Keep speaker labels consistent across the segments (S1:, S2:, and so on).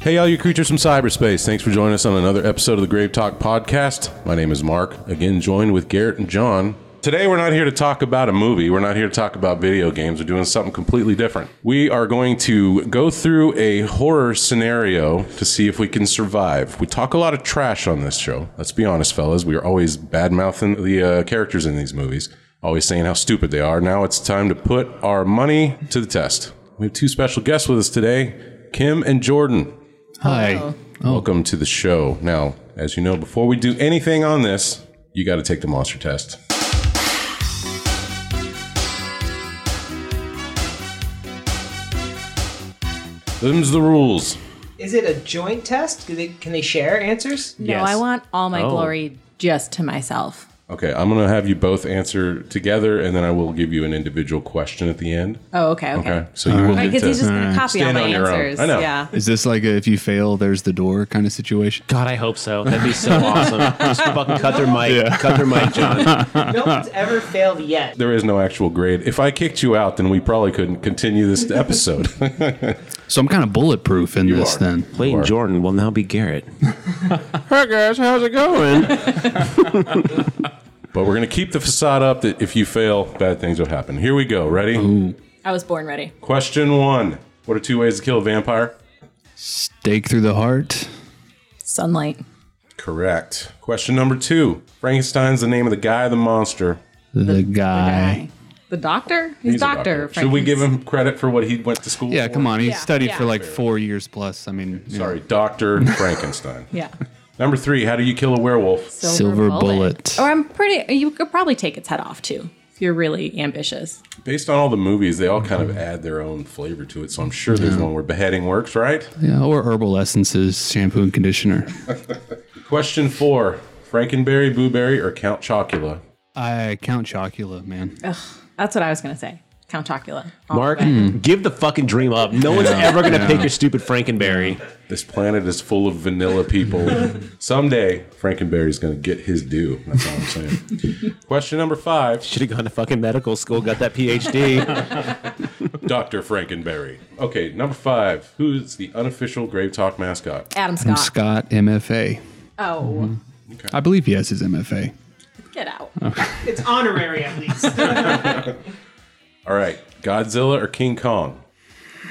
S1: Hey, all you creatures from cyberspace. Thanks for joining us on another episode of the Grave Talk podcast. My name is Mark, again joined with Garrett and John. Today, we're not here to talk about a movie. We're not here to talk about video games. We're doing something completely different. We are going to go through a horror scenario to see if we can survive. We talk a lot of trash on this show. Let's be honest, fellas. We are always bad mouthing the uh, characters in these movies, always saying how stupid they are. Now it's time to put our money to the test. We have two special guests with us today Kim and Jordan.
S2: Hi.
S3: Oh.
S1: Welcome to the show. Now, as you know, before we do anything on this, you got to take the monster test. Them's the rules.
S4: Is it a joint test? Can they, can they share answers?
S3: No,
S2: Yes.
S3: I want all
S1: Oh.
S3: my glory just to myself.
S1: Okay, I'm going to have you both answer together, and then I will give you an individual question at the end.
S3: Oh, okay, okay.
S1: Okay, so you will get
S3: Because
S1: to
S3: he's just going to copy all
S1: stand
S3: my
S1: on your own.
S3: answers.
S1: I know.
S3: Yeah.
S5: Is this like a if you fail, there's the door kind of situation?
S2: God, I hope so. That'd be so awesome. Just fucking cut their mic. Cut their mic, John.
S4: No one's ever failed yet.
S1: there is no actual grade. If I kicked you out, then we probably couldn't continue this episode.
S5: So I'm kind of bulletproof in this
S1: are.
S5: then.
S2: Clayton Jordan will now be Garrett.
S5: Hey guys, how's it going?
S1: but we're going to keep the facade up that if you fail, bad things will happen. Here we go. Ready?
S3: I was born ready.
S1: Question one What are two ways to kill a vampire?
S5: Stake through the heart.
S3: Sunlight.
S1: Correct. Question number two Frankenstein's the name of the guy, the monster.
S5: The, guy.
S3: Guy. The doctor? He's,
S1: He's a
S3: doctor.
S1: Should we
S3: Franklin's.
S1: give him credit for what he went to school
S5: Yeah,
S1: for?
S5: come on. He
S3: Yeah,
S5: studied
S3: yeah.
S5: for like four years plus. I mean, you know.
S1: Sorry, Dr. Frankenstein.
S3: Yeah.
S1: Number three, how do you kill a werewolf?
S5: Silver bullet.
S3: Or Oh, I'm pretty, you could probably take its head off too if you're really ambitious.
S1: Based on all the movies, they all kind of add their own flavor to it. So I'm sure there's one where beheading works, right?
S5: Yeah, or herbal essences, shampoo and conditioner.
S1: Question four Frankenberry, Blueberry, or Count Chocula?
S5: I count Chocula, man.
S3: That's what I was going to say. Count Chocula. All the
S2: Mark,
S3: way.
S2: give the fucking dream up. No one's ever going to pick your stupid Frankenberry.
S1: This planet is full of vanilla people. Someday, Frankenberry's going to get his due. That's all I'm saying. Question number five.
S2: Should have gone to fucking medical school, got that PhD.
S1: Dr. Frankenberry. Okay, number five. Who's the unofficial Grave Talk mascot?
S5: I'm
S3: Adam Scott.
S5: Scott Mm-hmm. MFA.
S3: oh,
S5: I believe he has his MFA.
S3: get out.
S4: It's honorary at least.
S1: All right, Godzilla or King Kong?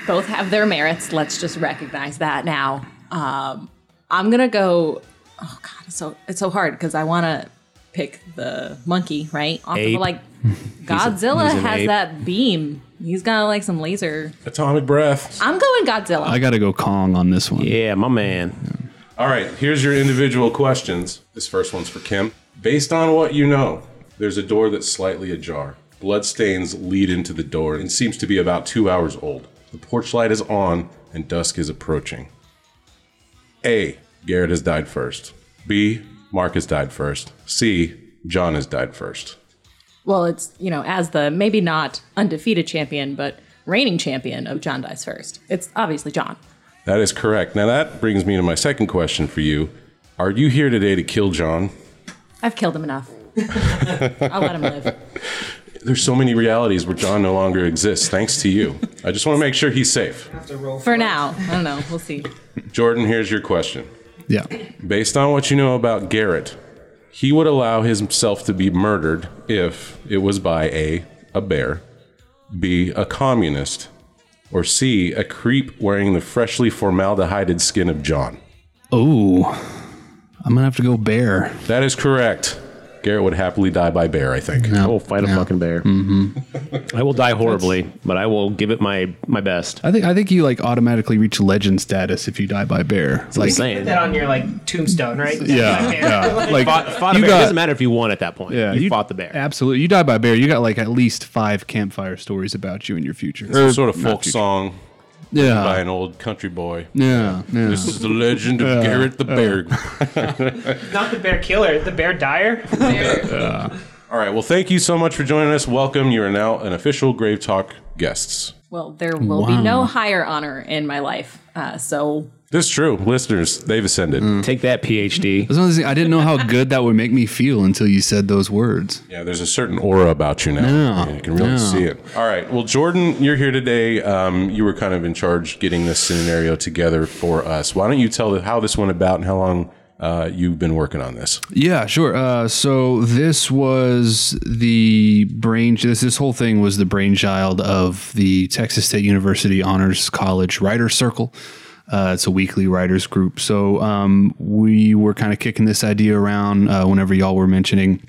S3: Both have their merits. Let's just recognize that now. Um, I'm going to go, oh God, it's so, it's so hard because I want to pick the monkey, right? Off
S2: Ape.
S3: Of, like, Godzilla
S2: he's an
S3: has
S2: ape.
S3: that beam. He's got like some laser.
S1: Atomic Breath.
S3: I'm going Godzilla.
S5: I got to go Kong on this one.
S2: yeah, my man.
S1: All right, here's your individual questions. This first one's for Kim. Based on what you know, there's a door that's slightly ajar. Bloodstains lead into the door and seems to be about two hours old. The porch light is on and dusk is approaching. A. Garrett has died first. B. Mark has died first. C. John has died first.
S3: Well, it's, you know, as the maybe not undefeated champion, but reigning champion of John Dies First. It's obviously John.
S1: That is correct. Now that brings me to my second question for you. Are you here today to kill John?
S3: I've killed him enough. I'll let him live.
S1: There's so many realities where John no longer exists thanks to you. I just want to make sure he's safe.
S3: For now. I don't know. We'll see.
S1: Jordan, here's your question.
S5: Yeah.
S1: Based on what you know about Garrett, he would allow himself to be murdered if it was by A, a bear, B, a communist, or C, a creep wearing the freshly formaldehyded skin of John.
S5: Oh, I'm going to have to go bear.
S1: That is correct. Garrett would happily die by bear, I think.
S2: I will fight a fucking bear. I will die horribly, but I will give it my, my best.
S5: I think I think you like automatically reach legend status if you die by bear. Like,
S2: I'm saying.
S4: that on your like tombstone, right?
S5: yeah, yeah. Like
S2: Fought, fought a
S5: you
S2: bear. it
S5: got-
S2: doesn't matter if you won at that point.
S5: yeah,
S2: you, fought the bear.
S5: Absolutely, you die by bear. You got like at least five campfire stories about you in your future.
S1: Some sort of folk song by
S5: Yeah,
S1: an old country boy.
S5: yeah, yeah.
S1: This is the legend of Garrett the Bear.
S4: Not the bear killer, the bear dyer.
S1: All right. Well, thank you so much for joining us. Welcome. You are now an official Grave Talk guests.
S3: Well, there will be
S5: Wow.
S3: no higher honor in my life. Uh, so
S1: This is true. Listeners, they've ascended.
S2: Take that, PhD.
S5: That's one of the things- I didn't know how good that would make me feel until you said those words.
S1: Yeah, there's a certain aura about you now.
S5: No,
S1: Yeah, you can really
S5: no.
S1: see it. All right. Well, Jordan, you're here today. Um, you were kind of in charge getting this scenario together for us. Why don't you tell how this went about and how long uh, you've been working on this?
S5: Yeah, sure. Uh, so this was the brain. This this whole thing was the brainchild of the Texas State University Honors College Writers Circle. Uh, it's a weekly writers group. So um, we were kind of kicking this idea around uh, whenever y'all were mentioning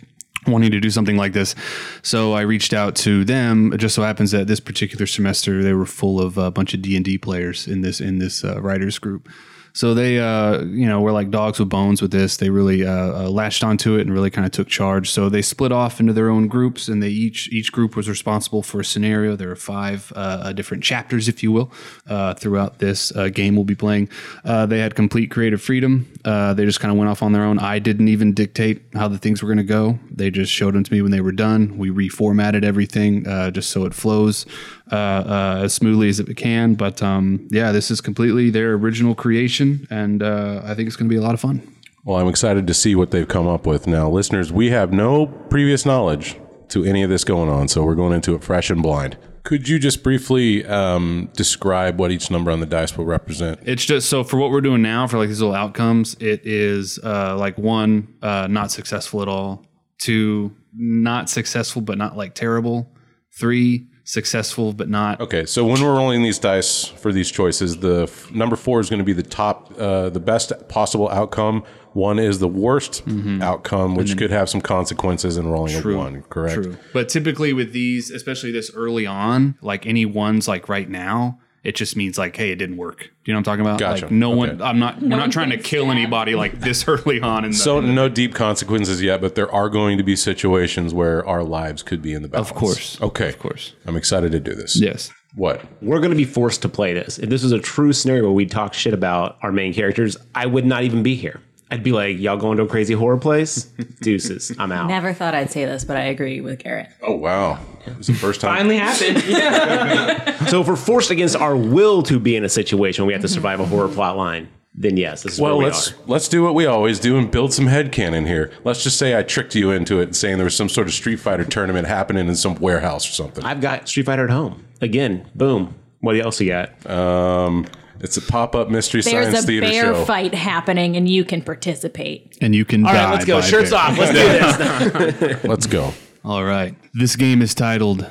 S5: wanting to do something like this. So I reached out to them. It just so happens that this particular semester they were full of a bunch of D and D players in this in this uh, writers group. So they, uh, you know, were like dogs with bones with this. They really uh, uh, latched onto it and really kind of took charge. So they split off into their own groups, and they each each group was responsible for a scenario. There are five uh, uh, different chapters, if you will, uh, throughout this uh, game we'll be playing. Uh, they had complete creative freedom. Uh, they just kind of went off on their own. I didn't even dictate how the things were going to go. They just showed them to me when they were done. We reformatted everything uh, just so it flows uh, uh, as smoothly as it can. But um, yeah, this is completely their original creation, and uh, I think it's going to be a lot of fun.
S1: Well, I'm excited to see what they've come up with. Now, listeners, we have no previous knowledge to any of this going on, so we're going into it fresh and blind. Could you just briefly um, describe what each number on the dice will represent?
S5: It's just so for what we're doing now for like these little outcomes, it is uh, like one, uh, not successful at all. Two, not successful but not like terrible. Three, successful but not.
S1: Okay, so when we're rolling these dice for these choices, the f- number four is going to be the top, uh, the best possible outcome. One is the worst outcome, which could have some consequences in rolling a one. Correct.
S5: Mm-hmm. True. But typically with these, especially this early on, like any ones like right now, it just means like, hey, it didn't work. Do you know what I'm talking about?
S1: Gotcha.
S5: Like no
S1: Okay.
S5: one, I'm not, we're not
S3: one
S5: trying to
S3: gets
S5: kill
S3: stabbed.
S5: anybody like this early on. In the,
S1: So no deep consequences yet, but there are going to be situations where our lives could be in the balance.
S5: of course,
S1: Okay.
S5: of course,
S1: I'm excited to do this.
S5: yes.
S1: What?
S2: We're going to be forced to play this. If this was a true scenario where we talk shit about our main characters, I would not even be here. I'd be like, y'all going to a crazy horror place? Deuces. I'm out.
S3: Never thought I'd say this, but I agree with Garrett.
S1: Oh wow! It was the first time.
S4: Finally happened. Yeah.
S2: So if we're forced against our will to be in a situation where we have to survive a horror plot line, then yes, this is
S1: Well,
S2: where we
S1: let's
S2: are.
S1: let's do what we always do and build some headcanon here. Let's just say I tricked you into it, saying there was some sort of Street Fighter tournament happening in some warehouse or something.
S2: I've got Street Fighter at home. Again, boom. What else you got?
S5: Uh,
S1: Um, it's a pop-up mystery
S3: There's
S1: science
S3: a
S1: theater
S3: bear
S1: show.
S3: fight happening, and you can participate.
S5: And you can.
S2: All right, let's go. Shirts off. Let's do this.
S1: Let's go.
S5: All right. This game is titled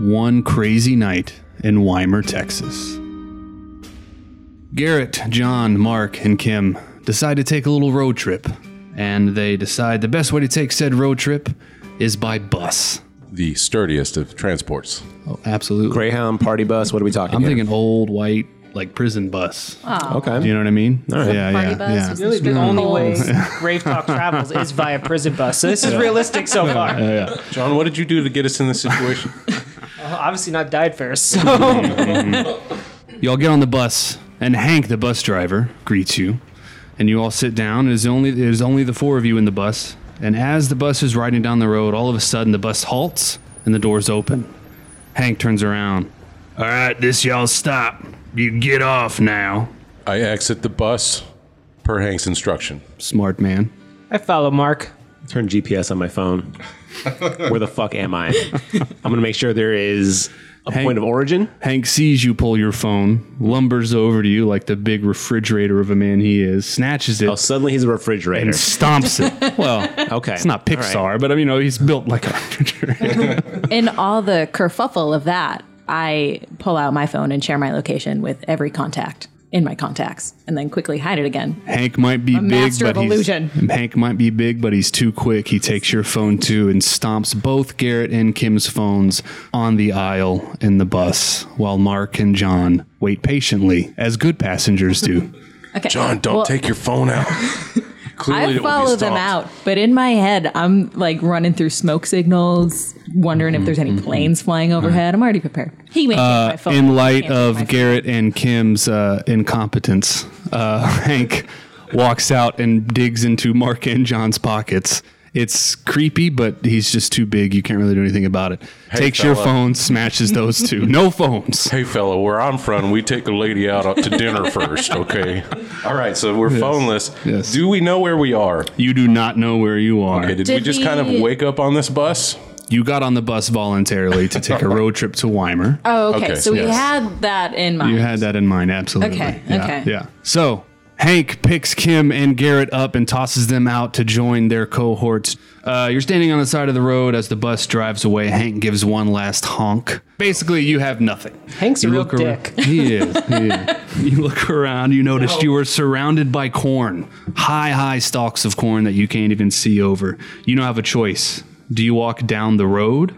S5: One Crazy Night in Weimer, Texas. Garrett, John, Mark, and Kim decide to take a little road trip, and they decide the best way to take said road trip is by bus.
S1: The sturdiest of transports.
S5: Oh, absolutely.
S2: Greyhound party bus. What are we talking?
S5: I'm thinking old white like prison bus.
S2: okay.
S5: Do you know what I mean? Yeah,
S3: Party
S5: yeah,
S3: bus,
S5: yeah.
S3: was
S4: really, the
S3: Yeah.
S4: only way
S3: Holes.
S4: Grave Talk travels is via prison bus. So this is realistic so far.
S1: John, what did you do to get us in this situation?
S4: Well, obviously not died first. So
S5: Y'all get on the bus, and Hank, the bus driver, greets you, and you all sit down. It is only it is only the four of you in the bus. And as the bus is riding down the road, all of a sudden the bus halts and the doors open. Hank turns around. All right, this y'all stop. You get off now.
S1: I exit the bus per Hank's instruction.
S5: Smart man.
S4: I follow Mark.
S2: Turn GPS on my phone. Where the fuck am I? I'm gonna make sure there is a point of origin.
S5: Hank sees you pull your phone, lumbers over to you like the big refrigerator of a man he is, snatches it,
S2: Oh, suddenly he's a refrigerator.
S5: and stomps it. well,
S2: Okay,
S5: it's not
S2: All right.
S5: Pixar, but I mean, you know, he's built like a refrigerator.
S3: In all the kerfuffle of that, I pull out my phone and share my location with every contact in my contacts, and then quickly hide it again.
S5: Hank might be big,
S3: master
S5: but
S3: of
S5: he's,
S3: illusion.
S5: Hank might be big, but he's too quick. He takes your phone too and stomps both Garrett and Kim's phones on the aisle in the bus, while Mark and John wait patiently, as good passengers do.
S3: Okay.
S1: John, don't
S3: Well,
S1: take your phone out. Clearly, it
S3: I
S1: will be
S3: follow them
S1: stopped.
S3: out, but in my head, I'm like running through smoke signals, wondering if there's
S1: Mm-hmm,
S3: any planes flying overhead. I'm already prepared. He may take my phone.
S5: Uh, in light
S3: He can't take my
S5: of Garrett and Kim's uh, incompetence, uh, Hank walks out and digs into Mark and John's pockets It's creepy, but he's just too big. You can't really do anything about it. Takes your
S1: fella.
S5: phone, smashes those two. no phones.
S1: Hey, fella, where I'm from, we take a lady out to dinner first, okay? All right, so we're phoneless.
S5: Yes.
S1: Do we know where we are?
S5: You do not know where you are.
S1: Okay, did, we
S3: Did
S1: just kind
S3: we-
S1: of wake up on this bus?
S5: You got on the bus voluntarily to take a road trip to Weimer.
S3: Oh, okay.
S1: Okay,
S3: so we
S5: yes.
S3: had that in mind.
S5: You had that in mind, absolutely.
S3: Okay,
S5: Yeah,
S3: okay.
S5: Yeah. So Hank picks Kim and Garrett up and tosses them out to join their cohorts. Uh, you're standing on the side of the road as the bus drives away. Hank gives one last honk. Basically, you have nothing.
S4: Hank's a
S5: you
S4: real
S5: look around-
S4: dick.
S5: He is. He is. you look around. You noticed you were surrounded by corn, high, high stalks of corn that you can't even see over. You don't have a choice. Do you walk down the road,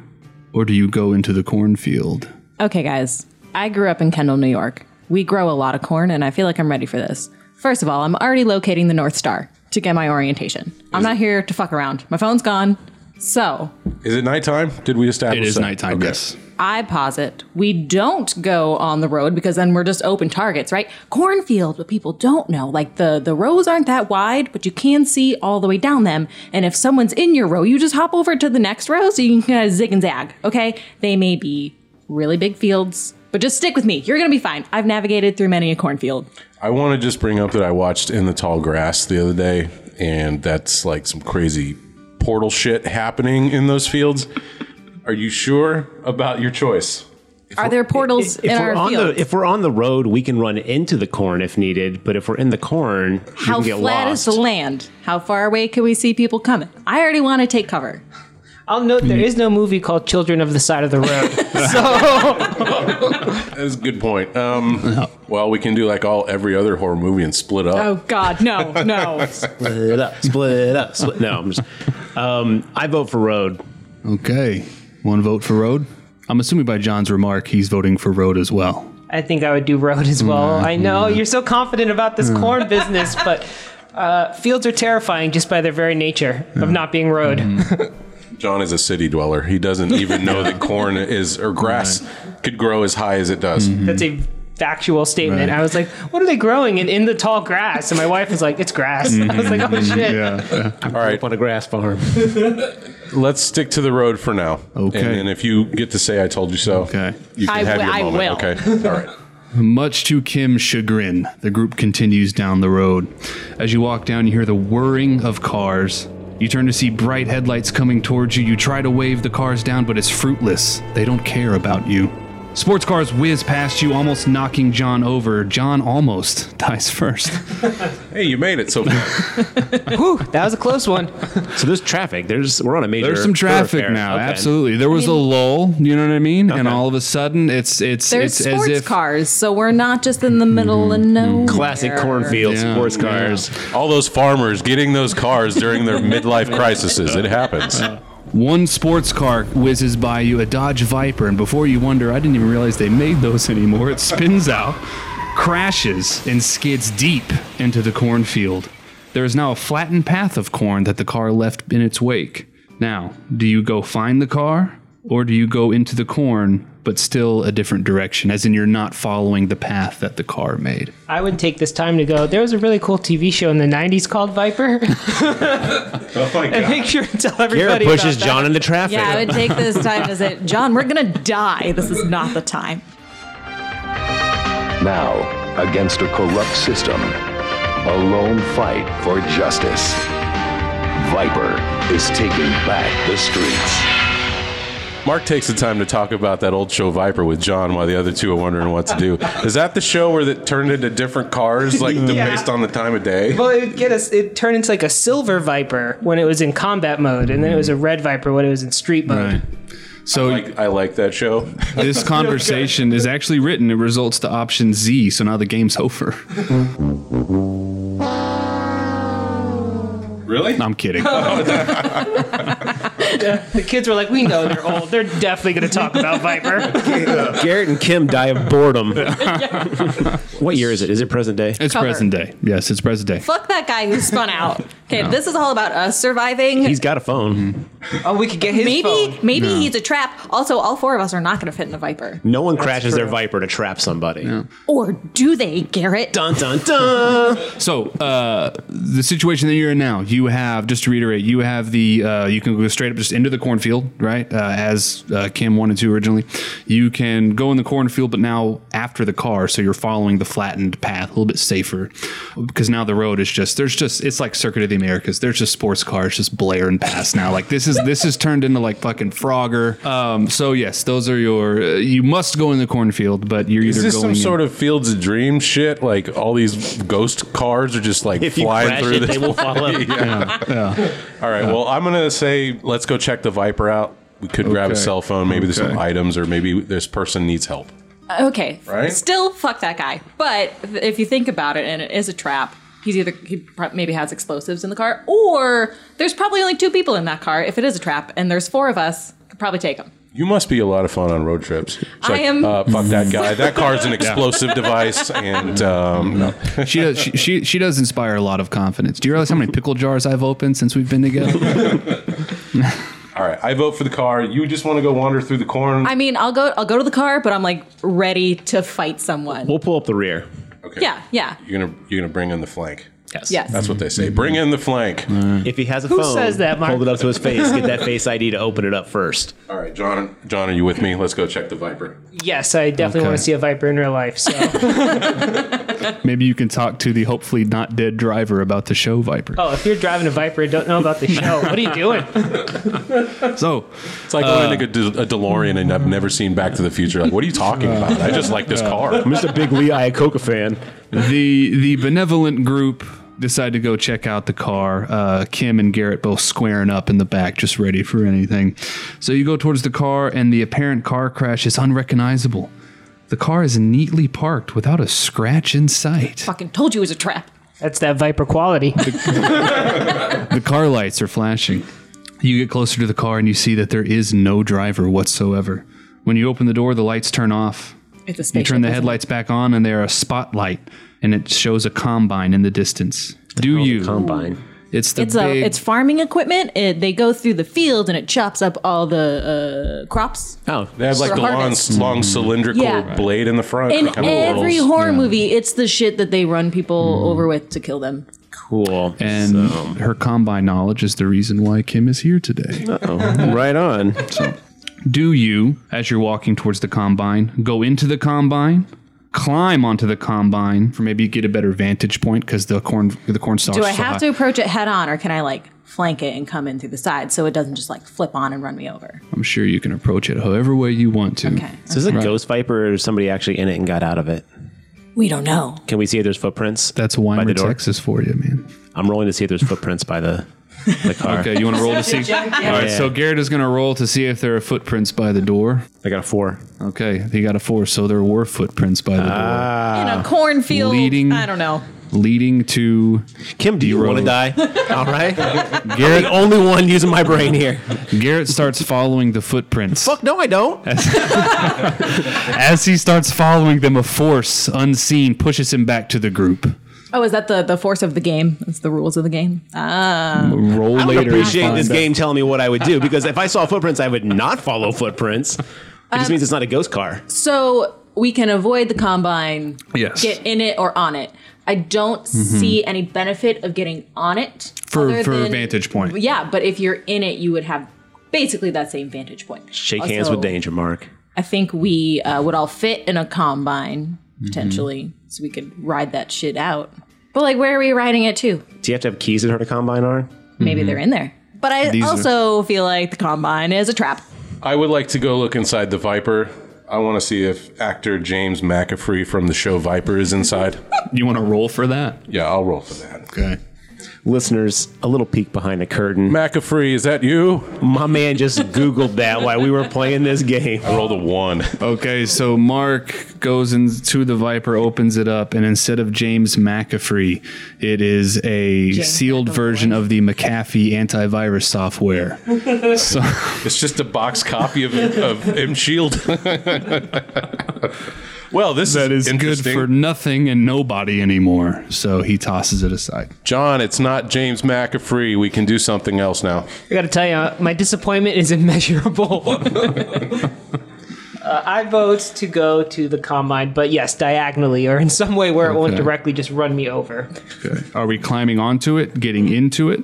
S5: or do you go into the cornfield?
S3: Okay, guys. I grew up in Kendall, New York. We grow a lot of corn, and I feel like I'm ready for this. First of all, I'm already locating the North Star to get my orientation. I'm not here to fuck around. My phone's gone. So
S1: Is it nighttime? Did we establish
S5: It is
S1: that?
S5: nighttime.
S1: Okay.
S5: Yes.
S3: I posit we don't go on the road because then we're just open targets, right? Cornfield, what people don't know. Like the, the rows aren't that wide, but you can see all the way down them. And if someone's in your row, you just hop over to the next row so you can kind of zig and zag, okay? They may be really big fields, but just stick with me. You're going to be fine. I've navigated through many a cornfield.
S1: I want to just bring up that I watched In the Tall Grass the other day, and that's like some crazy portal shit happening in those fields. Are you sure about your choice?
S3: Are there portals in
S2: if we're
S3: our
S2: on
S3: field?
S2: the if we're on the road, we can run into the corn if needed. But if we're in the corn,
S3: How
S2: we can get
S3: flat
S2: lost.
S3: is the land? How far away can we see people coming? I already want to take cover.
S4: I'll note there is no movie called Children of the Side of the Road. so
S1: That's a good point. Um, Well, we can do like all every other horror movie and split up.
S3: Oh, God, no, no.
S2: split up, split up, split. No, I'm just. Um, I vote for road.
S5: Okay. One vote for Road. I'm assuming by John's remark, he's voting for Road as well.
S4: I think I would do road as well. I know you're so confident about this corn business, but uh, fields are terrifying just by their very nature of not being road.
S1: John is a city dweller. He doesn't even know that corn is or grass could grow as high as it does.
S4: That's a factual statement.
S5: Right.
S4: I was like, what are they growing in, in the tall grass? And my wife was like, it's grass. I was like, oh shit.
S5: Yeah.
S1: All right,
S2: Up on a grass farm.
S1: let's stick to the road for now.
S5: Okay.
S1: And then if you get to say I told you so,
S5: Okay.
S1: you can
S3: I
S1: have
S3: wi-
S1: your
S3: I
S1: moment.
S3: will.
S1: Okay. All right.
S5: Much to Kim's chagrin, the group continues down the road. As you walk down, you hear the whirring of cars. You turn to see bright headlights coming towards you. You try to wave the cars down, but it's fruitless. They don't care about you. Sports cars whiz past you, almost knocking John over. John almost dies first.
S1: Hey, you made it so far.
S4: Whew, that was a close one.
S2: So there's traffic. There's we're on a major.
S5: There's some traffic
S2: thoroughfare.
S5: now.
S2: Okay.
S5: Absolutely. There was a lull, you know what I mean? And all of a sudden it's it's
S3: There's
S5: it's
S3: sports
S5: as if
S3: cars, so we're not just in the middle of nowhere.
S2: Classic cornfield
S5: Yeah,
S2: sports
S5: yeah.
S2: cars.
S1: All those farmers getting those cars during their midlife crises. It happens.
S5: one sports car whizzes by you, a Dodge Viper, and before you wonder, I didn't even realize they made those anymore. It spins out, crashes, and skids deep into the cornfield. There is now a flattened path of corn that the car left in its wake. Now, do you go find the car or do you go into the corn but still a different direction as in you're not following the path that the car made?
S4: I would take this time to go, there was a really cool TV show in the 90s called Viper.
S1: Oh my
S4: and make sure to tell everybody.
S2: Garrett
S4: about
S2: pushes
S4: that.
S2: John into traffic.
S3: Yeah, I would take this time to say, John, we're gonna die. This is not the time.
S6: Now, against a corrupt system, a lone fight for justice. Viper is taking back the streets.
S1: Mark takes the time to talk about that old show Viper with John while the other two are wondering what to do. Is that the show where that turned into different cars, like the-
S4: Yeah.
S1: based on the time of day?
S4: Well, it would get us. It turned into like a silver viper when it was in combat mode, and then it was a red viper when it was in street mode.
S5: So
S1: Like, I like that show.
S5: this conversation is actually written. It results to option Z. So now the game's over.
S1: Really?
S5: I'm kidding.
S4: the kids were like, we know they're old. They're definitely going to talk about Viper.
S2: Garrett and Kim die of boredom. what year is it? Is it present day?
S5: It's
S3: Cover.
S5: present day. Yes, it's present day.
S3: Fuck that guy who spun out. Okay, this is all about us surviving.
S2: He's got a phone.
S4: oh, we could get his
S3: maybe
S4: phone.
S3: maybe he's a trap. Also, all four of us are not going to fit in a viper.
S2: No one crashes their Viper to trap somebody.
S3: Or do they, Garrett?
S2: Dun dun dun.
S5: So uh, the situation that you're in now, you have just to reiterate, you have the uh, you can go straight up just into the cornfield, right? Uh, as uh, Kim wanted to originally, you can go in the cornfield, but now after the car, so you're following the flattened path a little bit safer because now the road is just there's just it's like Circuit of the Americas. There's just sports cars just blaring past now. Like this is this is turned into like fucking Frogger. Um, so yes, those are your uh, you must go in the cornfield, but you're
S1: Is
S5: either
S1: this
S5: going
S1: some
S5: in-
S1: sort of Fields of Dream shit? Like all these ghost cars are just like
S2: If you
S1: flying
S2: crash
S1: through
S2: it,
S1: the
S2: they will follow.
S1: All
S5: Uh-huh.
S1: right. Well, I'm gonna say let's go check the Viper out. We could grab a
S5: Okay.
S1: cell phone. Maybe there's some
S5: Okay.
S1: items, or maybe this person needs help.
S3: Okay.
S1: Right?
S3: Still, fuck that guy. But if you think about it, and it is a trap, he's either he pro- maybe has explosives in the car, or there's probably only two people in that car. If it is a trap, and there's four of us, could probably take him.
S1: You must be a lot of fun on road trips. It's
S3: I am-
S1: Uh, fuck that guy. That car's an explosive device, and um, no.
S5: She does. She, she she does inspire a lot of confidence. Do you realize how many pickle jars I've opened since we've been together?
S1: All right, I vote for the car. You just want to go wander through the corn.
S3: I mean, I'll go. I'll go to the car, but I'm like ready to fight someone.
S2: We'll pull up the rear.
S1: okay.
S3: Yeah, yeah.
S1: You're gonna you're gonna bring in the flank.
S2: Yes.
S3: Yes.
S1: That's
S5: Mm-hmm.
S1: what they say. Bring in the flank.
S2: If he has a
S4: Who
S2: phone,
S4: says that, Mark?
S2: hold it up to his face. Get that face ID to open it up first.
S1: All right, John. John, are you with me? Let's go check the Viper.
S4: Yes, I definitely
S5: Okay.
S4: want to see a Viper in real life. So.
S5: Maybe you can talk to the hopefully not dead driver about the show Viper.
S4: oh, if you're driving a Viper and don't know about the show, what are you doing?
S5: So
S1: It's like when I think a,
S5: Uh,
S1: De- a DeLorean and I've never seen Back to the Future. Like, what are you talking about? I just like this car.
S2: I'm just a big Lee Iacocca fan.
S5: the the benevolent group decide to go check out the car. Uh, Kim and Garrett both squaring up in the back, just ready for anything. So you go towards the car, and the apparent car crash is unrecognizable. The car is neatly parked without a scratch in sight.
S3: Fucking told you it was a trap.
S4: That's that Viper quality.
S5: The car lights are flashing. You get closer to the car and you see that there is no driver whatsoever. When you open the door, the lights turn off.
S3: It's a
S5: You
S3: spaceship.
S5: turn the
S3: isn't it?
S5: headlights back on and they're a spotlight and it shows a combine in the distance. Do you?
S2: Combine.
S5: It's the
S3: It's
S5: big
S3: a, it's farming equipment. It, they go through the field and it chops up all the uh, crops.
S2: Oh,
S1: They have like
S3: For
S1: the long,
S3: harvest.
S1: long cylindrical
S3: Yeah.
S1: blade in the front.
S3: In
S1: Kinda
S3: every
S1: little-
S3: horror movie, it's the shit that they run people
S5: Mm.
S3: over with to kill them.
S2: cool.
S5: and her combine knowledge is the reason why Kim is here today.
S2: right on.
S5: Do you, as you're walking towards the combine, go into the combine? Climb onto the combine for maybe get a better vantage point because the corn the corn stalks.
S3: Do
S5: are
S3: I
S5: so
S3: have
S5: high.
S3: to approach it head on, or can I like flank it and come in through the side so it doesn't just like flip on and run me over?
S5: I'm sure you can approach it however way you want to.
S3: Okay.
S2: So is it a ghost viper or is somebody actually in it and got out of it?
S3: We don't know.
S2: Can we see if there's footprints?
S5: That's
S2: by the
S5: Weimar,
S2: door?
S5: Texas for you, man.
S2: I'm rolling to see if there's footprints by the, the car.
S5: Okay, you want to roll to see? All right, so Garrett is going to roll to see if there are footprints by the door.
S2: I got a four.
S5: Okay, he got a four, so there were footprints by the
S2: Uh.
S5: Uh,
S3: in a cornfield.
S5: Leading-
S3: I don't know.
S5: door, leading to
S2: Kim, do you
S5: Zero.
S2: want to die? All right. You're the only one using my brain here.
S5: Garrett starts following the footprints.
S2: Fuck, no, I don't.
S5: As he starts following them, a force unseen pushes him back to the group.
S3: Oh, is that the the force of the game? That's the rules of the game.
S5: Roll
S2: I
S5: later.
S2: don't appreciate
S5: and
S2: this
S5: find
S2: game telling me what I would do because if I saw footprints, I would not follow footprints. It just means it's not a ghost car.
S3: So we can avoid the combine.
S5: Yes.
S3: Get in it or on it. I don't see any benefit of getting on it
S5: For
S3: other
S5: for
S3: than-
S5: vantage point.
S3: Yeah, but if you're in it, you would have basically that same vantage point.
S2: Shake hands with
S3: Also,
S2: danger, Mark.
S3: I think we uh, would all fit in a combine potentially, so we could ride that shit out. But like, where are we riding it to?
S2: Do you have to have keys that her to combine on?
S3: Maybe they're in there. But I
S5: are-
S3: also feel like the combine is a trap.
S1: I would like to go look inside the Viper. I want to see if actor James McAfee from the show Viper is inside.
S5: You want to roll for that?
S1: yeah, I'll roll for that.
S5: Okay.
S2: listeners a little peek behind the curtain.
S1: McAfee, is that you?
S2: My man just Googled that while we were playing this game.
S1: I rolled a one.
S5: Okay, so Mark goes into the Viper, opens it up, and instead of James McAfee, it is a sealed version of the McAfee antivirus software. so,
S1: It's just a box copy of, of M Shield. well, this
S5: that is good
S1: interesting.
S5: for nothing and nobody anymore. So he tosses it aside.
S1: John. It's not James McAfee. We can do something else now.
S4: I gotta tell you, my disappointment is immeasurable. uh, I vote to go to the combine, but yes, diagonally or in some way where it won't
S5: Okay.
S4: directly just run me over.
S5: Are we climbing onto it, getting into it,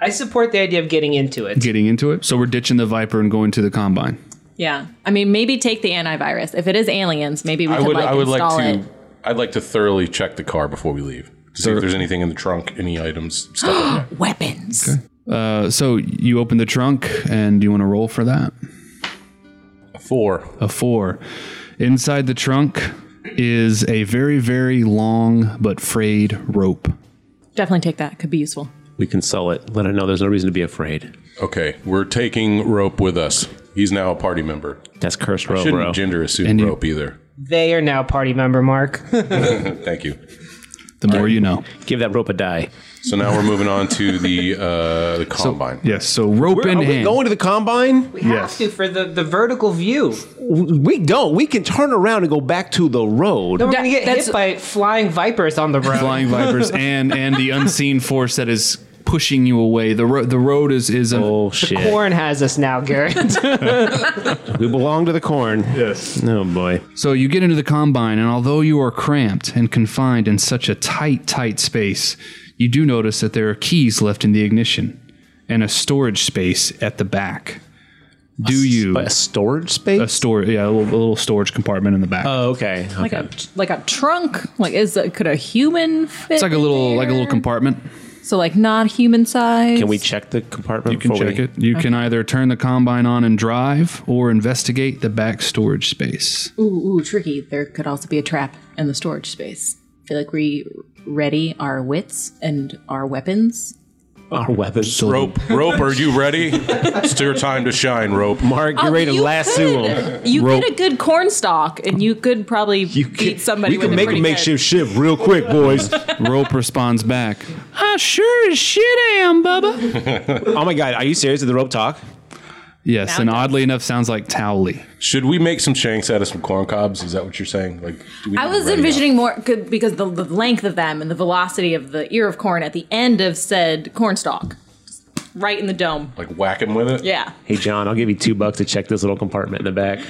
S4: I support the idea of getting into it.
S5: getting into it? So we're ditching the Viper and going to the Combine.
S3: Yeah. I mean, maybe take the antivirus. If it is aliens, maybe we
S1: I
S3: could
S1: would.
S3: like
S1: I would like
S3: install
S1: to.
S3: it.
S1: I'd like to thoroughly check the car before we leave to see if there's anything in the trunk, any items, stuff like that.
S3: Weapons.
S5: Uh, so you open the trunk, and do you want to roll for that?
S1: Four.
S5: a four. Inside the trunk is a very, very long but frayed rope.
S3: Definitely take that. Could be useful.
S2: We console it. Let her know there's no reason to be afraid.
S1: Okay, we're taking Rope with us. He's now a party member.
S2: That's cursed row,
S1: Shouldn't
S2: bro.
S1: gender assume
S5: Oh, And you-
S1: Rope either.
S4: They are now party member, Mark.
S1: Thank you.
S5: The more you know.
S2: Give that rope a die.
S1: So now we're moving on to the uh, the combine.
S5: Yes. So rope in hand.
S2: to the combine?
S4: We have to for the, the vertical view.
S2: We don't. We can turn around and go back to the road.
S4: Then we're
S3: That-
S4: gonna get
S3: that's-
S4: hit by flying vipers on the road.
S5: flying vipers and and the unseen force that is pushing you away. The ro- the road is is a
S2: Oh shit!
S4: Corn has us now, Garrett.
S2: We belong to the corn. Yes. Oh boy.
S5: So you get into the combine, and although you are cramped and confined in such a tight, tight space, you do notice that there are keys left in the ignition and a storage space at the back. Do you
S2: A storage space.
S5: a store? Yeah, a little, a little storage compartment in the back.
S2: oh, okay. Okay.
S3: Like a like a trunk. Like is a, could a human fit?
S5: It's like a little
S3: in
S5: like a little
S3: there?
S5: compartment.
S3: So like not human size.
S2: can we check the compartment?
S5: You can
S2: before
S5: check
S2: we-
S5: it. You can either turn the combine on and drive or investigate the back storage space.
S3: Ooh, ooh, tricky. There could also be a trap in the storage space. I feel like we ready our wits and our weapons.
S2: Our weapons.
S1: Rope, Rope, are you ready? it's your time to shine, Rope.
S2: Mark, you're ready to
S3: Oh, you
S2: lasso
S3: could-
S2: him.
S3: You
S5: Rope.
S3: get a good corn stalk, and you could probably beat somebody.
S2: We can
S3: with
S2: make a
S3: it pretty
S2: makeshift ship real quick, boys.
S5: Rope responds back. I sure as shit am, Bubba.
S2: oh my god, are you serious? Did the rope talk?
S5: Yes, and oddly enough, sounds like Towley.
S1: Should we make some shanks out of some corn cobs? Is that what you're saying? Like, do we
S3: I was
S1: ready
S3: envisioning more could, because the, the length of them and the velocity of the ear of corn at the end of said corn stalk, Just right in the dome.
S1: now? Like whack him with it.
S3: Yeah,
S2: Hey John, I'll give you two bucks to check this little compartment in the back.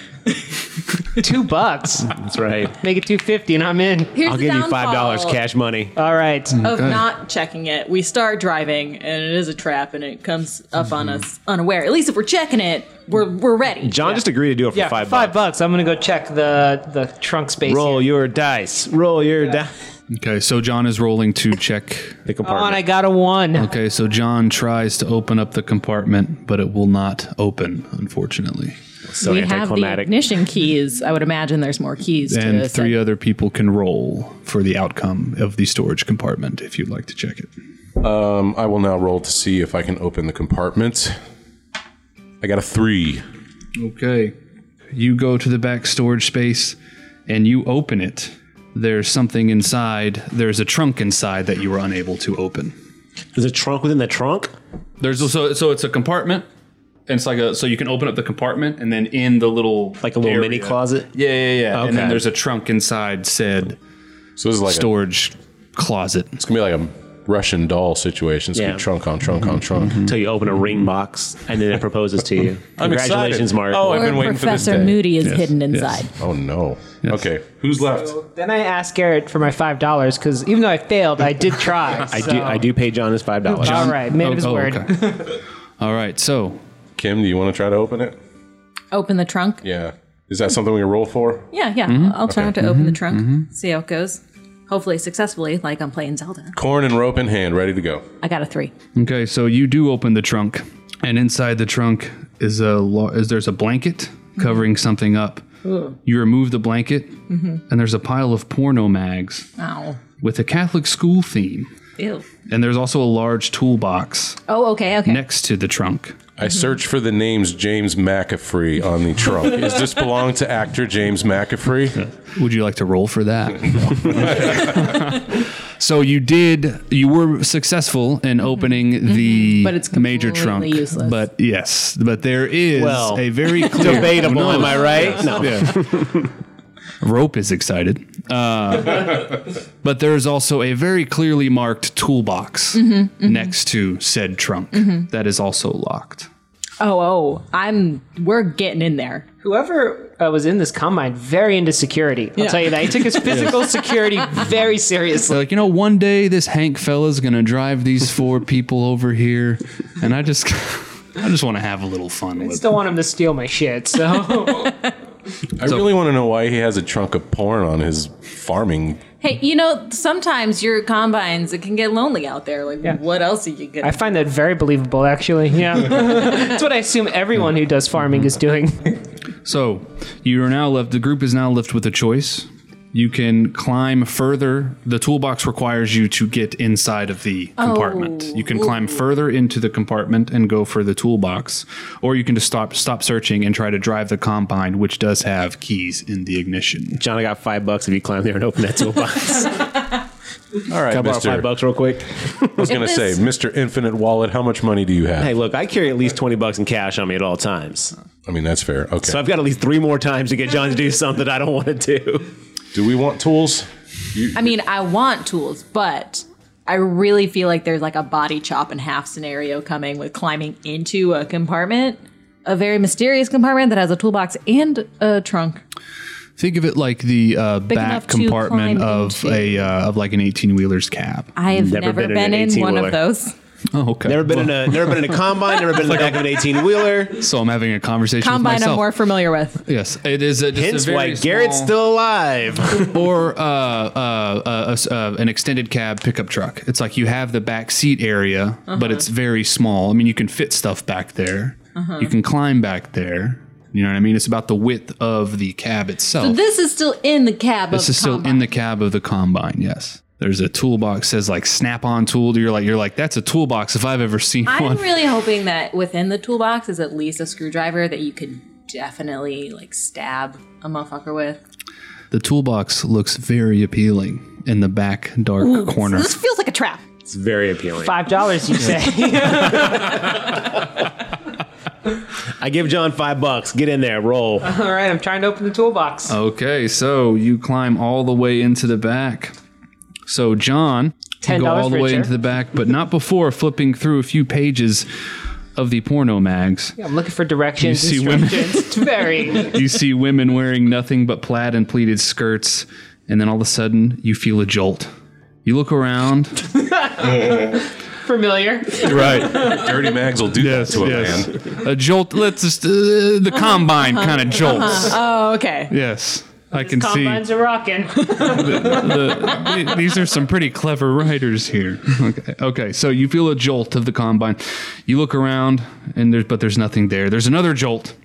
S4: Two bucks.
S2: That's right.
S4: Make it two fifty and I'm in.
S3: here's
S2: I'll
S3: the
S2: give you five dollars
S3: downfall
S2: cash money.
S4: All right. Oh,
S3: Of not checking it, we start driving, and it is a trap, and it comes up on us unaware. At least if we're checking it, we're we're ready.
S2: John just agreed to do it for
S4: yeah,
S2: five,
S4: five bucks. I'm gonna go check the the trunk space.
S2: Roll
S4: here.
S2: your dice. Roll your
S3: Oh,
S2: dice.
S5: Okay, so John is rolling to check.
S2: The
S4: Come on,
S2: compartment.
S4: I got a one.
S5: Okay, so John tries to open up the compartment, but it will not open, unfortunately.
S2: so
S3: we have the ignition keys. I would imagine there's more keys. to
S5: And
S3: this.
S5: three other people can roll for the outcome of the storage compartment if you'd like to check it.
S1: Um, I will now roll to see if I can open the compartment. I got a three.
S5: Okay. You go to the back storage space and you open it. There's something inside. There's a trunk inside that you were unable to open.
S2: There's a trunk within the trunk.
S5: There's also so it's a compartment. And it's like a so you can open up the compartment and then in the little
S2: Like a little mini
S5: area-
S2: closet?
S5: Yeah, yeah, yeah. And
S2: Okay.
S5: then there's a trunk inside said
S1: So this is like a,
S5: storage closet.
S1: it's gonna be like a Russian doll situation. It's gonna
S2: Yeah. Mm-hmm.
S1: be trunk on trunk on trunk.
S2: Until you open a ring box and then it proposes to you. Congratulations,
S1: excited.
S2: Mark.
S1: Oh, I've
S3: Or
S1: been waiting for this
S3: Professor
S1: day.
S3: Moody is hidden inside.
S1: Oh no. Okay, who's left?
S4: Then I asked Garrett for my five dollars because even though I failed, I did try.
S2: I do. I do pay John his five dollars.
S4: All right, man of his word.
S5: okay. All right. So,
S1: Kim, do you want to try to open it?
S3: Open the trunk.
S1: Yeah. Is that something we can roll for?
S3: Yeah, yeah. I'll try to open the trunk, see how it goes. Hopefully successfully, like I'm playing Zelda.
S1: Corn and rope in hand, ready to go.
S3: I got a three.
S5: okay, so you do open the trunk and inside the trunk is a lo- is there's a blanket covering something up. You remove the
S3: Mm-hmm.
S5: blanket, and there's a pile of porno mags
S3: Ow.
S5: with a Catholic school theme.
S3: Ew.
S5: And there's also a large toolbox
S3: Oh, okay, okay.
S5: next to the trunk.
S2: Mm-hmm.
S1: I search for the names James McAfee on the trunk. Does this belong to actor James McAfee?
S5: Would you like to roll for that? so you did. You were successful in opening the
S3: Mm-hmm. But it's
S5: major trunk.
S3: completely useless.
S5: But yes, but there is
S2: Well,
S5: a very clear
S2: Debatable,
S5: No,
S2: am I right? No.
S5: Yeah. Rope is excited. Uh, but there's also a very clearly marked toolbox next to said trunk that is also locked.
S3: Oh, oh, I'm. We're getting in there.
S4: Whoever uh, was in this combine, very into security. I'll tell you that. He took his physical security very seriously.
S5: They're like, you know, one day this Hank fella's gonna drive these four people over here, and I just, I just want to have a little fun with.
S4: Still want him to steal my shit, so
S1: I really want to know why he has a trunk of porn on his farming.
S3: Hey, you know, sometimes your combines it can get lonely out there. Like, what else are you
S4: I
S3: gonna?
S4: find that very believable, actually. Yeah. That's what I assume everyone who does farming is doing.
S5: So you are now left. The group is now left with a choice. You can climb further. The toolbox requires you to get inside of the compartment.
S3: Oh.
S5: You can climb further into the compartment and go for the toolbox, or you can just stop stop searching and try to drive the combine, which does have keys in the ignition.
S2: John, I got five bucks if you climb there and open that toolbox.
S1: All right,
S2: I borrow
S1: Mister.
S2: five
S1: I
S2: bucks real quick.
S1: was going to
S3: If
S1: say,
S3: this-
S1: Mister Infinite Wallet. How much money do you have?
S2: Hey, look, I carry at least 20 bucks in cash on me at all times.
S1: I mean, that's fair. Okay.
S2: So I've got at least three more times to get John to do something I don't want to do.
S1: do we want tools?
S3: I mean, I want tools, but I really feel like there's like a body chop in half scenario coming with climbing into a compartment, a very mysterious compartment that has a toolbox and a trunk.
S5: Think of it like the uh,
S3: enough
S5: back
S3: to
S5: compartment
S3: climb
S5: of
S3: into.
S5: a uh, of like an eighteen wheeler's cab.
S3: I have
S2: Never
S3: never,
S2: been in
S3: been,
S2: an
S3: in, one
S2: 18-wheeler.
S3: of those.
S5: Oh, okay.
S2: Never been in a never been in a combine, never been in the back of an 18 wheeler.
S5: So I'm having a conversation with
S3: Combine
S5: myself.
S3: I'm more familiar with.
S5: yes, it is a, just
S2: Hence
S5: a very
S2: why Garrett's
S5: small-
S2: still alive.
S5: or uh, uh, uh, uh, uh, an extended cab pickup truck. It's like you have the back seat area, but it's very small. I mean, you can fit stuff back there. You can climb back there. You know what I mean? It's about the width of the cab itself.
S3: This is still in the cab.
S5: this is still in the cab of the combine. Yes. There's a toolbox says like snap-on tool. You're like you're like that's a toolbox if I've ever seen
S3: I'm
S5: one.
S3: really hoping that within the toolbox is at least a screwdriver that you could definitely like stab a motherfucker with.
S5: the toolbox looks very appealing in the back dark corner.
S3: This feels like a trap.
S2: It's very appealing.
S4: Five dollars, you say?
S2: I give John five bucks. Get in there, roll.
S4: All right, I'm trying to open the toolbox.
S5: Oh. Okay, so you climb all the way into the back. So John, you go
S4: $10
S5: all the
S4: for a
S5: way
S4: chair.
S5: into the back, but not before flipping through a few pages of the porno mags.
S4: I'm looking for directions.
S5: You see women.
S4: instructions. It's very.
S5: You see women wearing nothing but plaid and pleated skirts, and then all of a sudden you feel a jolt. You look around.
S4: Familiar.
S1: Right. Dirty mags will do that to a man.
S5: A jolt. Let's just uh,
S4: Uh-huh.
S5: the combine kind of jolts.
S3: Oh, okay.
S5: Yes, I can see.
S4: Uh, Combines are rocking.
S5: the, these are some pretty clever writers here. Okay, okay. So you feel a jolt of the combine. You look around, and there's but there's nothing there. There's another jolt,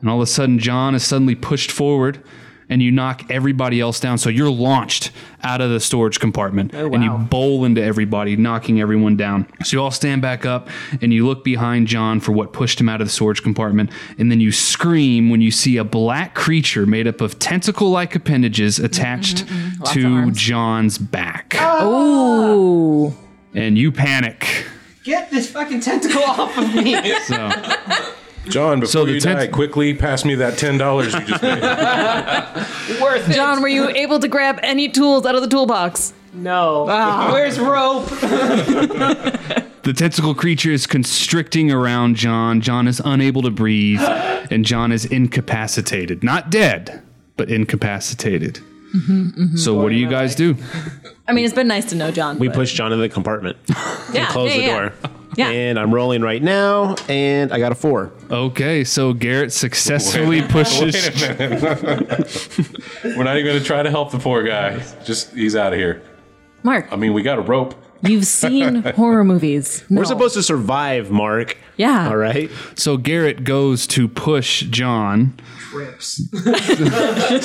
S5: and all of a sudden John is suddenly pushed forward, and you knock everybody else down. So you're launched out of the storage compartment, and you bowl into everybody, knocking everyone down. So you all stand back up, and you look behind John for what pushed him out of the storage compartment, and then you scream when you see a black creature made up of tentacle-like appendages attached to John's back.
S3: Ooh.
S5: And you panic.
S4: Get this fucking tentacle off of me.
S5: So
S1: John, before
S5: the
S1: you
S5: tenth-
S1: die, quickly pass me that ten dollars you just made.
S4: Worth it.
S3: John, were you able to grab any tools out of the toolbox?
S4: No. Where's rope?
S5: the tentacle creature is constricting around John. John is unable to breathe, and John is incapacitated. Not dead, but incapacitated. So what do you guys do?
S3: I mean, it's been nice to know John.
S2: We push John into the compartment.
S3: yeah,
S2: Close
S3: yeah,
S2: the
S3: yeah.
S2: door.
S3: Yeah.
S2: And I'm rolling right now, and I got a four.
S5: Okay, so Garrett successfully pushes.
S1: We're not even going to try to help the poor guy. Just he's out of here.
S3: Mark,
S2: um,
S1: I mean, we got a rope.
S3: you've seen horror movies.
S2: We're supposed to survive, Mark.
S3: Oh. Yeah.
S2: All right.
S5: So Garrett goes to push John,
S4: rips.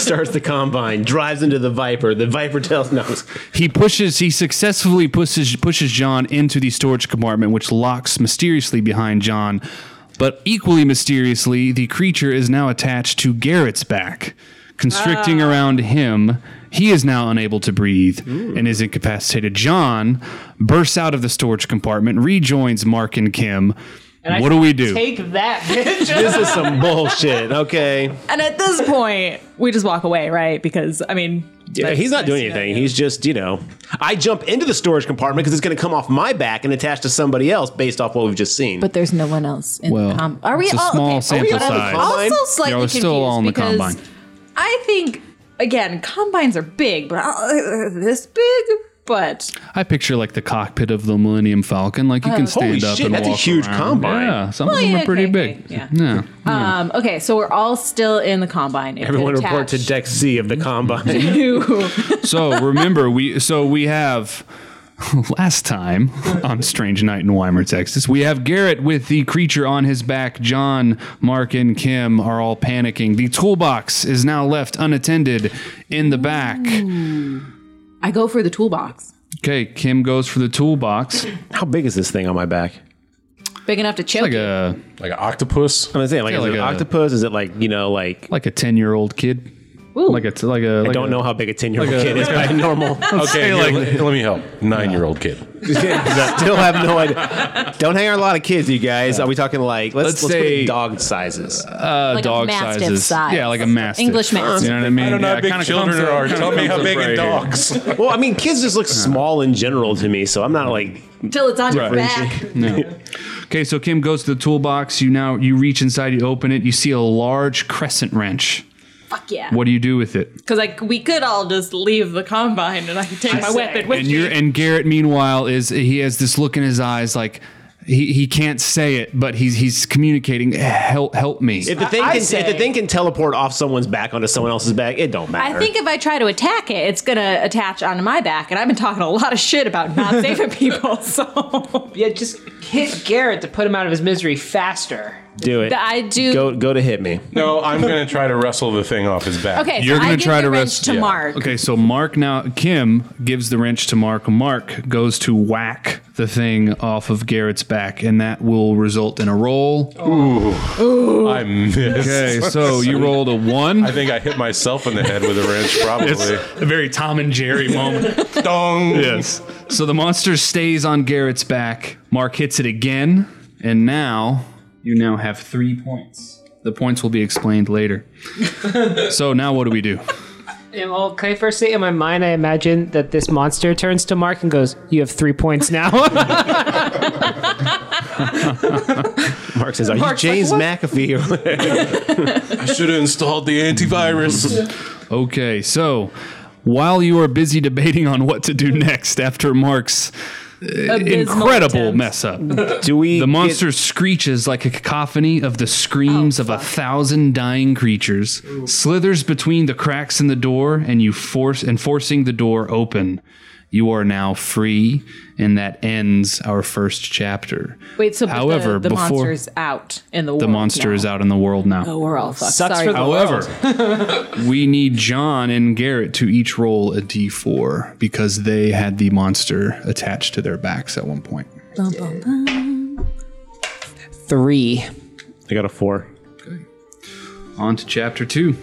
S2: Starts the combine, drives into the Viper. The Viper tells no. I'm just-
S5: He pushes. He successfully pushes pushes John into the storage compartment, which locks mysteriously behind John. But equally mysteriously, the creature is now attached to Garrett's back, constricting around him. He is now unable to breathe and is incapacitated. John bursts out of the storage compartment, rejoins Mark and Kim.
S4: I
S5: what do we do?
S4: Take that, bitch.
S2: This is some bullshit. Okay.
S3: And at this point, we just walk away, right? Because I mean,
S2: Yeah, he's not
S3: that's
S2: doing
S3: nice
S2: anything.
S3: to know.
S2: He's just, you know, I jump into the storage compartment because it's going to come off my back and attach to somebody else based off what we've just seen.
S3: But there's no one else in
S5: Well,
S3: the com. Are we
S5: it's a
S3: all
S5: small
S3: okay,
S5: sample
S3: are we all-
S5: size.
S3: I'm also slightly
S5: Yeah, we're
S3: confused
S5: still all in the
S3: because
S5: combine.
S3: I think again, combines are big, but uh, this big. But
S5: I picture like the cockpit of the Millennium Falcon. Like you can stand up
S2: shit,
S5: and
S2: that's a
S5: walk
S2: huge
S5: around.
S2: combine.
S5: Yeah, some
S3: Well,
S5: of them
S3: yeah,
S5: are pretty
S3: okay,
S5: big.
S3: okay, yeah.
S5: yeah.
S3: um, okay, so we're all still in the combine. It
S2: Hmm. Everyone
S3: could
S2: report to
S3: attach
S2: Deck C of the combine.
S3: to-
S5: So remember, we so we have last time on Strange Night in Weimar, Texas, we have Garrett with the creature on his back. John, Mark, and Kim are all panicking. The toolbox is now left unattended in the back.
S3: I go for the toolbox,
S5: Okay, Kim goes for the toolbox.
S2: How big is this thing on my back?
S3: big enough to choke.
S5: Like a
S1: Like an octopus?
S2: I'm saying, like,
S5: Yeah,
S2: is
S5: like
S2: it an
S5: a-
S2: octopus? Is it like, you know, like,
S5: like a ten year old kid.
S3: Ooh.
S5: Like a t- like a.
S2: I
S5: like
S2: don't
S5: a-
S2: know how big a 10 year old
S5: like a-
S2: kid is by normal.
S1: Okay, here,
S5: like-
S1: let, let me help. Nine year old kid.
S2: Still have no idea. Don't hang out with a lot of kids, you guys. Are we talking like, let's,
S5: Let's
S2: let's, put
S5: say-
S2: in dog sizes?
S5: uh,
S3: Like a
S5: dog
S3: mastiff
S5: sizes.
S3: size.
S5: Yeah, like a mastiff.
S3: English mastiff.
S5: You know what I mean?
S1: I don't know
S5: Yeah,
S1: how
S5: it
S1: big
S5: kinda
S1: children
S5: comes up-
S1: are.
S5: kinda
S1: Tell me
S5: comes
S1: how
S5: up
S1: big
S5: right
S1: a
S5: here.
S1: dog's.
S2: well, I mean, kids just look small in general to me, so I'm not like,
S3: Till it's on your back.
S5: No. okay, so Kim goes to the toolbox. You now you reach inside, you open it, you see a large crescent wrench.
S3: Fuck yeah.
S5: What do you do with it?
S3: Because like we could all just leave the combine and I could take my weapon with
S5: And you're
S3: me.
S5: and Garrett meanwhile is he has this look in his eyes like he, he can't say it, but he's he's communicating help help me.
S2: if the, thing
S4: I
S2: can, if the
S4: say-
S2: thing can teleport off someone's back onto someone else's back, it don't
S3: I
S2: matter.
S3: think if I try to attack it, it's gonna attach onto my back, and I've been talking a lot of shit about not saving people, so
S4: yeah, just hit Garrett to put him out of his misery faster.
S2: do it.
S3: I do.
S2: Go, go to hit me.
S1: No, I'm going to try to wrestle the thing off his back.
S3: okay,
S5: You're
S3: so
S5: gonna
S3: I give
S5: try
S3: the
S5: to
S3: wrench
S5: rest-
S3: to
S5: yeah.
S3: Mark.
S5: Okay, so Mark now Kim gives the wrench to Mark. Mark goes to whack the thing off of Garrett's back, and that will result in a roll.
S1: I missed.
S5: Okay, so you rolled a one.
S1: I think I hit myself in the head with a wrench,
S5: It's
S1: probably.
S5: a very Tom and Jerry moment.
S1: Dong.
S5: yes. So the monster stays on Garrett's back. Mark hits it again, and now you now have three points. The points will be explained later. so now what do we do?
S4: And, well, can I first say in my mind, I imagine that this monster turns to Mark and goes, "You have three points now."
S2: Mark says, Are
S4: Mark's
S2: you
S4: like,
S2: James
S4: "What?"
S2: McAfee? or whatever?"
S1: I should have installed the antivirus.
S5: Okay, so while you are busy debating on what to do next after Mark's uh,
S3: Abysmal
S5: incredible
S3: attempts.
S5: mess up, the
S2: do we. get-
S5: monster screeches like a cacophony of the
S3: Oh,
S5: screams of a thousand dying creatures, slithers between the cracks in the door, and you force and forcing the door open. You are now free, and that ends our first chapter.
S3: Wait, so but
S5: However,
S3: the, the
S5: before-
S3: monster's out Oh, in the world.
S5: The monster
S3: now.
S5: is out in the world now.
S3: Oh, we're all fucked.
S4: Sucks
S3: Sorry.
S4: for the-
S5: However, we need John and Garrett to each roll a d4 because they had the monster attached to their backs at one point.
S3: Bum, bum, bum.
S4: three.
S2: I got a four.
S5: On to chapter two.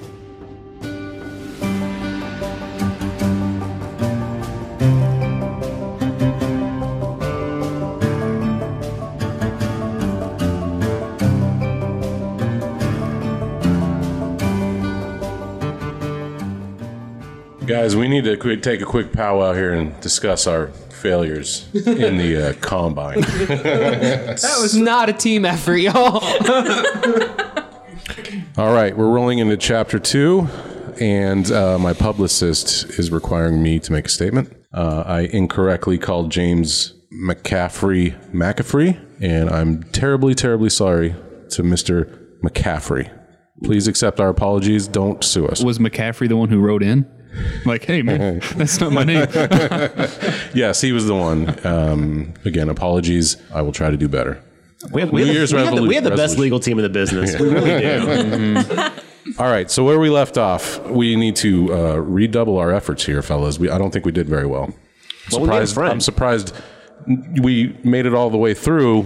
S1: Guys, we need to qu- take a quick powwow here and discuss our failures in the uh, combine.
S4: That was not a team effort, y'all.
S1: All right, we're rolling into chapter two, and uh, my publicist is requiring me to make a statement. Uh, I incorrectly called James McCaffrey McAfee, and I'm terribly, terribly sorry to Mr. McCaffrey. Please accept our apologies. Don't sue us.
S5: Was McCaffrey the one who wrote in? Like, hey, man, that's not my name.
S1: Yes, he was the one. Um, again, apologies. I will try to do better.
S2: We have, we
S1: New
S2: have, the-
S1: Year's
S2: we have the, we
S1: resolu-
S2: have the best
S1: resolution.
S2: legal team in the business. We really do.
S1: All right, so where we left off, we need to uh, redouble our efforts here, fellas. We, I don't think we did very well.
S2: Well, we made a friend.
S1: I'm surprised we made it all the way through,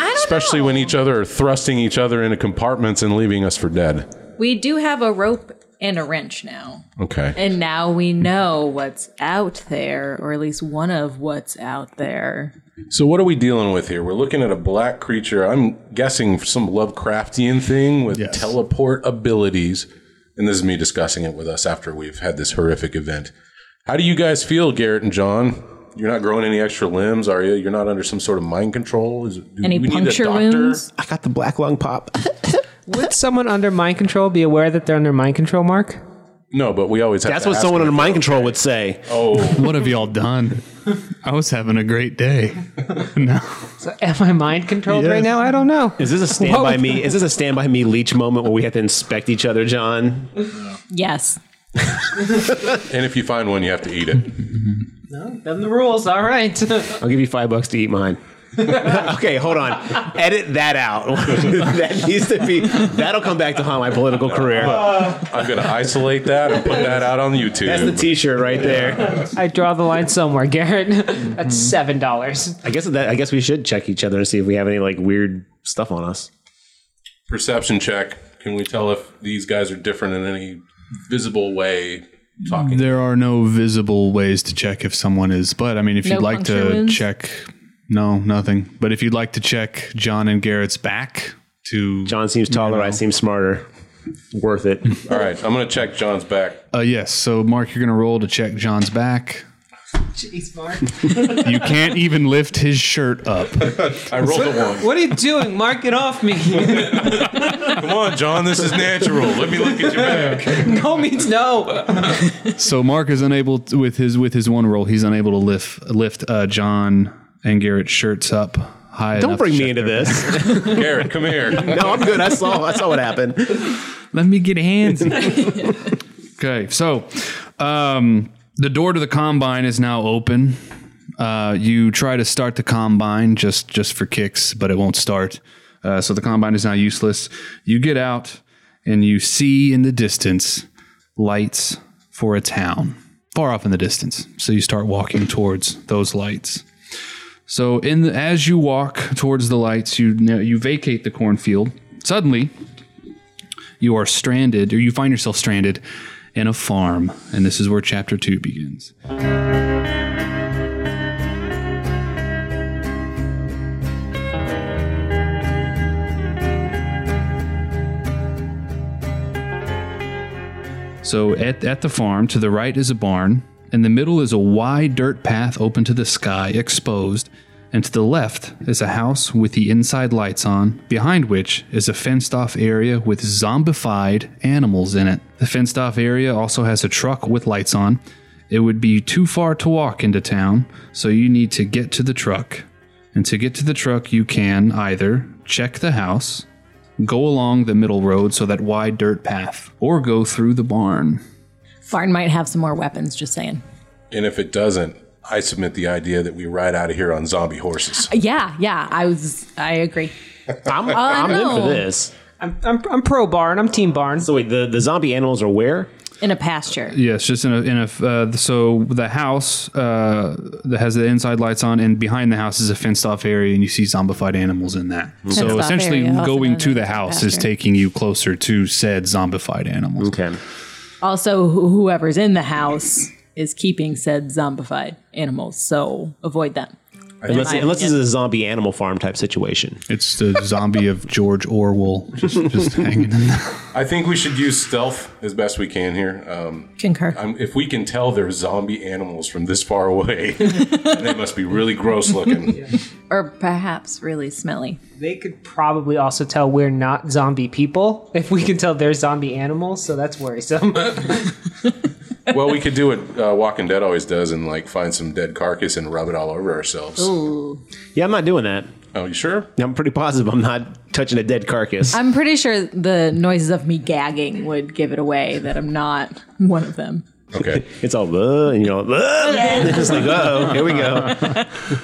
S3: I don't
S1: especially
S3: know.
S1: when each other are thrusting each other into compartments and leaving us for dead.
S3: we do have a rope and a wrench now.
S1: Okay.
S3: And now we know what's out there, or at least one of what's out there.
S1: So what are we dealing with here? We're looking at a black creature. I'm guessing some Lovecraftian thing with
S5: Yes.
S1: teleport abilities. And this is me discussing it with us after we've had this horrific event. How do you guys feel, Garrett and John? You're not growing any extra limbs, are you? You're not under some sort of mind control? Is, do
S3: Any puncture wounds?
S2: I got the black lung pop.
S4: Would someone under mind control be aware that they're under mind control, Mark?
S1: No, but we always have
S2: That's
S1: to
S2: what
S1: ask
S2: someone
S1: them
S2: under
S1: if
S2: mind control would say.
S1: they're- Oh,
S5: What have y'all done? I was having a great day. No.
S4: So am I mind controlled
S5: Yes.
S4: right now? I don't know.
S2: Is this a stand by me? Is this a stand by me leech moment where we have to inspect each other, John?
S3: Yes.
S1: and if you find one, you have to eat it.
S4: Them the rules. All right.
S2: I'll give you five bucks to eat mine. okay, hold on. Edit that out. that needs to be. That'll come back to haunt my political career.
S1: I'm going to isolate that and put that out on YouTube.
S2: That's the T-shirt right there.
S4: I draw the line somewhere, Garrett. That's seven dollars.
S2: I guess that. I guess we should check each other and see if we have any like weird stuff on us.
S1: perception check. Can we tell if these guys are different in any visible way? Talking.
S5: There are no visible ways to check if someone is, but I mean, if
S3: No
S5: you'd like to
S3: puncture wounds?
S5: check, no, nothing. But if you'd like to check John and Garrett's back to,
S2: John seems taller. I seem smarter. Worth it.
S1: All right, I'm gonna check John's back.
S5: uh, yes. So, Mark, you're going to roll to check John's back.
S4: Jeez, Mark.
S5: You can't even lift his shirt up.
S1: I rolled a one.
S4: What are you doing? Mark it off me.
S1: Come on, John, this is natural. Let me look at your back.
S4: No means no.
S5: So, Mark is unable to, with his with his one roll. He's unable to lift lift uh, John and Garrett's shirts up high.
S2: Don't
S5: enough to
S2: bring me
S5: check
S2: into
S5: their-
S2: this.
S1: Garrett, come here.
S2: no, I'm good. I saw. I saw what happened.
S5: Let me get hands. okay, so um, the door to the combine is now open. Uh, you try to start the combine just just for kicks, but it won't start. Uh, so the combine is now useless. You get out and you see in the distance lights for a town far off in the distance. So you start walking towards those lights. So in the, as you walk towards the lights, you you vacate the cornfield. Suddenly, you are stranded or you find yourself stranded in a farm and this is where chapter 2 begins so at, at the farm to the right is a barn in the middle is a wide dirt path open to the sky exposed and to the left is a house with the inside lights on, behind which is a fenced off area with zombified animals in it. The fenced off area also has a truck with lights on. It would be too far to walk into town, so you need to get to the truck. And to get to the truck, you can either check the house, go along the middle road, so that wide dirt path, or go through the barn.
S3: Farn might have some more weapons, just saying.
S1: And if it doesn't, I submit the idea that we ride out of here on zombie horses.
S3: Yeah, yeah, I was, I agree.
S2: I'm, I'm in
S3: no.
S2: for this.
S4: I'm, I'm, I'm pro barn. I'm team barn.
S2: So wait, the, the zombie animals are where?
S3: In a pasture.
S5: Yes, just in a in a uh, so the house uh, that has the inside lights on, and behind the house is a fenced off area, and you see zombified animals in that. So
S3: Fenced-off
S5: essentially,
S3: Mm-hmm. area, also
S5: going
S3: known
S5: to
S3: as
S5: the
S3: a
S5: house is
S3: pasture.
S5: taking you closer to said zombified animals.
S2: Okay.
S3: Also, wh- whoever's in the house is keeping said zombified animals, so avoid them.
S2: Unless, unless this is a zombie animal farm type situation.
S5: It's the zombie of George Orwell just, just hanging in there.
S1: I think we should use stealth as best we can here. Um,
S3: Concur.
S1: I'm, if we can tell they're zombie animals from this far away, they must be really gross looking.
S3: or perhaps really smelly.
S4: They could probably also tell we're not zombie people if we can tell they're zombie animals. So that's worrisome.
S1: Well, we could do what uh, Walking Dead always does and like find some dead carcass and rub it all over ourselves.
S2: Yeah, I'm not doing that.
S1: Oh, you sure?
S2: I'm pretty positive I'm not touching a dead carcass.
S3: I'm pretty sure the noises of me gagging would give it away that I'm not one of them.
S1: Okay.
S2: It's all the and you know the it's just like oh here we go.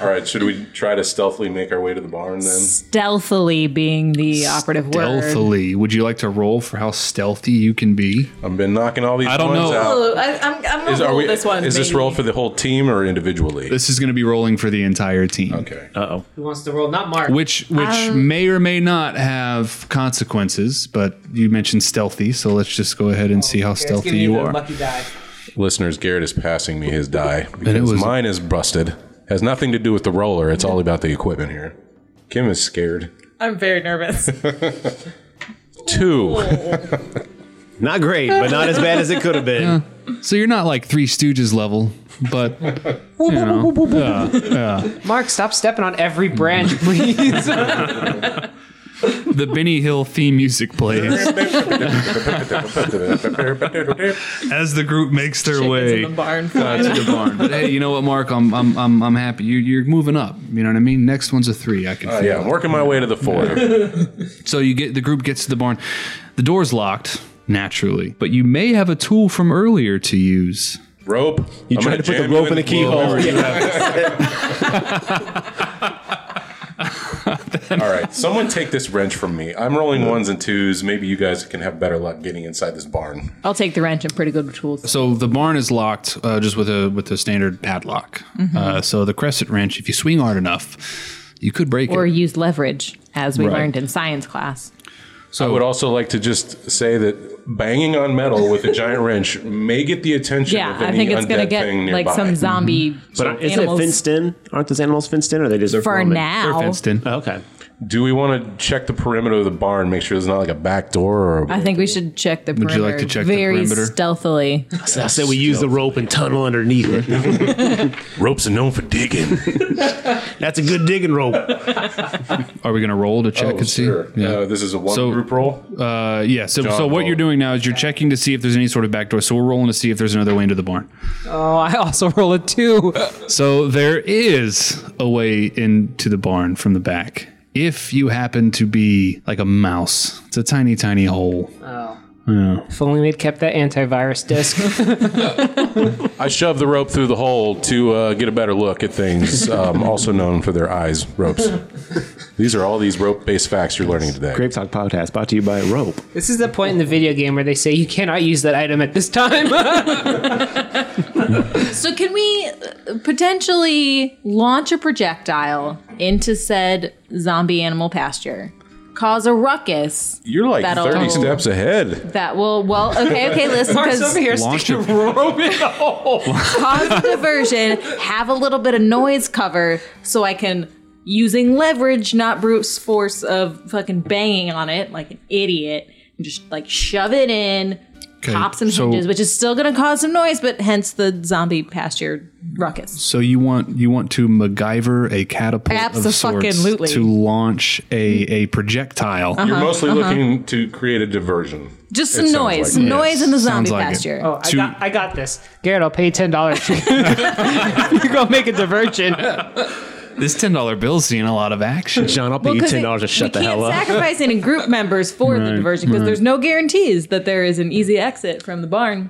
S1: All right. Should we try to stealthily make our way to the barn then?
S3: Stealthily being the operative word.
S5: Stealthily. Would you like to roll for how stealthy you can be?
S1: I've been knocking all these
S5: I don't
S1: ones
S5: know.
S1: out.
S3: Oh, I, I'm, I'm gonna
S1: Is, are
S3: roll
S1: we,
S3: this one.
S1: is this
S3: maybe.
S1: roll for the whole team or individually?
S5: This is going to be rolling for the entire team.
S1: okay.
S2: Uh oh.
S4: Who wants to roll? Not Mark.
S5: Which which
S3: Um,
S5: may or may not have consequences, but you mentioned stealthy, so let's just go ahead and see how
S4: Here, let's give
S5: stealthy you
S4: the
S5: are.
S4: Lucky die.
S1: Listeners, Garrett is passing me his die because
S5: was-
S1: mine is busted. Has nothing to do with the roller. It's all about the equipment here. Kim is scared.
S3: I'm very nervous.
S1: Two.
S2: Not great, but not as bad as it could have been.
S5: So you're not like Three Stooges level, but
S4: Mark, stop stepping on every branch, please.
S5: the Benny Hill theme music plays
S3: Oh.
S5: as the group makes their way uh,
S3: in the barn.
S5: to the barn. But hey, you know what, Mark? I'm I'm I'm, I'm happy. You, you're moving up. You know what I mean? Next one's a three. I can.
S1: Uh,
S5: feel
S1: yeah,
S5: it.
S1: I'm working my way to the four.
S5: So you get the group gets to the barn. The door's locked naturally, but you may have a tool from earlier to use.
S1: Rope.
S2: You
S1: I'm
S2: tried
S1: gonna
S2: to put the
S1: jam
S2: rope
S1: you
S2: in a keyhole.
S1: All right, someone take this wrench from me. I'm rolling ones and twos. Maybe you guys can have better luck getting inside this barn.
S3: I'll take the wrench. I'm pretty good with tools.
S5: So the barn is locked uh, just with a with a standard padlock. Uh, so the crescent wrench, if you swing hard enough, you could break
S3: Or
S5: it.
S3: use leverage, as we
S5: Right.
S3: learned in science class.
S1: I
S3: Oh.
S1: would also like to just say that banging on metal with a giant wrench may get the attention
S3: Yeah,
S1: of
S3: I
S1: any
S3: think it's gonna
S1: undead
S3: get
S1: thing
S3: like
S1: nearby. Mm-hmm.
S3: some zombie.
S2: But isn't
S3: animals
S2: it fenced in? Aren't those animals fenced in? Or are they just
S3: for
S2: roaming?
S5: They're
S3: now?
S5: fenced in.
S2: Oh, okay.
S1: Do we want to check the perimeter of the barn, make sure there's not like a back door or?
S3: I
S1: A,
S3: think we should check the
S5: you
S3: perimeter
S5: like to check the
S3: very
S5: perimeter?
S3: stealthily.
S2: So I said we use the rope and tunnel underneath it.
S1: Ropes are known for digging.
S2: That's a good digging rope.
S5: Are we going to roll to check and see? Yeah.
S1: Uh, this is a one
S5: So-
S1: group roll.
S5: Uh, yeah. So so what
S1: roll.
S5: you're doing now is you're checking to see if there's any sort of back door. So we're rolling to see if there's another way into the barn.
S4: oh, I also roll a two.
S5: So there is a way into the barn from the back. If you happen to be like a mouse, it's a tiny, tiny hole.
S4: If only they'd kept that antivirus disk.
S1: I shove the rope through the hole to uh, get a better look at things, um, also known for their eyes, ropes. These are all these rope based facts you're learning today.
S2: Grape Talk Podcast brought to you by Rope.
S4: this is the point in the video game where they say you cannot use that item at this time.
S3: So can we uh, potentially launch a projectile into said zombie animal pasture? Cause a ruckus
S1: You're like
S3: That'll- Uh-huh,
S1: 30 steps ahead.
S3: that will well okay okay listen
S4: Mark's over
S3: because
S4: here
S5: Launch
S4: sticking
S5: it.
S4: rope in the hole.
S3: cause a diversion have a little bit of noise cover so I can using leverage not brute force of fucking banging on it like an idiot and just like shove it in pop some
S5: so-
S3: hinges which is still gonna cause some noise but hence the zombie pasture ruckus
S5: So you want you want to MacGyver a catapult of
S3: Abso-fucking-lutely.
S5: sorts to launch a a projectile.
S3: Uh-huh.
S1: You're mostly looking to create a diversion.
S3: Just
S1: It
S3: some
S1: sounds
S3: noise,
S1: like
S3: some
S1: it.
S3: noise in the
S5: Sounds
S3: zombie
S5: like it.
S3: pasture.
S4: Oh, I got, I got this. Garrett, I'll pay you ten dollars. you go make a diversion.
S5: This ten dollar bill's seeing a lot of action.
S2: John, I'll pay you
S3: 'cause
S2: ten
S3: it-
S2: dollars to shut the E
S3: we can't
S2: hell up.
S3: sacrifice any group members for the diversion because there's no guarantees that there is an easy exit from the barn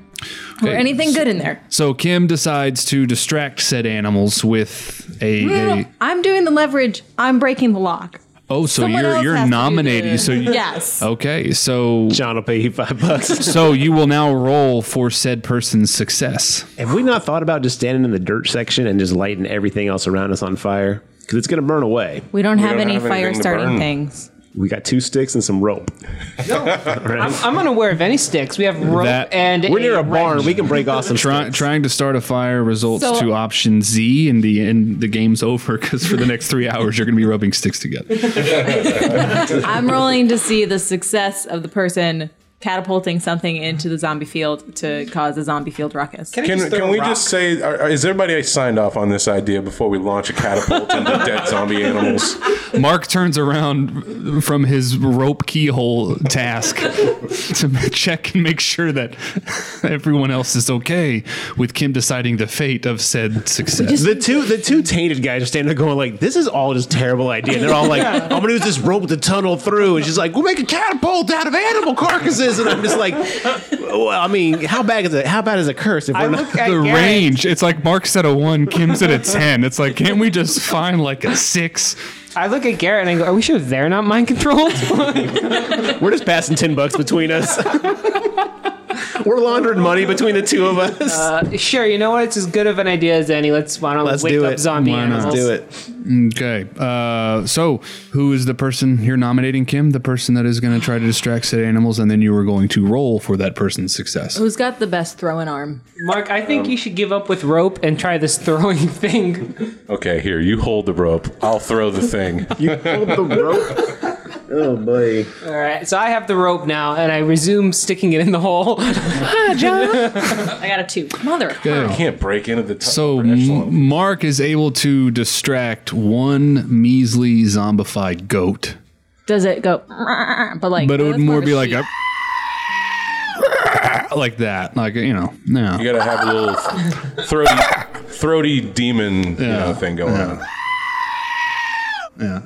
S3: or
S5: Okay.
S3: anything good in there.
S5: So Kim decides to distract said animals with a, a
S3: I'm doing the leverage. I'm breaking the lock.
S5: oh, so
S3: Someone
S5: you're
S3: else has
S5: you're
S3: to do
S5: nominating.
S3: the-
S5: So you, Oh.
S3: Yes.
S5: okay, so
S2: John will pay you five bucks.
S5: so you will now roll for said person's success.
S2: Have we not thought about just standing in the dirt section and just lighting everything else around us on fire? Because it's going to burn away.
S3: We don't have
S1: don't
S3: any
S1: have anything
S3: fire
S1: to
S3: starting
S1: burn.
S3: things.
S2: We got two sticks and some rope.
S4: I'm unaware of any sticks. We have rope
S5: That-
S4: and
S2: We're near a barn. We can break off some.
S5: Try,
S2: sticks.
S5: trying to start a fire results
S3: So-
S5: to option Z, and the and the game's over because for the next three hours you're going to be rubbing sticks together.
S3: I'm rolling to see the success of the person catapulting something into the zombie field to cause a zombie field ruckus.
S1: Can, can we just say, are- are- is everybody signed off on this idea before we launch a catapult into dead zombie animals?
S5: Mark turns around from his rope keyhole task to check and make sure that everyone else is okay with Kim deciding the fate of said success.
S2: The two the two tainted guys are standing there going like, "This is all just terrible idea." And they're all like, "I'm gonna use this rope to tunnel through." And she's like, "We'll make a catapult out of animal carcasses." is, and I'm just like, well, I mean, how bad is it? How bad is a curse? If
S4: I
S2: we're not,
S4: look at
S5: the
S4: Garrett.
S5: range. It's like Mark's at a one, Kim's at a ten. It's like, can't we just find like a six?
S4: I look at Garrett and I go, "Are we sure they're not mind controlled?"
S2: we're just passing ten bucks between us. we're laundering money between the two of us.
S4: Uh, sure, you know what? It's as good of an idea as any. Let's why don't we
S2: Let's
S4: wake
S2: do
S4: up
S2: it.
S4: zombie
S5: Why not?
S4: animals?
S2: Let's do it.
S5: Okay. Uh, so, who is the person you're nominating, Kim? The person that is going to try to distract said animals, and then you are going to roll for that person's success.
S3: Who's got the best throwing arm?
S4: Mark, I
S2: Um,
S4: think you should give up with rope and try this throwing thing.
S1: Okay, here, you hold the rope. I'll throw the thing.
S2: Oh boy.
S4: All right, so I have the rope now, and I resume sticking it in the hole.
S3: I got a two. Mother. of God.
S1: You can't break into the top.
S5: So, M- Mark is able to distract one measly zombified goat,
S3: Does it go? But like, oh,
S5: but it would
S3: that's
S5: more
S3: of a
S5: be like
S3: sheep.
S5: a. Like that, like you know, no.
S1: You gotta have a little throaty, throaty demon you know,
S5: Yeah.
S1: thing going on.
S5: Yeah.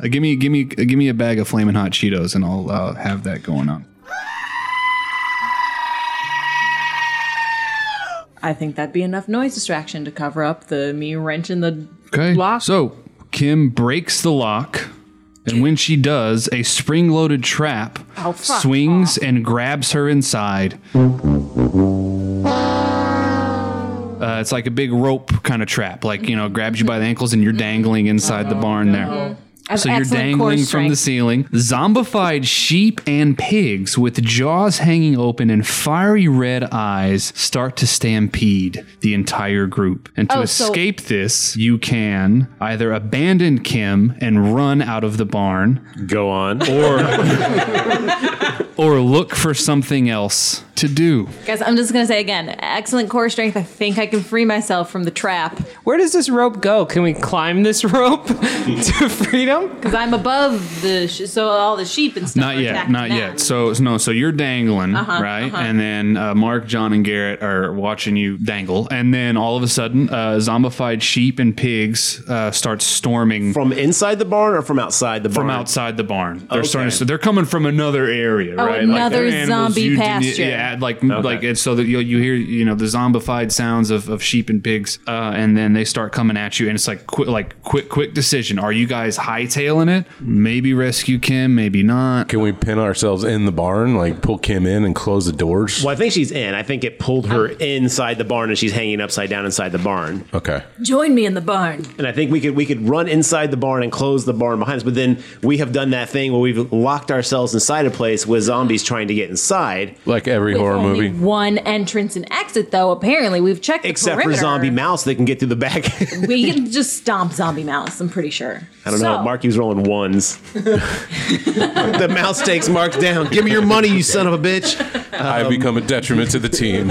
S5: Uh, Give me, give me, uh, give me a bag of flaming hot Cheetos, and I'll uh, have that going on.
S3: I think that'd be enough noise distraction to cover up the me wrenching the
S5: Okay.
S3: lock.
S5: So Kim breaks the lock, and when she does, a spring-loaded trap
S3: Oh, fuck
S5: swings and grabs her inside. Uh, it's like a big rope kind of trap, like you know, grabs you by the ankles and you're dangling inside the barn there.
S3: I have
S5: So you're
S3: Oh, excellent core
S5: dangling from the
S3: strength.
S5: ceiling. Zombified sheep and pigs with jaws hanging open and fiery red eyes start to stampede the entire group. And to
S3: Oh, so-
S5: escape this, you can either abandon Kim and run out of the barn
S2: Go on.
S5: or or look for something else to do.
S3: Guys, I'm just gonna say again, excellent core strength. I think I can free myself from the trap
S4: Where does this rope go? Can we climb this rope to freedom?
S3: because I'm above the sh- so all the sheep and stuff.
S5: Not
S3: are
S5: yet,
S3: attacking
S5: not
S3: them.
S5: yet. So no, so you're dangling,
S3: Uh-huh,
S5: right? And then uh, Mark, John, and Garrett are watching you dangle, and then all of a sudden, uh, zombified sheep and pigs uh, start storming
S2: From inside the barn or from outside the barn?
S5: from outside the barn. They're
S2: Okay.
S5: starting. So they're coming from another area, right?
S3: Oh, another
S5: they're animals
S3: zombie
S5: you didn't-
S3: pasture.
S5: Yeah, like like it's so that you you hear you know the zombified sounds of, of sheep and pigs, uh, and then they start coming at you, and it's like quick like quick quick decision. Are you guys hightailing it? Maybe rescue Kim, maybe not.
S1: Can we pin ourselves in the barn, like pull Kim in and close the doors?
S2: Well, I think she's in. I think it pulled her inside the barn, and she's hanging upside down inside the barn.
S1: Okay.
S3: Join me in the barn.
S2: And I think we could we could run inside the barn and close the barn behind us. But then we have done that thing where we've locked ourselves inside a place with zombies trying to get inside,
S1: Like every
S3: With
S1: horror
S3: only
S1: movie.
S3: One entrance and exit, though. Apparently, we've checked. the
S2: except for
S3: perimeter.
S2: zombie mouse that can get through the back.
S3: we can just stomp zombie mouse. I'm pretty sure.
S2: I don't know. Mark, he was rolling ones. the mouse takes Mark down. Give me your money, you son of a bitch.
S1: I've become a detriment to the team.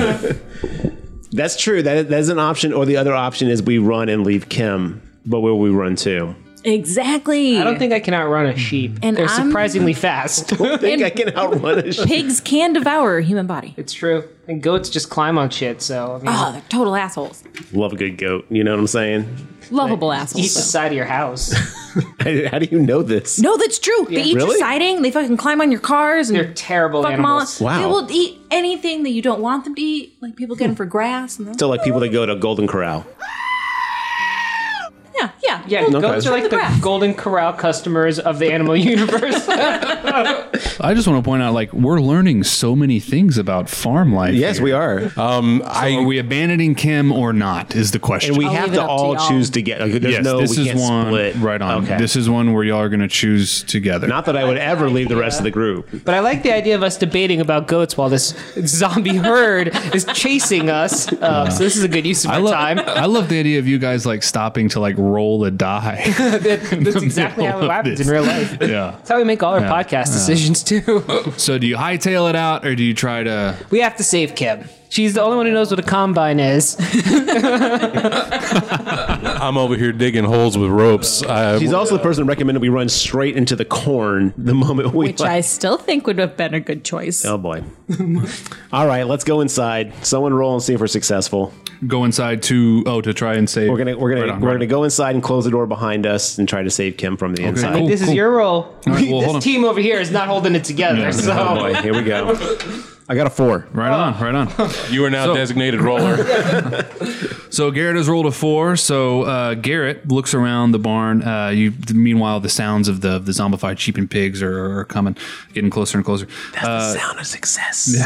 S2: That's true. That that's an option. Or the other option is we run and leave Kim. But where will we run to?
S3: exactly.
S4: I don't think I can outrun a sheep.
S3: And
S4: They're
S3: I'm-
S4: surprisingly fast.
S2: I think I can outrun a sheep.
S3: pigs can devour a human body.
S4: it's true. And goats just climb on shit, so I mean,
S3: Oh, they're total assholes.
S2: Love a good goat. You know what I'm saying?
S3: Lovable
S4: eat
S3: assholes.
S4: the
S3: though.
S4: side of your house.
S2: How do you know this?
S3: No, that's true. They eat your
S2: Really?
S3: siding. They fucking climb on your cars. And
S4: They're terrible
S3: fuck 'em
S4: animals.
S3: all.
S2: Wow.
S3: They will eat anything that you don't want them to eat. Like people get them for grass. And
S2: So like people that go to Golden Corral.
S3: yeah, yeah,
S4: Yeah,
S3: Well,
S4: goats are like the,
S3: grass.
S4: golden corral customers of the animal universe.
S5: I just want to point out, like, we're learning so many things about farm life.
S2: Yes, we are.
S5: Are we abandoning Kim or not? Is the question.
S2: And we
S3: I'll
S2: have
S3: leave it
S2: to
S3: up to
S2: all
S3: y'all.
S2: choose together. There's
S5: yes,
S2: no,
S5: this is
S2: we can't
S5: one
S2: split.
S5: right on.
S2: Okay.
S5: This is one where y'all are going to choose together.
S2: Not that I would ever leave the rest of the group.
S4: but I like the idea of us debating about goats while this zombie herd is chasing us. Uh, So this is a good use of
S5: I
S4: our
S5: love.
S4: time.
S5: I love the idea of you guys like stopping to like roll a die.
S4: That- that's exactly how it
S5: middle of
S4: happens
S5: this.
S4: in real life.
S5: yeah.
S4: That's how we make all our podcast decisions too.
S5: So do you hightail it out or do you try to?
S4: we have to save Kim. She's the only one who knows what a combine is.
S1: I'm over here digging holes with ropes. I,
S2: She's also the person that recommended we run straight into the corn the moment we.
S3: Which I still think would have been a good choice.
S2: oh boy. all right, let's go inside. Someone roll and see if we're successful.
S5: go inside to oh to try and save?
S2: We're gonna we're gonna
S5: Right on,
S2: we're
S5: right
S2: gonna
S5: on.
S2: go inside and close the door behind us and try to save Kim from the inside.
S5: cool.
S4: This is your role.
S5: right, well, hold
S4: this
S5: on.
S4: team over here is not holding it together.
S5: Yeah.
S4: so
S2: Oh boy, here we go.
S7: I got a four.
S5: Right on, right on.
S1: You are now
S5: So-
S1: designated roller.
S5: So Garrett has rolled a four. So uh, Garrett looks around the barn. Uh, you, meanwhile, the sounds of the the zombified sheep and pigs are, are coming, getting closer and closer. Uh,
S2: Sound of success.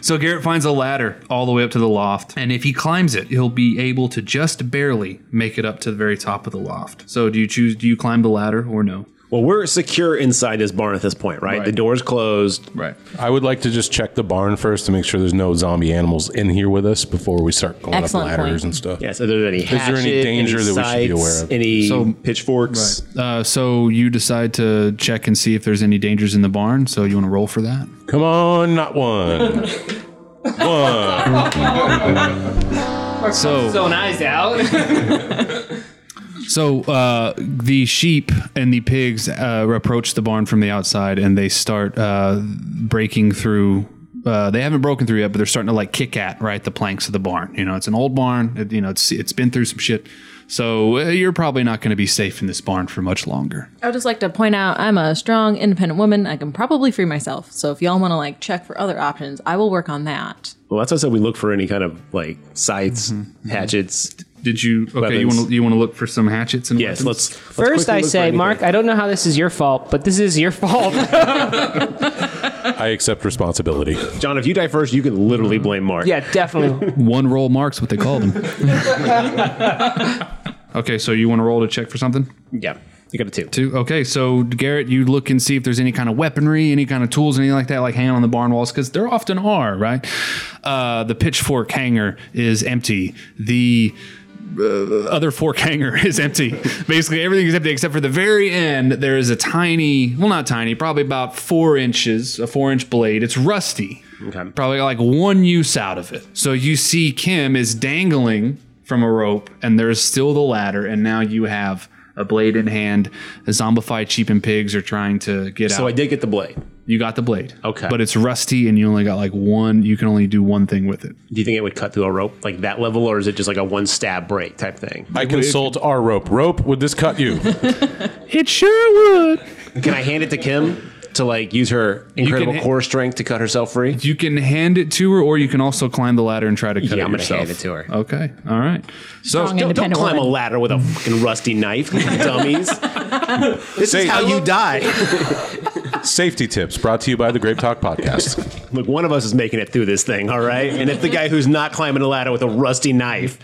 S5: so Garrett finds a ladder all the way up to the loft, and if he climbs it, he'll be able to just barely make it up to the very top of the loft. So do you choose? Do you climb the ladder or no?
S2: Well, we're secure inside this barn at this point, right?
S5: Right.
S2: The door's closed.
S5: Right.
S1: I would like to just check the barn first to make sure there's no zombie animals in here with us before we start going
S3: Excellent
S1: up ladders
S3: point.
S1: and stuff.
S2: Yes. Are there any? Is
S1: there any danger that we should be aware of?
S2: Any
S5: So-
S2: pitchforks?
S5: Uh, so you decide to check and see if there's any dangers in the barn. So you want to roll for that?
S1: Come on, not one. one.
S5: So
S4: So when I's out,
S5: So uh, the sheep and the pigs uh, approach the barn from the outside, and they start uh, breaking through. Uh, they haven't broken through yet, but they're starting to like kick at right the planks of the barn. You know, it's an old barn. It, you know, it's it's been through some shit. So uh, you're probably not going to be safe in this barn for much longer.
S3: I would just like to point out I'm a strong, independent woman. I can probably free myself. So if y'all want to like check for other options, I will work on that.
S2: Well, that's why I said we look for any kind of like scythes, hatchets.
S5: Did you okay? You
S2: Weapons.
S5: want to you want to look for some hatchets and
S2: Yes.
S5: weapons?
S2: Let's, let's
S4: first
S2: quickly
S4: I
S2: look for
S4: say,
S2: anything.
S4: Mark, I don't know how this is your fault, but this is your fault.
S1: I accept responsibility.
S2: John, if you die first, you can literally blame Mark.
S4: yeah, definitely.
S5: one roll marks what they called them. okay, so you want to roll to check for something?
S2: Yeah. You got a two.
S5: Two. Okay, so Garrett, you look and see if there's any kind of weaponry, any kind of tools, anything like that, like hanging on the barn walls, because there often are, right? Uh, the pitchfork hanger is empty. The uh, other fork hanger is empty. Basically, everything is empty except for the very end. There is a tiny, well, not tiny, probably about four inches, a four inch blade. It's rusty.
S2: Okay.
S5: Probably got like one use out of it. So you see Kim is dangling from a rope, and there's still the ladder, and now you have a blade in hand. The zombified sheep and pigs are trying to get out.
S2: So I did get the blade.
S5: You got the blade.
S2: Okay.
S5: But it's rusty, and you only got like one, you can only do one thing with it.
S2: Do you think it would cut through a rope like that level, or is it just like a one stab break type thing?
S1: I consult our rope. Rope, would this cut you?
S5: It sure would.
S2: Can I hand it to Kim to like use her incredible
S5: ha-
S2: core strength to cut herself free?
S5: You can hand it to her, or you can also climb the ladder and try to cut
S2: Yeah,
S5: it
S2: I'm gonna
S5: yourself.
S2: hand it to her.
S5: Okay. All right. So
S3: Strong
S2: Don't, don't
S3: independent
S2: climb a
S3: woman.
S2: ladder with a fucking rusty knife, dummies. this
S1: Say-
S2: is how you die.
S1: Safety tips brought to you by the Grape Talk Podcast.
S2: Look, one of us is making it through this thing, all right? And it's the guy who's not climbing a ladder with a rusty knife.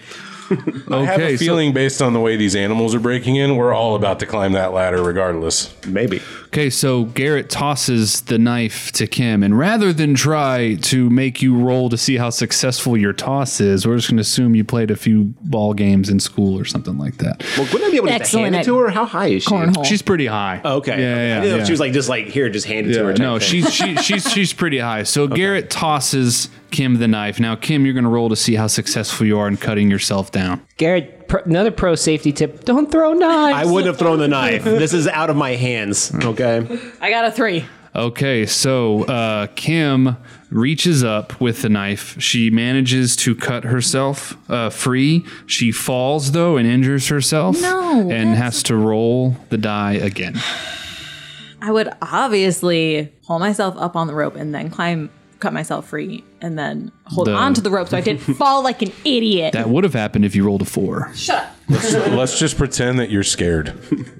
S5: okay.
S1: I have a
S5: so-
S1: feeling based on the way these animals are breaking in, we're all about to climb that ladder regardless.
S2: Maybe.
S5: Okay, so Garrett tosses the knife to Kim, and rather than try to make you roll to see how successful your toss is, we're just going to assume you played a few ball games in school or something like that.
S2: Well, wouldn't I be able to just hand
S3: Excellent
S2: it
S3: at
S2: to her? How high is she?
S3: Cornhole.
S5: She's pretty high.
S2: Oh,
S5: Yeah,
S2: Okay.
S5: yeah.
S2: I didn't know
S5: yeah.
S2: if She was like just like here, just hand it to
S5: Yeah,
S2: her.
S5: no,
S2: type thing.
S5: she's she, she's she's pretty high. So Garrett tosses Kim the knife. Now, Kim, you're going to roll to see how successful you are in cutting yourself down.
S4: Garrett, pro, another pro safety tip: don't throw
S2: I
S4: knives.
S2: wouldn't have thrown the knife. This is out of my hands. Okay.
S3: I got a three.
S5: Okay, so uh, Kim reaches up with the knife. She manages to cut herself uh, free. She falls though and injures herself,
S3: No,
S5: and
S3: that's-
S5: has to roll the die again.
S3: I would obviously pull myself up on the rope and then climb, cut myself free, and then hold
S5: The-
S3: on to the rope so I didn't fall like an idiot.
S5: That would have happened if you rolled a four.
S3: Shut up.
S1: Let's just pretend that you're scared.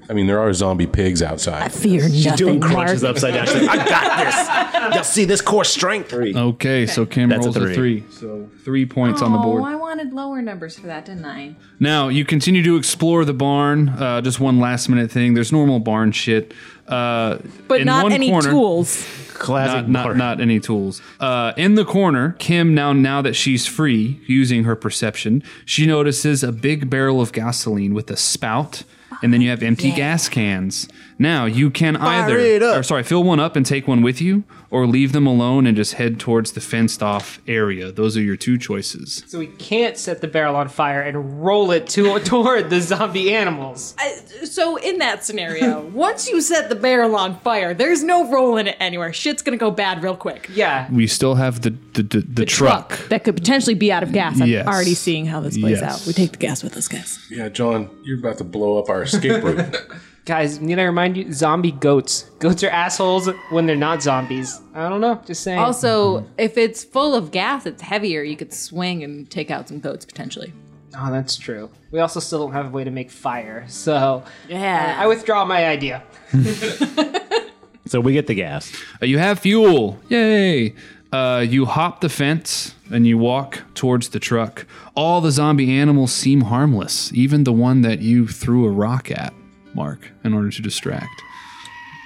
S1: I mean, there are zombie pigs outside.
S3: Fear nothing.
S2: Doing
S3: Mark.
S2: crunches upside down. She's like, I got this. Y'all see this core strength. Three.
S5: Okay, so Kim
S2: That's a
S5: rolls a
S2: three.
S5: three, so three points on the board.
S3: Oh, I wanted lower numbers for that, didn't I?
S5: Now you continue to explore the barn. Uh, just one last minute thing. There's normal barn shit, uh,
S3: But
S5: in
S3: not
S5: one
S3: any
S5: corner-
S3: tools.
S2: Classic.
S5: not, not,
S2: Mark.
S5: not any tools. Uh, in the corner, Kim now now that she's free, using her perception, she notices a big barrel of gasoline with a spout, and then you have empty gas cans. Now you can either,
S2: it up.
S5: or sorry, fill one up and take one with you, or leave them alone and just head towards the fenced off area. Those are your two choices.
S4: so we can't set the barrel on fire and roll it to, toward the zombie animals.
S3: So in that scenario, once you set the barrel on fire, there's no rolling it anywhere. Shit's gonna go bad real quick.
S4: Yeah.
S5: We still have the the, the, the, truck.
S3: that could potentially be out of gas. I'm
S5: Yes.
S3: already seeing how this plays
S5: Yes.
S3: out. We take the gas with us, guys.
S1: Yeah, John, you're about to blow up our escape route.
S4: Guys, need I remind you? Zombie goats. Goats are assholes when they're not zombies. I don't know. Just saying.
S3: Also, if it's full of gas, it's heavier. You could swing and take out some goats potentially.
S4: oh, that's true. We also still don't have a way to make fire, so
S3: Yeah.
S4: I withdraw my idea.
S2: So we get the gas.
S5: Uh, You have fuel. Yay. Uh, you hop the fence and you walk towards the truck. All the zombie animals seem harmless, even the one that you threw a rock at, Mark, in order to distract.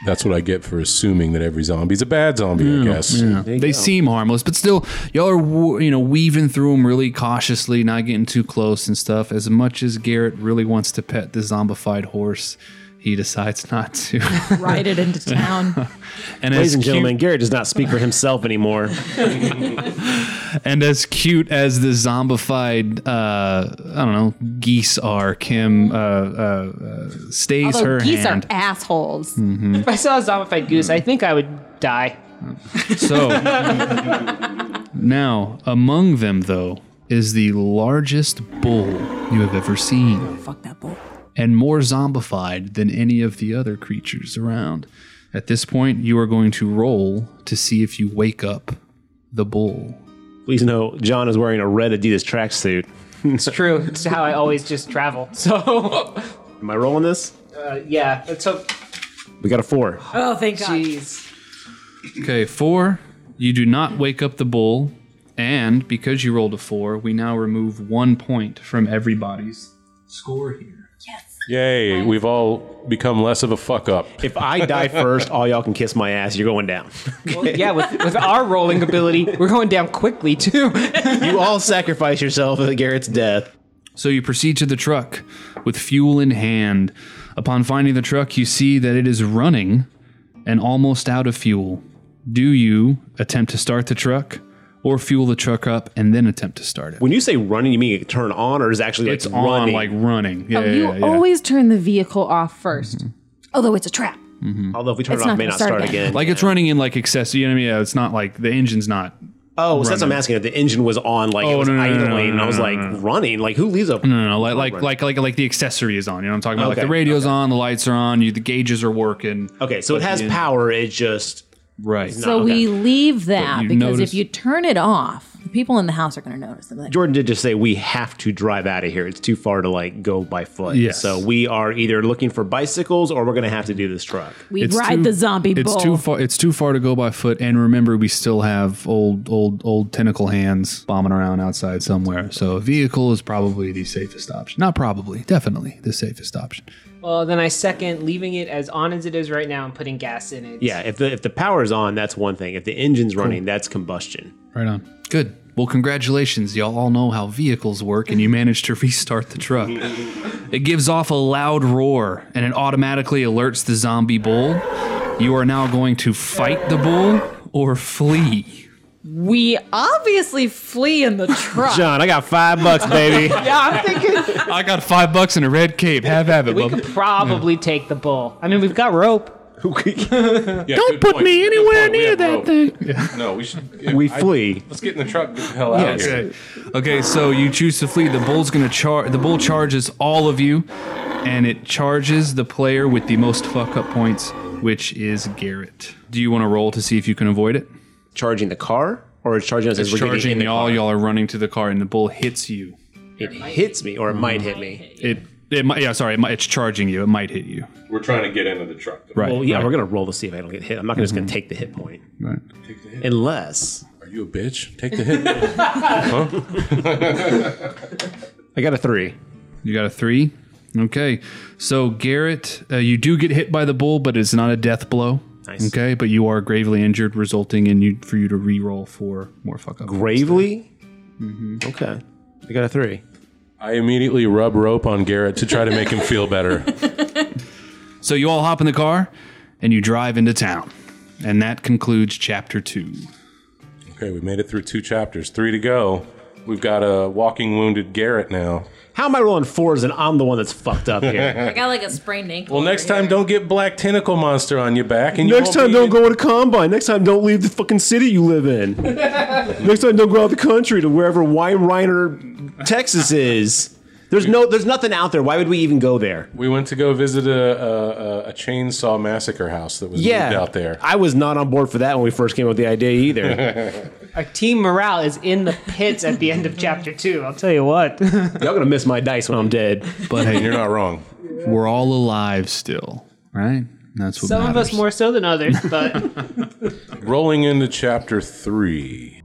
S1: That's what I get for assuming that every zombie's a bad zombie, I guess.
S5: They seem harmless, but still, y'all are wo- you know weaving through them really cautiously, not getting too close and stuff. As much as Garrett really wants to pet the zombified horse, he decides not to.
S3: Uh, Ride it into town.
S5: and
S2: Ladies
S5: as
S2: and
S5: cute-
S2: gentlemen, Garrett does not speak for himself anymore.
S5: And as cute as the zombified, uh, I don't know, geese are, Kim uh, uh, uh, stays
S3: Although
S5: her
S3: geese
S5: hand. Hmm.
S3: are assholes.
S4: If I saw a zombified goose, I think I would die.
S5: so now, among them, though, is the largest bull you have ever seen,
S3: Fuck that bull.
S5: and more zombified than any of the other creatures around. At this point, you are going to roll to see if you wake up the bull.
S2: Please know John is wearing a red Adidas tracksuit.
S4: It's true. it's how I always just travel. So,
S2: Am I rolling this?
S4: uh, yeah. Let's hope.
S2: We got a four.
S3: Oh, thank
S4: Jeez.
S5: Okay, four. You do not wake up the bull, and because you rolled a four, we now remove one point from everybody's score here.
S1: Yay, we've all become less of a fuck up.
S2: If I die first, all y'all can kiss my ass. You're going down.
S4: Well, yeah, with, with our rolling ability, we're going down quickly too.
S2: You all sacrifice yourself at Garrett's death.
S5: So you proceed to the truck with fuel in hand. Upon finding the truck, you see that it is running and almost out of fuel. Do you attempt to start the truck or fuel the truck up and then attempt to start it?
S2: When you say running, you mean it turn on or is it actually like
S5: It's on
S2: running?
S5: like running. Yeah,
S3: Oh, you
S5: yeah, Mm-hmm. yeah.
S3: always turn the vehicle off 1st Although it's a trap.
S2: Although if we turn
S3: It's
S2: it off, it
S3: not
S2: may
S3: gonna
S2: not start
S3: start
S2: again.
S3: again.
S5: like it's running in like excess. You know what I mean? Yeah, it's not like the engine's not
S2: oh, so that's what I'm asking. If the engine was on, like it
S5: Oh,
S2: was
S5: no, no, no, no,
S2: idling,
S5: no,
S2: and I was
S5: no,
S2: like
S5: no, no.
S2: running. Like who leaves a?
S5: No, no, no. Like, like, like, like, like the accessory is on. You know what I'm talking about?
S2: Okay,
S5: Like the radio's on, the lights are on, you, the gauges are working.
S2: Okay, so it has power. It just
S5: Right.
S3: So we leave that
S5: you
S3: because
S5: notice-
S3: if you turn it off, the people in the house are going to notice. They're Like,
S2: Jordan did just say we have to drive out of here. It's too far to like go by foot.
S5: Yes.
S2: So we are either looking for bicycles or we're gonna have to do this truck.
S3: we ride the zombie
S5: It's
S3: bull.
S5: too far. It's too far to go by foot. And remember, we still have old, old, old tentacle hands bombing around outside somewhere. So a vehicle is probably the safest option. Not probably, definitely the safest option.
S4: Well, then I second leaving it as on as it is right now and putting gas in it.
S2: Yeah. If the if the power is on, that's one thing. If the engine's running, that's combustion.
S5: Right on. Good. Well, congratulations. Y'all all know how vehicles work, and you managed to restart the truck. It gives off a loud roar, and it automatically alerts the zombie bull. You are now going to fight the bull or flee.
S3: we obviously flee in the truck.
S2: John, I got five bucks, baby.
S4: Yeah, I'm thinking
S5: I got five bucks and a red cape. Have at it,
S4: we could probably take the bull. I mean, we've got
S5: Oh,
S4: rope.
S1: Don't
S5: put me anywhere near that
S1: thing. No, we should.
S2: We flee.
S1: Let's get in the truck. Get the hell out of here.
S5: Okay. okay, so you choose to flee. The bull's gonna charge. The bull charges all of you, and it charges the player with the most fuck up points, which is Garrett. Do you want to roll to see if you can avoid it?
S2: Charging the car, or it's charging us as
S5: It's
S2: we're getting
S5: charging
S2: in the
S5: y'all.
S2: car?
S5: Y'all are running to the car, and the bull hits you.
S2: It hits me, or it might hit me.
S5: It, it might, yeah, sorry, it might, it's charging you. It might hit you.
S1: We're trying to get into the truck.
S5: Right.
S2: Well, yeah,
S5: right.
S2: we're gonna roll to see if I don't get hit. I'm not just gonna take the hit point,
S5: Right.
S2: unless
S1: Are you a bitch? Take the hit.
S2: I got a three.
S5: You got a three. Okay, so Garrett, uh, you do get hit by the bull, but it's not a death blow.
S2: Nice.
S5: Okay, but you are gravely injured, resulting in you for you to re-roll for more fuck up.
S2: Bravely. Okay, Mm-hmm. I got a three.
S1: I immediately rub rope on Garrett to try to make him feel better.
S5: So you all hop in the car, and you drive into town, and that concludes chapter two.
S1: Okay, we made it through two chapters, three to go. We've got a walking wounded Garrett now.
S2: How am I rolling fours and I'm the one that's fucked up here?
S3: I got like a sprained ankle.
S1: Well, next time, don't get black tentacle monster on your back. And you
S2: Next
S1: won't
S2: time,
S1: be
S2: don't
S1: in-
S2: go to combine. Next time, don't leave the fucking city you live in. Next time, don't go out the country to wherever Weinreiner, Texas is. There's no, there's nothing out there. Why would we even go there?
S1: We went to go visit a, a, a- a chainsaw massacre house that was moved out there.
S2: I was not on board for that when we first came up with the idea either.
S4: Our team morale is in the pits at the end of chapter two. I'll tell you what.
S2: Y'all gonna miss my dice when I'm dead.
S5: But
S1: and
S5: hey,
S1: you're not wrong.
S5: we're all alive still, right? That's what
S4: Some of us
S5: matters.
S4: more so than others, but
S1: Rolling into chapter three.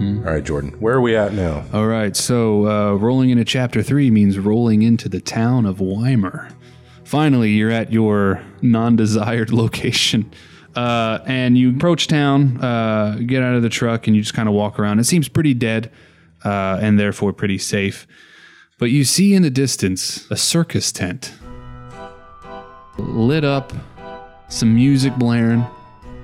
S1: All right, Jordan. Where are we at now?
S5: All right, so uh, rolling into chapter three means rolling into the town of Weimar. Finally, you're at your non desired location. Uh, and you approach town, uh, get out of the truck, and you just kind of walk around. It seems pretty dead uh, and therefore pretty safe. But you see in the distance a circus tent lit up, some music blaring.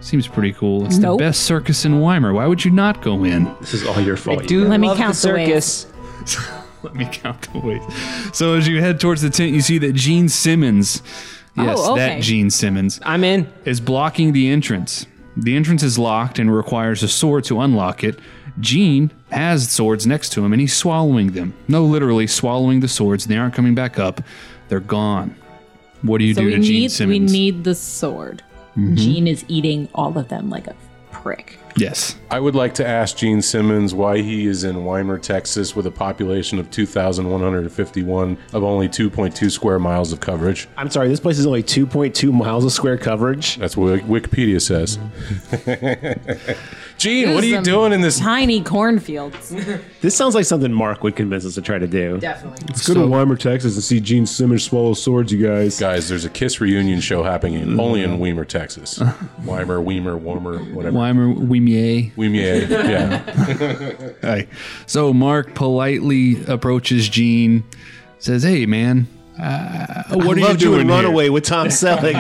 S5: Seems pretty cool. It's
S3: Nope.
S5: the best circus in Weimar. Why would you not go in?
S2: This is all your fault.
S4: do
S3: Let me
S4: love
S3: count
S4: the
S3: the ways.
S4: circus.
S5: Let me count the ways. So as you head towards the tent, you see that Gene Simmons, yes,
S3: Oh, okay.
S5: that Gene Simmons,
S4: I'm in.
S5: is blocking the entrance. The entrance is locked and requires a sword to unlock it. Gene has swords next to him and he's swallowing them. No, literally swallowing the swords. They aren't coming back up. They're gone. What do you
S3: So
S5: do
S3: we
S5: to Gene
S3: need we
S5: Simmons?
S3: need the sword. Gene is eating all of them like a prick.
S5: yes.
S1: I would like to ask Gene Simmons why he is in Weimar, Texas, with a population of 2,151 of only 2.2 square miles of coverage.
S2: I'm sorry. This place is only 2.2 miles of square coverage.
S1: That's what Wikipedia says. Gene, what are you
S3: Some
S1: doing in this?
S3: tiny cornfields?
S2: This sounds like something Mark would convince us to try to do.
S4: Definitely.
S2: Let's go to Weimar, Texas, and see Gene Simmons swallow swords, you guys. Mm.
S1: Guys, there's a Kiss reunion show happening in, only in Weimer, Texas. Weimer, Weimer, Warmer, whatever.
S5: Weimer Wimier.
S1: Weimer, yeah.
S5: Hey. So Mark politely approaches Gene, says, Hey, man, uh, what are you doing? here?"
S2: Runaway with Tom Selleck.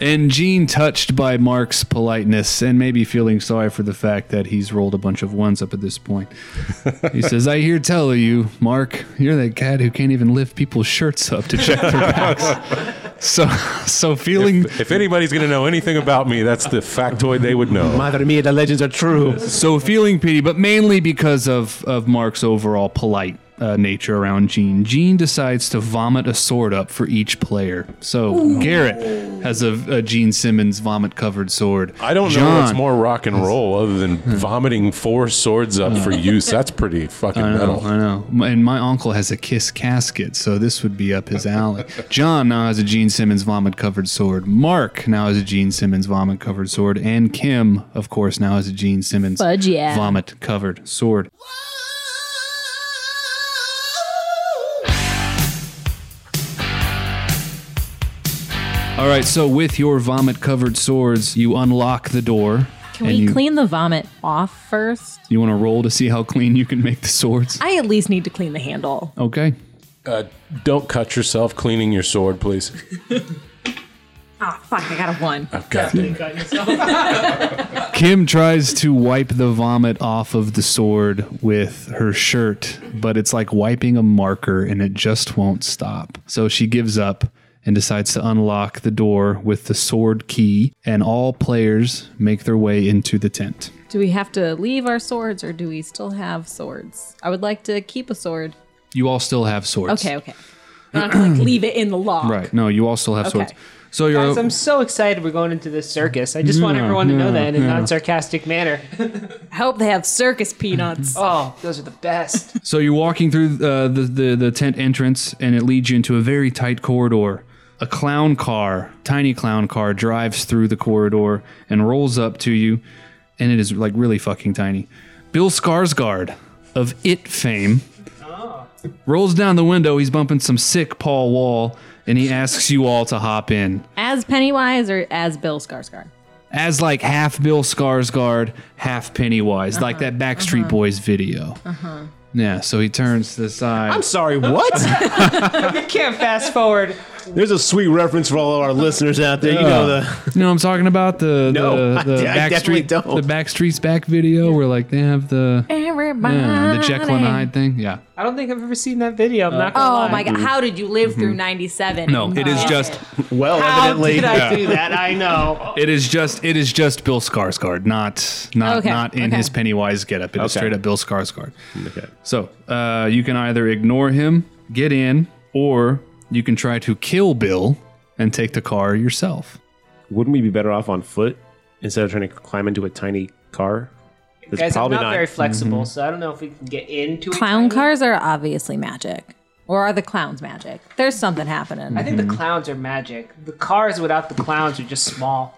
S5: And Gene, touched by Mark's politeness and maybe feeling sorry for the fact that he's rolled a bunch of ones up at this point, he says, I hear tell of you, Mark, you're that cat who can't even lift people's shirts up to check their backs. so, so feeling
S1: If anybody's going to know anything about me, that's the factoid they would know.
S2: Madre mia, the legends are true.
S5: so feeling pity, but mainly because of of Mark's overall polite uh, nature around Gene. Gene decides to vomit a sword up for each player. So Garrett has a, a Gene Simmons vomit covered sword.
S1: I don't know
S5: John
S1: what's more rock and roll other than
S2: Hmm.
S1: vomiting four swords up for use. That's pretty fucking metal.
S5: Oh, I know. My- And my uncle has a kiss casket, so this would be up his alley. John now has a Gene Simmons vomit covered sword. Mark now has a Gene Simmons vomit covered sword. And Kim, of course, now has a Gene Simmons
S3: Fudge, yeah.
S5: vomit covered sword. All right, so with your vomit covered swords, you unlock the door.
S3: Can
S5: and
S3: we
S5: you,
S3: clean the vomit off first?
S5: You want to roll to see how clean you can make the swords?
S3: I at least need to clean the handle.
S5: Okay.
S1: Uh, don't cut yourself cleaning your sword, please.
S3: Ah, fuck! I got a one.
S1: God damn it.
S5: Kim tries to wipe the vomit off of the sword with her shirt, but it's like wiping a marker and it just won't stop. So she gives up and decides to unlock the door with the sword key, and all players make their way into the tent.
S3: Do we have to leave our swords, or do we still have swords? I would like to keep a sword.
S5: You all still have swords.
S3: Okay, okay. I don't have to like, leave it in the lock.
S5: Right. No, you all still have swords. So you're
S4: Guys, I'm so excited we're going into this circus. I just want
S5: Yeah,
S4: everyone to know
S5: yeah,
S4: that in a
S5: yeah.
S4: non-sarcastic manner.
S3: I hope they have circus peanuts.
S4: Oh, those are the best.
S5: So you're walking through uh, the, the the tent entrance, and it leads you into a very tight corridor. A clown car, tiny clown car, drives through the corridor and rolls up to you, and it is like really fucking tiny. Bill Skarsgård of It fame rolls down the window. He's bumping some sick Paul Wall, and he asks you all to hop in.
S3: As Pennywise or as Bill Skarsgård?
S5: As like half Bill Skarsgård, half Pennywise, like that Backstreet Boys video. Yeah. So he turns to the side.
S2: I'm sorry, what?
S4: I can't fast forward
S2: There's a sweet reference for all of our listeners out there. You know the
S5: You know what I'm talking about? The,
S2: No,
S5: the, the
S2: I- I definitely
S5: Backstreet
S2: don't.
S5: the Backstreet's back video where like they have the
S3: Everybody.
S5: yeah, the Jekyll and Hyde thing. Yeah.
S4: I don't think I've ever seen that video.
S5: Uh,
S4: I'm not gonna
S3: Oh
S4: lie.
S3: my god! How did you live through '97?
S5: Mm-hmm. No, it is just
S2: well,
S4: How
S2: evidently.
S4: did I
S5: Yeah.
S4: do that? I know.
S5: it is just it is just Bill Skarsgård, not not
S3: Okay,
S5: not in
S3: okay.
S5: his Pennywise getup. It is
S2: Okay.
S5: straight up Bill Skarsgård. So uh, you can either ignore him, get in, or you can try to kill Bill and take the car yourself.
S2: Wouldn't we be better off on foot instead of trying to climb into a tiny car? That's
S4: Guys, I'm not, very flexible, so I don't know if we can get into it.
S3: Clown cars are obviously magic, or are the clowns magic? There's something happening.
S4: I think the clowns are magic. The cars without the clowns are just small.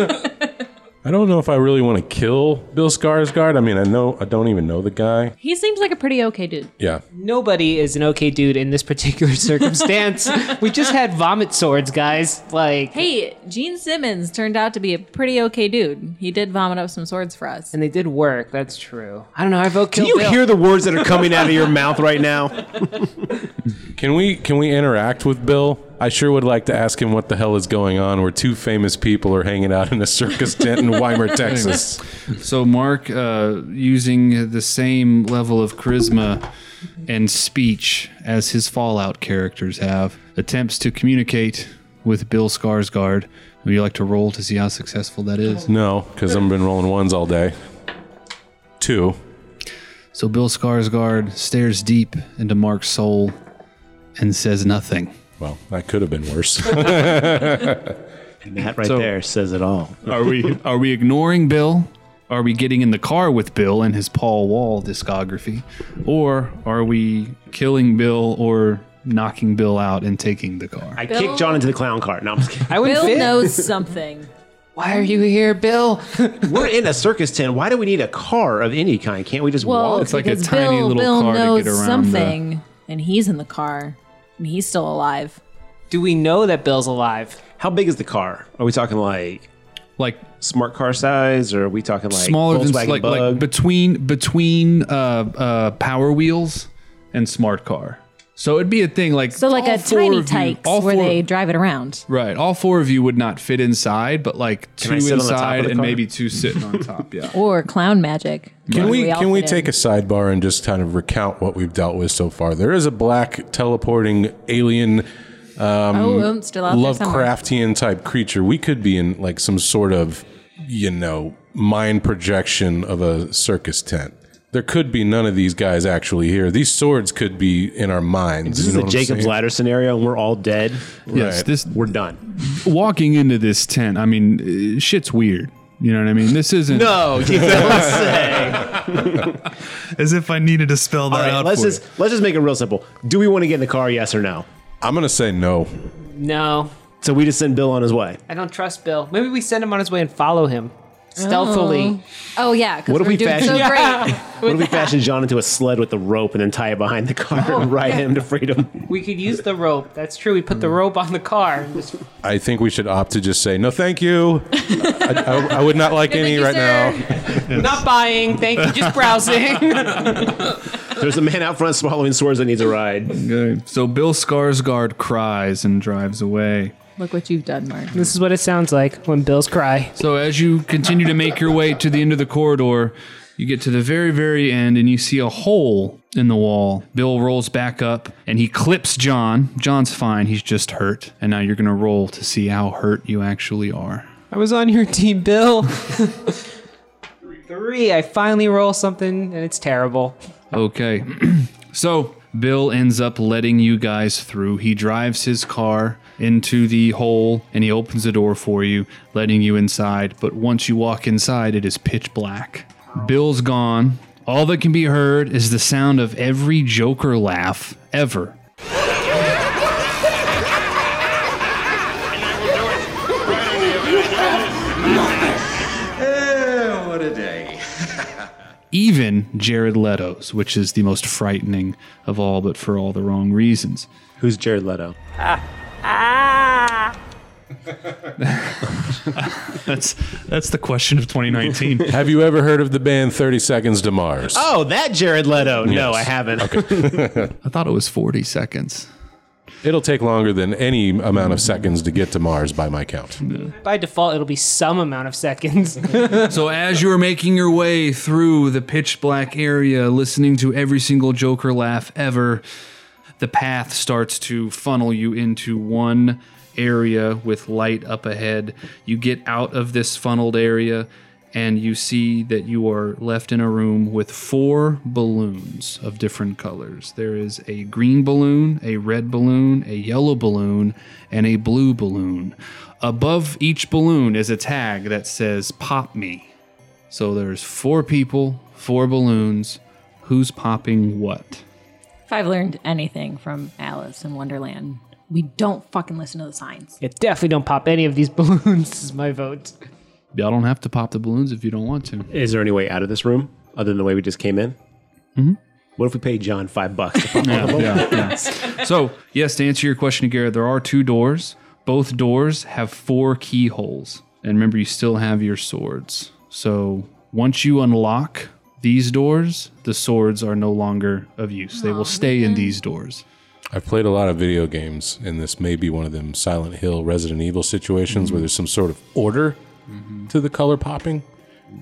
S1: I don't know if I really want to kill Bill Skarsgård. I mean, I know I don't even know the guy.
S3: He seems like a pretty okay dude.
S1: Yeah,
S4: Nobody is an okay dude in this particular circumstance. we just had vomit swords, guys. Like,
S3: Hey, Gene Simmons turned out to be a pretty okay dude. He did vomit up some swords for us.
S4: and they did work. That's true. I don't know. I vote kill
S2: Do you
S4: Bill.
S2: hear the words that are coming out of your mouth right now?
S1: Can we can we interact with Bill? I sure would like to ask him what the hell is going on. Where two famous people are hanging out in a circus tent in Weimar, Texas.
S5: So Mark, uh, using the same level of charisma and speech as his Fallout characters have, attempts to communicate with Bill Skarsgård. Would you like to roll to see how successful that is?
S1: No, because I've been rolling ones all day. Two.
S5: So Bill Skarsgård stares deep into Mark's soul and says nothing.
S1: Well, that could have been worse.
S2: That right there says it all.
S5: Are we are we ignoring Bill? Are we getting in the car with Bill and his Paul Wall discography? Or are we killing Bill or knocking Bill out and taking the car?
S2: I kicked John into the clown car. No, I'm just kidding.
S4: I wouldn't
S3: Bill
S4: fit.
S3: knows something.
S4: Why are you here, Bill?
S2: We're in a circus tent. Why do we need a car of any kind? Can't we just
S3: Well,
S2: walk?
S5: It's like a
S3: because
S5: tiny
S3: Bill,
S5: little
S3: Bill
S5: car to
S3: knows
S5: get around the-
S3: something, and he's in the car, and he's still alive.
S4: Do we know that Bill's alive?
S2: How big is the car? Are we talking like
S5: like
S2: smart car size, or are we talking like
S5: smaller than
S2: Volkswagen
S5: like, like
S2: Bug?
S5: between between uh, uh, power wheels and smart car. So it'd be a thing like
S3: So like
S5: all
S3: a
S5: four
S3: tiny
S5: of you-
S3: tykes
S5: all
S3: where
S5: four-
S3: they drive it around.
S5: Right, all four of you would not fit inside, but like two
S2: I sit on the top of
S5: inside
S2: the
S5: and
S2: car?
S5: maybe two sitting on top. Yeah.
S3: Or clown magic.
S1: Can we can we take
S3: a
S1: a sidebar and just kind of recount what we've dealt with so far? There is a black teleporting alien
S3: oh, um, still out there somewhere.
S1: Lovecraftian type creature. We could be in like some sort of you know mind projection of a circus tent. There could be none of these guys actually here. These swords could be in our minds.
S2: this
S1: you
S2: is
S1: know
S2: a
S1: what I'm
S2: Jacob's
S1: saying?
S2: ladder scenario, and we're all dead.
S5: Yes,
S1: Right.
S5: this
S2: We're done.
S5: walking into this tent. I mean, uh, shit's weird. You know what I mean? This isn't
S2: No, you don't say.
S5: as if I needed to spell that
S2: All right, let's just let's just make it real simple. Do we want to get in the car? Yes or no?
S1: I'm gonna say no.
S4: No.
S2: So we just send Bill on his way.
S4: I don't trust Bill. Maybe we send him on his way and follow him stealthily.
S3: Oh yeah, because
S2: What
S3: we're
S2: if we
S3: doing
S2: fashion-
S3: so great.
S2: What if we fashion John into a sled with a rope and then tie it behind the car and ride him to freedom?
S4: We could use the rope. That's true. We put the rope on the car. and just-
S1: I think we should opt to just say no. Thank you. I, I- I would not like any
S3: thank you,
S1: right
S3: sir.
S1: now.
S4: Not buying. Thank you. Just browsing.
S2: There's a man out front swallowing swords that needs a ride.
S5: Okay. So Bill Skarsgård cries and drives away.
S3: Look what you've done, Mark.
S4: this is what it sounds like when Bills cry.
S5: So as you continue to make your way to the end of the corridor, you get to the very, very end and you see a hole in the wall. Bill rolls back up and he clips John. John's fine, he's just hurt. And now you're gonna roll to see how hurt you actually are.
S4: I was on your team, Bill. Three. I finally roll something, and it's terrible.
S5: Okay. so Bill ends up letting you guys through. He drives his car into the hole and he opens the door for you, letting you inside. But once you walk inside, it is pitch black. Bill's gone. All that can be heard is the sound of every Joker laugh ever. Even Jared Leto's, which is the most frightening of all, but for all the wrong reasons.
S2: Who's Jared Leto?
S5: That's that's the question of 2019.
S1: Have you ever heard of the band Thirty Seconds to Mars?
S2: Oh, that Jared Leto. No, I haven't.
S5: I thought it was 40 seconds.
S1: It'll take longer than any amount of seconds to get to Mars by my count.
S4: By default, it'll be some amount of seconds.
S5: So as you are making your way through the pitch black area, listening to every single Joker laugh ever, the path starts to funnel you into one area with light up ahead. You get out of this funneled area and you see that you are left in a room with four balloons of different colors. There is a green balloon, a red balloon, a yellow balloon, and a blue balloon. Above each balloon is a tag that says pop me. So there's four people, four balloons. Who's popping what?
S3: If I've learned anything from Alice in Wonderland, we don't fucking listen to the signs.
S4: yeah, definitely don't pop any of these balloons, is my vote.
S5: Y'all don't have to pop the balloons if you don't want to.
S2: Is there any way out of this room other than the way we just came in? Mm-hmm. What if we paid John five bucks? To pop
S5: Yeah, yeah, yeah. So, yes, to answer your question, Garrett, there are two doors. Both doors have four keyholes. And remember, you still have your swords. So, once you unlock these doors, the swords are no longer of use. They will stay in these doors.
S1: I've played a lot of video games, and this may be one of them Silent Hill, Resident Evil situations where there's some sort of order to the color popping.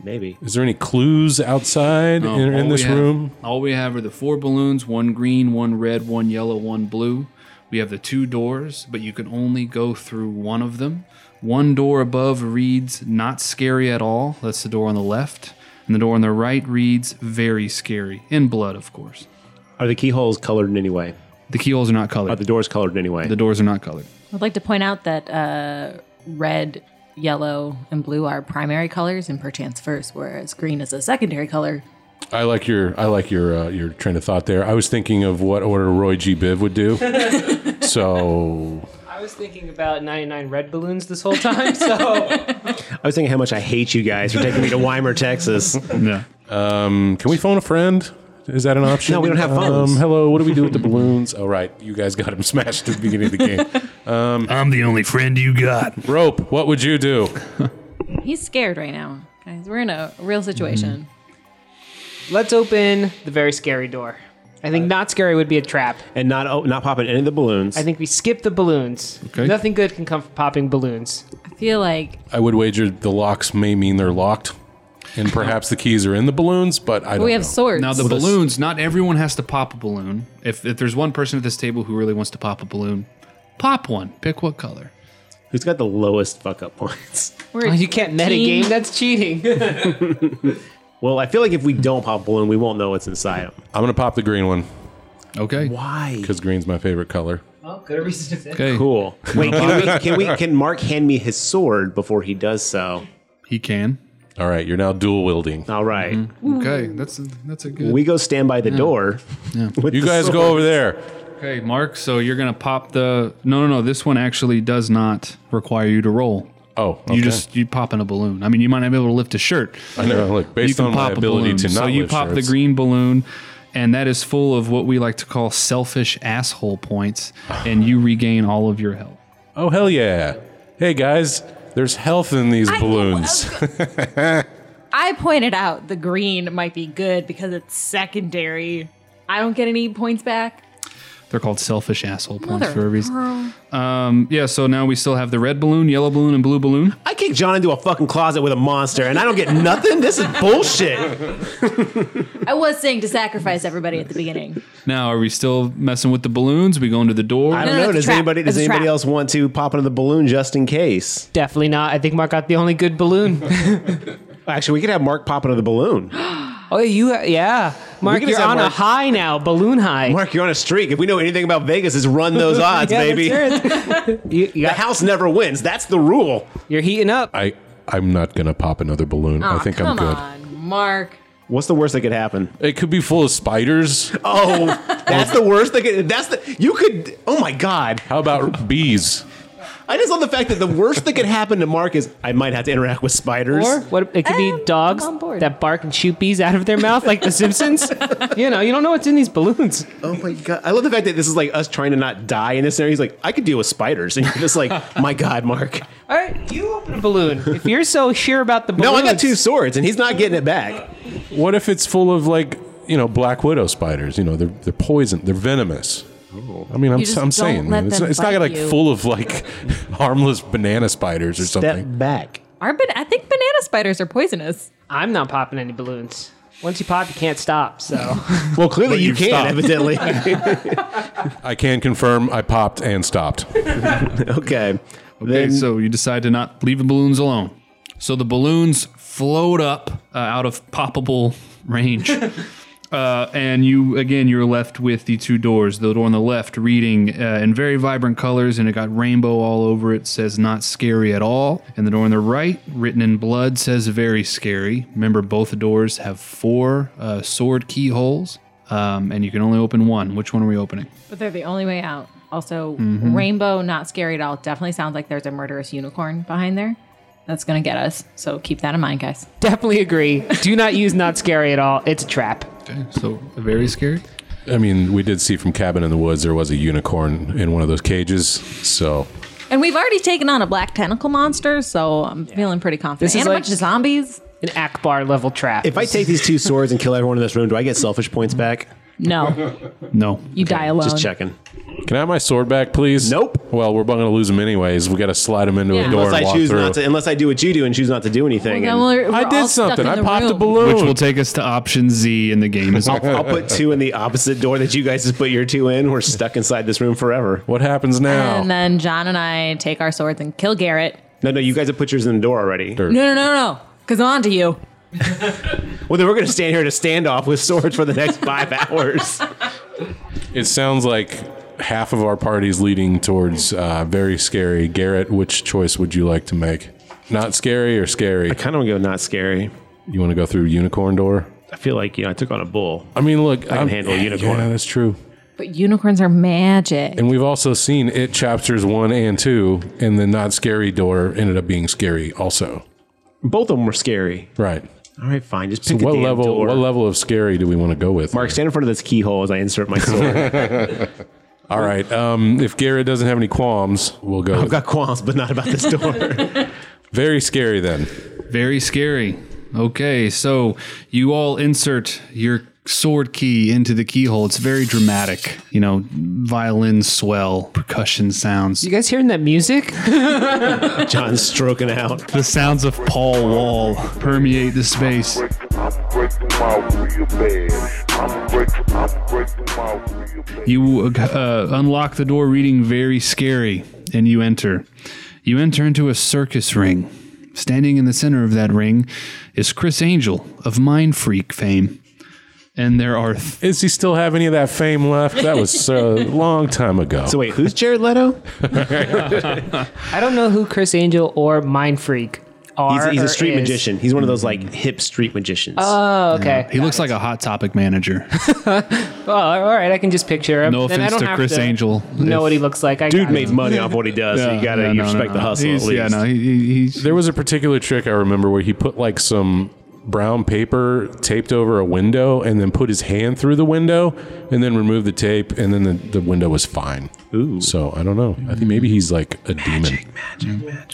S2: Maybe.
S1: Is there any clues outside in, in
S5: all
S1: this
S5: we have-
S1: room?
S5: All we have are the four balloons one green, one red, one yellow, one blue. We have the two doors, but you can only go through one of them. One door above reads not scary at all. That's the door on the left. And the door on the right reads very scary, in blood, of course.
S2: Are the keyholes colored in any way?
S5: The keyholes are not
S2: Are
S5: colored.
S2: the doors colored in any way?
S5: the doors are not colored.
S3: I'd like to point out that uh, red, yellow, and blue are primary colors and perchance first, whereas green is a secondary color.
S1: I like your I like your uh, your train of thought there. I was thinking of what order Roy G. Biv would do. so
S4: I was thinking about 99 red balloons this whole time, so
S2: I was thinking how much I hate you guys for taking me to Weimar, Texas.
S5: Yeah.
S1: um, can we phone a friend? Is that an option?
S2: No, we don't have phones.
S1: Um, hello, what do we do with the balloons? Oh, right. You guys got them smashed at the beginning of the game.
S5: I'm the only friend you got.
S1: Rope, what would you do?
S3: He's scared right now, guys. We're in a real situation.
S1: Mm-hmm.
S4: let's open the very scary door. I think not scary would be a trap.
S2: And not oh, not popping any of the balloons.
S4: I think we skip the balloons.
S5: Okay.
S4: Nothing good can come from popping balloons.
S3: I feel like
S1: I would wager the locks may mean they're locked, and perhaps the keys are in the balloons, but I don't
S3: we have
S1: know.
S3: swords.
S5: Now the balloons, not everyone has to pop a balloon. If, if there's one person at this table who really wants to pop a balloon, pop one. Pick what color.
S2: Who's got the lowest fuck up points?
S3: We're
S4: You can't metagame,
S3: team.
S4: that's cheating.
S2: Well, I feel like if we don't pop a balloon, we won't know what's inside them.
S1: I'm going to pop the green one
S5: Okay.
S2: Why?
S1: because green's my favorite color.
S4: well, good reason to
S5: Okay.
S2: Cool. Wait, can we, can we? Can Mark hand me his sword before he does so?
S5: He can.
S1: All right, you're now dual wielding.
S2: All right.
S5: Okay, that's a, that's a good.
S2: We go stand by the door. with
S1: You
S2: the
S1: guys
S2: sword.
S1: go over there.
S5: okay, Mark. So you're gonna pop the. No, no, no. This one actually does not require you to roll.
S1: Oh, okay.
S5: You just you pop in a balloon. I mean, you might not be able to lift a shirt.
S1: I know. Look, based
S5: you
S1: on my ability to not
S5: so you
S1: lift
S5: pop
S1: shirts.
S5: the green balloon, and that is full of what we like to call selfish asshole points, and you regain all of your health.
S1: Oh hell yeah! Hey guys, there's health in these balloons.
S3: I pointed out the green might be good because it's secondary. I don't get any points back.
S5: They're called selfish asshole points
S3: Mother
S5: for a reason. Um, yeah. So now we still have the red balloon, yellow balloon, and blue balloon.
S2: I kick John into a fucking closet with a monster, and I don't get nothing. This is bullshit.
S3: I was saying to sacrifice everybody at the beginning.
S5: Now, are we still messing with the balloons? We going to the door?
S2: I don't
S3: No,
S2: know.
S3: it's a
S2: Does
S3: trap.
S2: anybody? Does
S3: It's a
S2: anybody
S3: trap.
S2: else want to pop into the balloon just in case?
S4: Definitely not. I think Mark got the only good balloon.
S2: Actually, we could have Mark pop into the balloon.
S4: oh, you, yeah. Mark,
S2: can just
S4: you're
S2: have
S4: on a
S2: Mark-
S4: high now, balloon high.
S2: Mark, you're on a streak. If we know anything about Vegas, is run those odds,
S4: Yeah,
S2: baby.
S4: that's it. you, you
S2: The
S4: got-
S2: house never wins. That's the rule.
S4: you're heating up.
S1: I I'm not gonna pop another balloon. I
S3: Aw,
S1: think I'm
S3: come
S1: good.
S3: on, Mark.
S2: What's the worst that could happen?
S1: It could be full of spiders.
S2: Oh, that's the worst that could. That's the. You could. Oh my god.
S1: How about bees?
S2: I just love the fact that the worst that could happen to Mark is I might have to interact with spiders.
S4: Or what it could
S3: Um,
S4: be dogs
S3: I'm on board.
S4: that bark and shoot bees out of their mouth like the Simpsons. you know, you don't know what's in these balloons.
S2: oh my god! I love the fact that this is like us trying to not die in this scenario. He's like, I could deal with spiders, and you're just like, my god, Mark.
S4: All right, you open a balloon. If you're so sure about the balloon.
S2: No, I got two swords, and he's not getting it back.
S1: What
S2: Oh.
S1: if it's full of like you know black widow spiders? You know they're they're poison. They're venomous. I mean, I'm,
S3: just
S1: I'm
S3: don't
S1: saying,
S3: let
S1: man, it's,
S3: them
S1: not- it's not
S3: bite
S1: got like
S3: you.
S1: full of like harmless banana spiders or
S2: Step
S1: something.
S2: back.
S3: Our ban- I think banana spiders are poisonous.
S4: I'm not popping any balloons. Once you pop, you can't stop. So
S2: Well, clearly you
S1: you've
S2: can,
S1: stopped.
S2: evidently.
S1: I can confirm I popped and stopped.
S2: okay.
S5: Okay,
S2: Then
S5: so you decide to not leave the balloons alone. So the balloons float up uh, out of poppable range. Uh, and you again, you're left with the two doors. The door on the left reading uh, in very vibrant colors, and it got rainbow all over it. Says not scary at all. And the door on the right, written in blood, says very scary. Remember, both doors have four uh, sword keyholes, um, and you can only open one. Which one are we opening?
S3: But they're the only way out. Also, rainbow, not scary at all. Definitely sounds like there's a murderous unicorn behind there. That's gonna get us. So keep that in mind, guys.
S4: definitely agree. Do not use not scary at all. It's a trap.
S5: Okay, so very scary.
S1: I mean, we did see from Cabin in the Woods there was a unicorn in one of those cages. So
S3: And we've already taken on a black tentacle monster, so I'm feeling pretty confident.
S4: This is
S3: and a
S4: like-
S3: bunch of zombies.
S4: An Akbar level trap.
S2: if I take these two swords and kill everyone in this room, do I get selfish points back?
S3: No,
S5: No,
S3: you die alone.
S2: Just checking.
S1: can I have my sword back, please?
S2: Nope.
S1: Well, we're going to lose them anyways. We got to slide them into
S3: Yeah.
S1: a door
S2: Unless
S1: and
S2: I
S1: walk
S2: choose
S1: through.
S2: not to, unless I do what you do and choose not to do anything.
S3: Well,
S2: and-
S3: then we're- we're
S1: I
S3: all
S1: did
S3: stuck
S1: something.
S3: in
S1: I
S3: the
S1: popped a
S3: room.
S1: balloon.
S5: which will take us to option Z, and the game is over.
S2: I'll put two in the opposite door that you guys just put your two in. We're stuck inside this room forever.
S1: what happens now?
S3: And then John and I take our swords and kill Garrett.
S2: No, no, you guys have put yours in the door already.
S3: No, no, no, no, because I'm onto you.
S2: Well, then we're going to stand here to stand off with swords for the next five hours.
S1: It sounds like half of our party's leading towards uh, very scary. Garrett, which choice would you like to make? Not scary or scary?
S2: kind of want to go not scary.
S1: You want to go through unicorn door?
S2: I feel like, you know, I took on a bull.
S1: I mean, look, I
S2: can handle a unicorn.
S1: Yeah, that's true.
S3: But unicorns are magic.
S1: And we've also seen it chapters one and two, and the not scary door ended up being scary also.
S2: Both of them were scary.
S1: Right.
S2: All right, fine. Just
S1: So
S2: pick a
S1: what
S2: damn
S1: level?
S2: door.
S1: What level of scary do we want to go with?
S2: Mark, stand in front of this keyhole as I insert my sword.
S1: All right. Um, if Garrett doesn't have any qualms, we'll go.
S2: I've
S1: with-
S2: got qualms, but not about this door.
S1: Very scary then.
S5: Very scary. Okay, so you all insert your sword key into the keyhole. It's very dramatic. You know, violin swell, percussion sounds,
S4: you guys hearing that music?
S2: John's stroking out.
S5: the sounds of Paul Wall permeate the space.
S7: I'm breaking my real bad. I'm breaking, I'm breaking my real bad.
S5: You uh, unlock the door, reading very scary, and you enter. You enter into a circus ring. Standing in the center of that ring is Chris Angel of Mind Freak fame. And there are th-
S1: Is he still have any of that fame left? That was a long time ago.
S2: So, wait, who's Jared Leto?
S4: I don't know who Chris Angel or Mind Freak
S2: He's,
S4: are.
S2: he's
S4: or
S2: a street
S4: is.
S2: magician. He's one of those like hip street magicians.
S4: Oh, okay.
S5: He looks like a hot topic manager.
S4: Well, all right. I can just picture him.
S5: No
S4: Then I
S5: offense
S4: don't
S5: to
S4: have
S5: Chris Angel.
S4: Know
S5: If-
S4: what he looks like. I
S2: Dude
S4: got
S2: made
S4: it.
S2: money off what he does. so you got to
S5: Yeah,
S2: you
S5: no, no,
S2: respect
S5: no.
S2: the hustle
S5: He's-
S2: at least.
S5: Yeah, no, he, he- he's
S1: There was a particular trick I remember where he put like some brown paper taped over a window and then put his hand through the window and then removed the tape and then the, the window was fine. Ooh. So I don't know. I think maybe he's like a demon.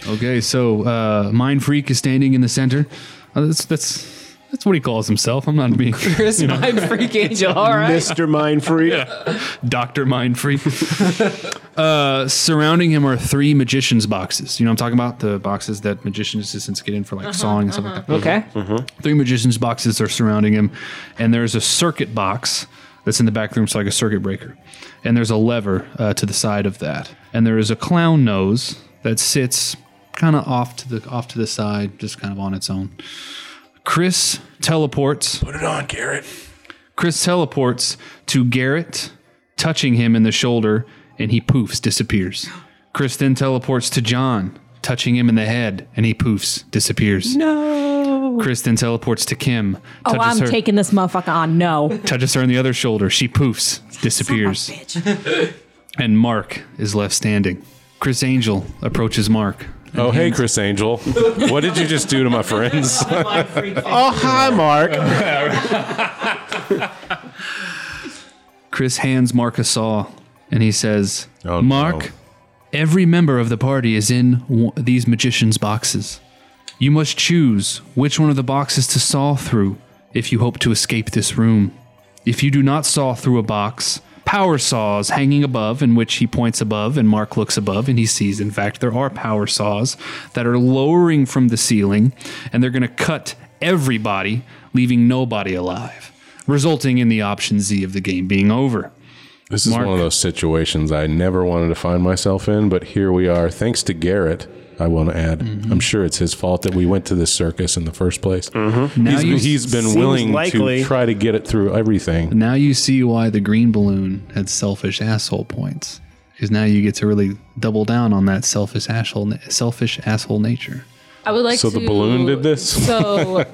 S5: okay. So uh, Mind Freak is standing in the center. Uh, that's that's that's what he calls himself. I'm not being
S4: Chris Mind Freak Angel. All right.
S2: Mr. Mind Freak.
S5: Doctor Mind Freak. uh, surrounding him are three magicians boxes. You know, what I'm talking about the boxes that magician assistants get in for like sawing and stuff like that.
S4: Okay.
S5: three magician's boxes are surrounding him, and there's a circuit box that's in the back room, so like a circuit breaker. And there's a lever uh, to the side of that, and there is a clown nose that sits kind of off to the off to the side, just kind of on its own. Chris teleports.
S1: Put it on, Garrett.
S5: Chris teleports to Garrett, touching him in the shoulder, and he poofs, disappears. Chris then teleports to John, touching him in the head, and he poofs, disappears. No. Chris then teleports to Kim,
S3: Oh,
S5: touches
S3: I'm
S5: her,
S3: taking this motherfucker on. No.
S5: touches her on the other shoulder. She poofs, disappears, and Mark is left standing. Chris Angel approaches Mark.
S1: Oh, hey, Chris Angel. what did you just do to my friends?
S2: Oh, hi, Mark.
S5: Chris hands Mark a saw, and he says,
S1: Oh,
S5: "Mark,
S1: no.
S5: every member of the party is in w- these magicians' boxes. You must choose which one of the boxes to saw through if you hope to escape this room. If you do not saw through a box, power saws hanging above, in which he points above, and Mark looks above, and he sees, in fact, there are power saws that are lowering from the ceiling, and they're going to cut everybody, leaving nobody alive, resulting in the option Z of the game being over.
S1: This is
S5: Mark.
S1: one of those situations I never wanted to find myself in, but here we are. Thanks to Garrett, I want to add.
S5: Mm-hmm.
S1: I'm sure it's his fault that we went to this circus in the first place.
S5: Mm-hmm. Now you,
S1: He's, he's been
S2: Seems
S1: willing
S2: likely.
S1: to try to get it through everything.
S5: now you see why the green balloon had selfish asshole points, because now you get to really double down on that selfish asshole, selfish asshole nature.
S3: I would like
S1: So
S3: to.
S1: the balloon did this?
S3: So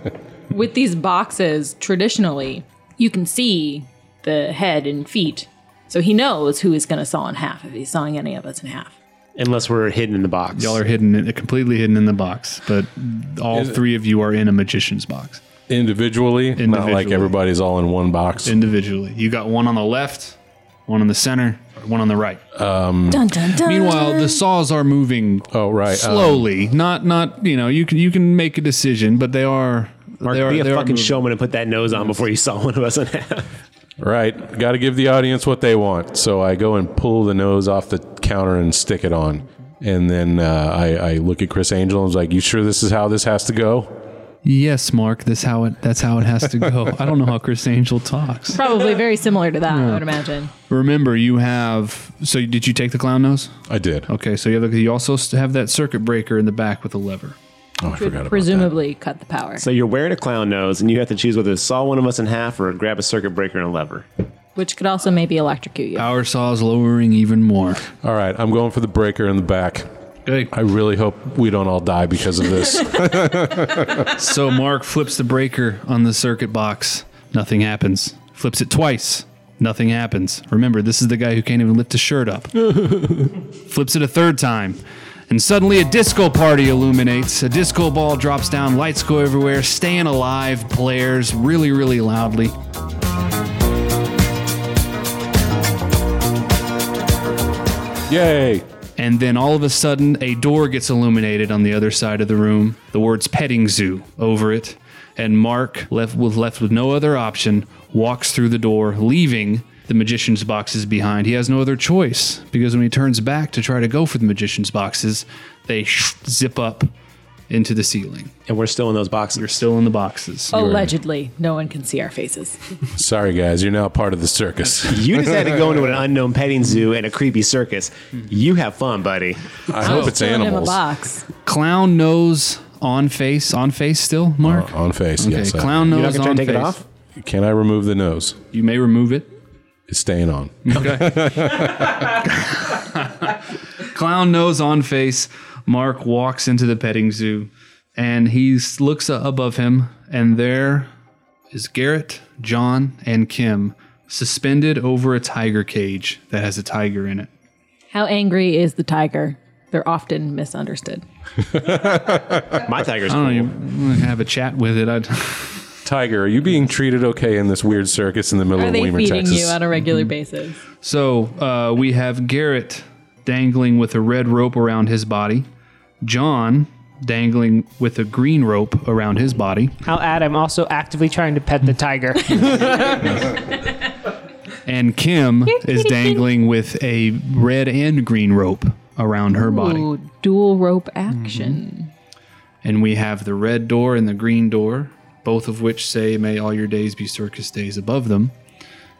S3: with these boxes, traditionally, you can see the head and feet. So he knows who he's going to saw in half if he's sawing any of us in half.
S2: Unless we're hidden in the box.
S5: Y'all are hidden, in- completely hidden in the box, but all three of you are in a magician's box
S1: Individually, not like
S5: Individually.
S1: everybody's all in one box.
S5: individually. You got one on the left, one on the center, one on the right.
S1: Hmm.
S3: Dun dun dun.
S5: Meanwhile, the saws are moving
S1: oh, right. um,
S5: slowly. not, not you know, you can you can make a decision, but they are.
S2: Mark,
S5: they are,
S2: be a
S5: they are
S2: fucking
S5: moving.
S2: showman and put that nose on before you saw one of us in half.
S1: right. Got to give the audience what they want. So I go and pull the nose off the counter and stick it on. And then uh, I, I look at Chris Angel and was like, You sure this is how this has to go?
S5: Yes, Mark. That's how it. That's how it has to go. I don't know how Chris Angel talks.
S3: probably very similar to that, I would imagine.
S5: Remember, you have. So, did you take the clown nose?
S1: I did.
S5: Okay, so you have. You also st- have that circuit breaker in the back with a lever.
S1: Oh, I forgot about that.
S3: Presumably cut the power,
S2: So you're wearing a clown nose and you have to choose whether to saw one of us in half or grab a circuit breaker and a lever.
S3: which could also maybe electrocute you.
S5: Power saws lowering even more.
S1: All right, I'm going for the breaker in the back.
S5: Okay.
S1: I really hope we don't all die because of this.
S5: So Mark flips the breaker on the circuit box. Nothing happens. Flips it twice. Nothing happens. Remember, this is the guy who can't even lift his shirt up. Flips it a third time. And suddenly a disco party illuminates. A disco ball drops down, lights go everywhere, staying alive, players really, really loudly.
S1: Yay!
S5: And then all of a sudden, a door gets illuminated on the other side of the room. The words petting zoo over it. And Mark, left with, left with no other option, walks through the door, leaving the magician's boxes behind. He has no other choice because when he turns back to try to go for the magician's boxes, they zip up into the ceiling.
S2: And we're still in those boxes.
S5: You're still in the boxes.
S2: Oh.
S3: Allegedly, no one can see our faces.
S1: Sorry, guys, you're now part of the circus.
S2: You just had to go into an unknown petting zoo and a creepy circus. You have fun, buddy.
S1: I hope it's
S3: Still in a
S1: animals.
S3: box.
S5: Clown nose on face, on face still, Mark.
S1: On face,
S5: okay,
S1: Oh, yes. I-
S5: clown
S2: You're not
S5: nose
S2: gonna try
S5: on
S2: to take
S5: face.
S2: it off?
S1: Can I remove the nose?
S5: You may remove it.
S1: It's staying on.
S5: clown nose on face. Mark walks into the petting zoo and he s- looks a- above him, and there is Garrett, John, and Kim suspended over a tiger cage that has a tiger in it.
S3: How angry is the tiger? They're often misunderstood.
S2: My tiger's
S5: I
S2: cool.
S5: don't know, you have a chat with it. I'd,
S1: Tiger, are you being treated okay in this weird circus in the middle
S3: Are
S1: of
S3: they
S1: Weimar,
S3: feeding
S1: Texas?
S3: you on a regular basis?
S5: so uh, we have Garrett dangling with a red rope around his body, John dangling with a green rope around his body,
S4: I'll add, I'm also actively trying to pet the tiger.
S5: and Kim is dangling with a red and green rope around her body.
S3: Ooh, dual rope action.
S5: And we have the red door and the green door, both of which say, May all your days be circus days above them.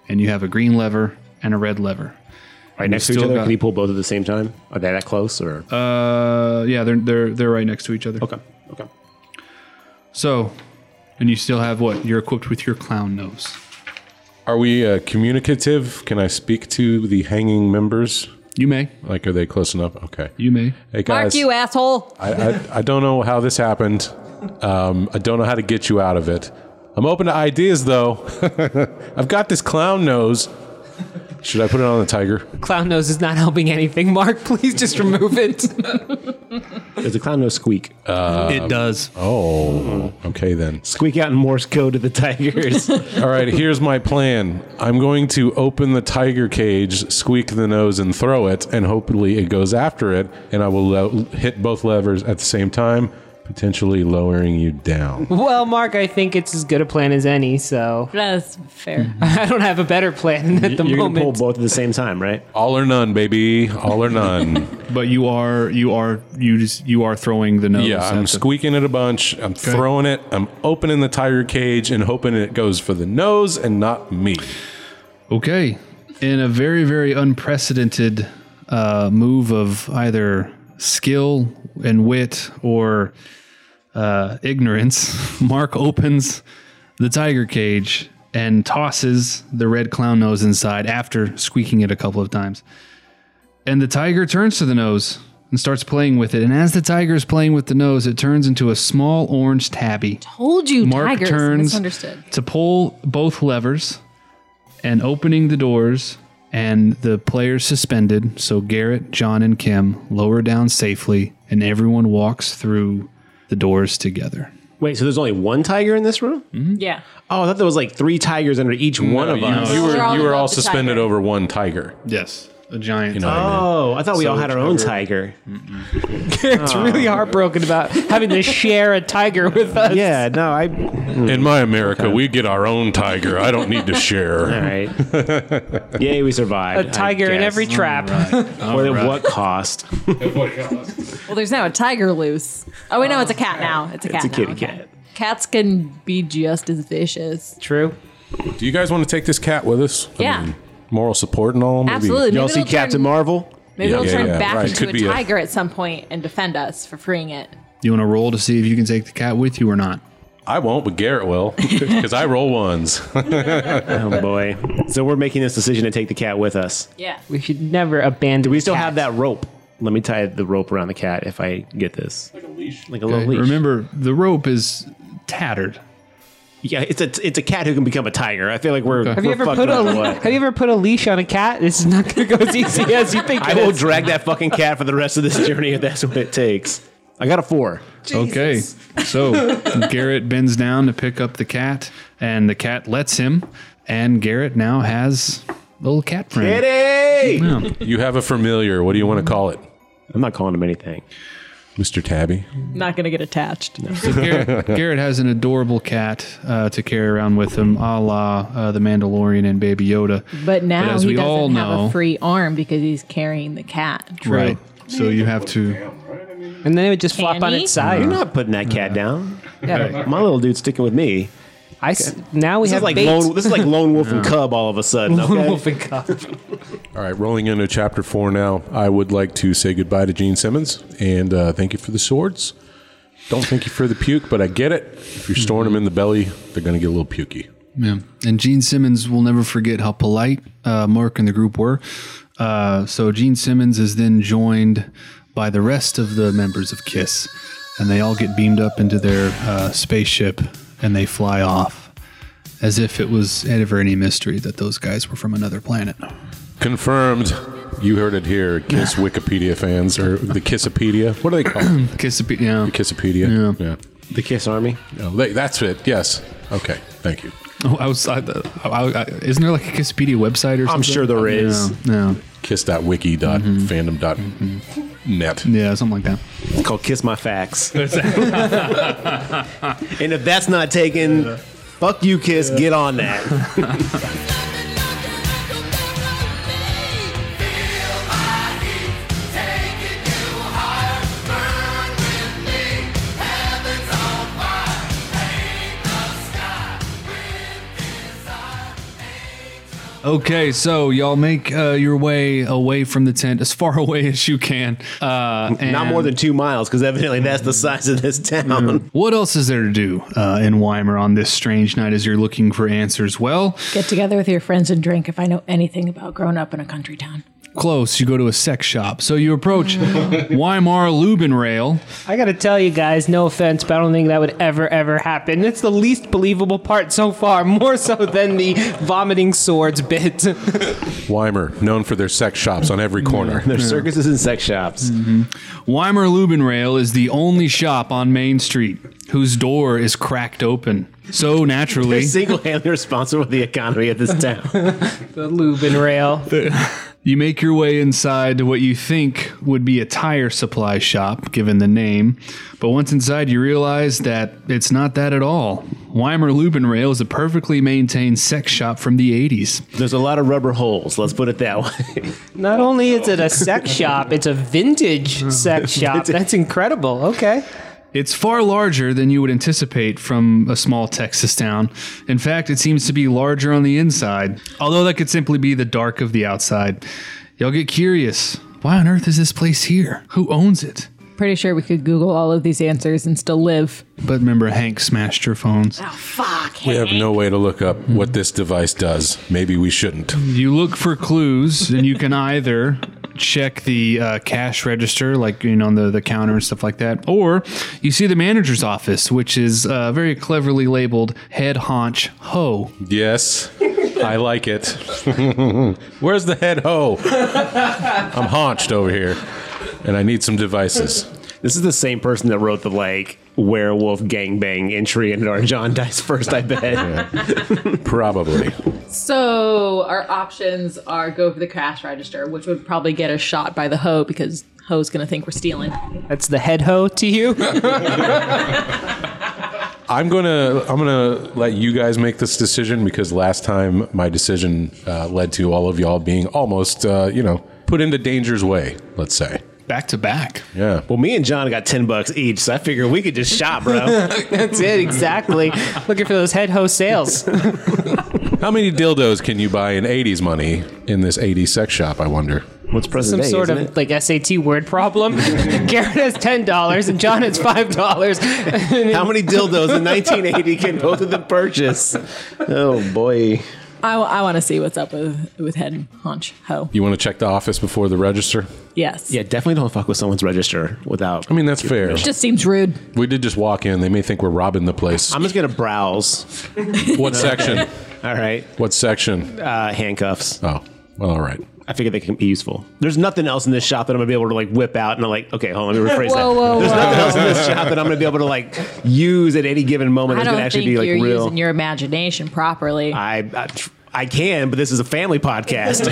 S5: And you have a green lever and a red lever.
S2: Right next to each
S5: still
S2: other.
S5: got-
S2: Can you pull both at the same time? Are they that close or?
S5: Uh, yeah, they're, they're, they're right next to each other.
S2: okay. Okay.
S5: So, and you still have what? You're equipped with your clown nose.
S1: Are we uh, communicative? Can I speak to the hanging members?
S5: You may.
S1: Like, are they close enough? Okay.
S5: You may.
S1: Hey, guys.
S3: asshole.
S1: I, I, I don't know how this happened. Um, I don't know how to get you out of it. I'm open to ideas, though. I've got this clown nose. Should I put it on the tiger?
S4: Clown nose is not helping anything. Mark, please just remove it.
S2: Does the clown nose squeak?
S5: it does.
S1: Oh, okay then.
S2: Squeak out in Morse code to the tigers.
S1: All right, here's my plan. I'm going to open the tiger cage, squeak the nose, and throw it, and hopefully it goes after it, and I will lo- hit both levers at the same time. potentially lowering you down.
S4: Well, Mark, I think it's as good a plan as any, so
S3: That's fair.
S4: I don't have a better plan at the
S2: You're gonna pull
S4: moment.
S2: both at the same time, right?
S1: All or none, baby. All or none.
S5: But you are you are you just you are throwing the nose.
S1: Yeah,
S5: at
S1: I'm
S5: the-
S1: squeaking it a bunch. I'm throwing it. I'm opening the tiger cage and hoping it goes for the nose and not me.
S5: Okay. In a very, very unprecedented uh, move of either skill and wit or uh, ignorance, Mark opens the tiger cage and tosses the red clown nose inside after squeaking it a couple of times. And the tiger turns to the nose and starts playing with it. And as the tiger is playing with the nose, it turns into a small orange tabby.
S3: Told you,
S5: Mark
S3: tigers.
S5: turns
S3: Misunderstood.
S5: to pull both levers and opening the doors and the players suspended so garrett john and kim lower down safely and everyone walks through the doors together
S2: Wait, so there's only one tiger in this room?
S3: Yeah.
S2: Oh, I thought there was like three tigers under each one of
S1: you,
S2: us.
S1: you
S3: We're
S1: were
S3: all
S1: you were
S3: about
S1: all
S3: the
S1: suspended
S3: tiger.
S1: over one tiger.
S5: yes a giant
S1: You know what I mean?
S2: Oh, I thought we all had our own tiger.
S4: it's really heartbroken about having to share a tiger with us.
S2: Yeah, no, I. All
S1: Oh. In my America, we get our own tiger. I don't need to share.
S2: right. Yay, we survived.
S4: A
S2: I
S4: tiger in
S2: guess.
S4: every trap.
S2: Or at what cost?
S3: Well, there's now a tiger loose. Oh, wait, no, it's a cat now. It's a
S2: It's
S3: cat.
S2: a
S3: now,
S2: kitty
S3: okay.
S2: cat.
S3: Cats can be just as vicious.
S4: True.
S1: Do you guys want to take this cat with us? I
S3: Yeah.
S1: mean, moral support and all. Maybe.
S3: Absolutely.
S2: Y'all
S3: Maybe
S2: see
S3: it'll turn-
S2: Captain Marvel?
S3: Maybe
S1: Yeah,
S3: it'll
S1: yeah,
S3: turn
S1: yeah,
S3: back
S1: right.
S3: into
S1: Could be
S3: a
S1: a-
S3: tiger at some point and defend us for freeing it.
S5: you want to roll to see if you can take the cat with you or not
S1: I won't, but Garrett will because I roll ones.
S2: Oh boy! So we're making this decision to take the cat with us.
S3: Yeah.
S4: We should never abandon.
S2: Do we still have that rope? Let me tie the rope around the cat if I get this. Like a leash. Like a little leash.
S5: remember the rope is tattered
S2: Yeah, it's a it's a cat who can become a tiger. I feel like we're.
S4: Have you ever put a Have you ever put a leash on a cat? This is not going to go as easy as you think.
S2: I
S4: it
S2: will
S4: is.
S2: drag that fucking cat for the rest of this journey if that's what it takes. I got a four.
S5: Okay. So Garrett bends down to pick up the cat, and the cat lets him. And Garrett now has a little cat friend.
S2: Kitty!
S5: Yeah.
S1: you have a familiar. What do you want to call it,
S2: I'm not calling him anything.
S1: Mister Tabby?
S3: Not going to get attached.
S5: So Garrett, Garrett has an adorable cat uh, to carry around with him, a la uh, the Mandalorian and Baby Yoda.
S3: But now
S5: as
S3: he
S5: we
S3: doesn't
S5: all
S3: have
S5: know-
S3: a free arm because he's carrying the cat.
S5: Right. So you have to.
S4: and then it would just flop on
S3: Can he?
S4: its side.
S2: You're not putting that cat down.
S4: Yeah.
S2: My little dude's sticking with me.
S4: I s- now we
S2: This
S4: have
S2: is like
S4: bait.
S2: lone, this is like lone wolf and cub all of a sudden.
S4: Lone
S2: Okay?
S4: wolf and cub.
S1: All right, rolling into chapter four now. I would like to say goodbye to Gene Simmons and uh, thank you for the swords. Don't thank you for the puke, but I get it. If you're storing them in the belly, they're going to get a little pukey.
S5: Yeah. And Gene Simmons will never forget how polite uh, Mark and the group were. Uh, so Gene Simmons is then joined by the rest of the members of Kiss, and they all get beamed up into their uh, spaceship and they fly off as if it was ever any mystery that those guys were from another planet.
S1: Confirmed. You heard it here, Kiss Wikipedia fans or the Kissopedia. What do they call it?
S5: Kiss, yeah.
S1: Kissopedia. Yeah.
S2: The Kiss Army.
S1: No, they- that's it. Yes. Okay. Thank you.
S5: Oh, I was. I, I, I, isn't there like a Kissopedia website or something?
S2: I'm sure there is.
S5: No, no.
S1: Kiss.wiki.fandom.net.
S5: yeah, something like that.
S2: It's called Kiss My Facts. and if that's not taken, fuck you, Kiss. Get on that.
S5: Okay, so y'all make uh, your way away from the tent as far away as you can. Uh, and
S2: Not more than two miles, because evidently
S4: Mm-hmm.
S2: that's the size of this town.
S5: What else is there to do uh, in Weimar on this strange night as you're looking for answers? Well,
S3: Get together with your friends and drink if I know anything about growing up in a country town.
S5: close. You go to a sex shop. So you approach Weimar Lubin Rail.
S4: I gotta tell you guys, no offense, but I don't think that would ever, ever happen. It's the least believable part so far, more so than the vomiting swords bit.
S1: Weimer, known for their sex shops on every corner.
S2: There's circuses and sex shops.
S4: Mm-hmm.
S5: Weimar Lubin Rail is the only shop on Main Street whose door is cracked open. So naturally,
S2: Single handedly responsible for the economy of this town.
S4: the Lubin rail.
S5: You make your way inside to what you think would be a tire supply shop, given the name. But once inside, you realize that it's not that at all. Weimer Loop and Rail is a perfectly maintained sex shop from the 80s.
S2: There's a lot of rubber holes. Let's put it that way.
S4: Not only is it a sex shop, it's a vintage sex shop. That's incredible. Okay.
S5: It's far larger than you would anticipate from a small Texas town. In fact, it seems to be larger on the inside, although that could simply be the dark of the outside. Y'all get curious. Why on earth is this place here? Who owns it?
S3: Pretty sure we could Google all of these answers and still live.
S5: But remember, Hank smashed her phones.
S1: We have no way to look up what this device does. Maybe we shouldn't.
S5: You look for clues, and you can either check the uh, cash register, like you know, on the, the counter and stuff like that, or you see the manager's office, which is uh, very cleverly labeled head haunch ho.
S1: Yes, I like it. Where's the head hoe? I'm haunched over here, and I need some devices.
S2: This is the same person that wrote the like werewolf gangbang entry in our John Dice first, I bet.
S1: Probably.
S3: So our options are go for the cash register, which would probably get us shot by the hoe because hoe's gonna think we're stealing.
S4: That's the head hoe to you.
S1: I'm gonna I'm gonna let you guys make this decision because last time my decision uh, led to all of y'all being almost uh, you know put into danger's way. Let's say.
S5: Back to back.
S1: Yeah.
S2: Well, me and John got 10 bucks each, so I figure we could just shop, bro.
S4: That's it, exactly. Looking for those head hoe sales.
S1: How many dildos can you buy in 80s money in this 80s sex shop? I wonder.
S2: What's present
S4: Some
S2: day,
S4: sort of
S2: isn't it?
S4: like SAT word problem. Garrett has ten dollars and John has five dollars.
S2: How many dildos in 1980 can both of them purchase? Oh, boy.
S3: I, I want to see what's up with with head haunch hoe.
S1: You want to check the office before the register?
S3: Yes.
S2: Yeah, definitely don't fuck with someone's register without.
S1: I mean that's fair.
S3: Just seems rude.
S1: We did just walk in. They may think we're robbing the place.
S2: I'm just going to browse.
S1: What section?
S2: All right.
S1: What section?
S2: Uh, handcuffs.
S1: Oh, well, all right.
S2: I figure they can be useful. There's nothing else in this shop that I'm gonna be able to like whip out and I'm like, okay, hold on, let me rephrase
S3: Whoa,
S2: that.
S3: whoa,
S2: There's
S3: whoa.
S2: nothing else in this shop that I'm gonna be able to like use at any given moment
S3: I
S2: that's
S3: don't
S2: gonna actually
S3: think
S2: be like
S3: you're
S2: real.
S3: using your imagination properly.
S2: I, I I can, but this is a family podcast.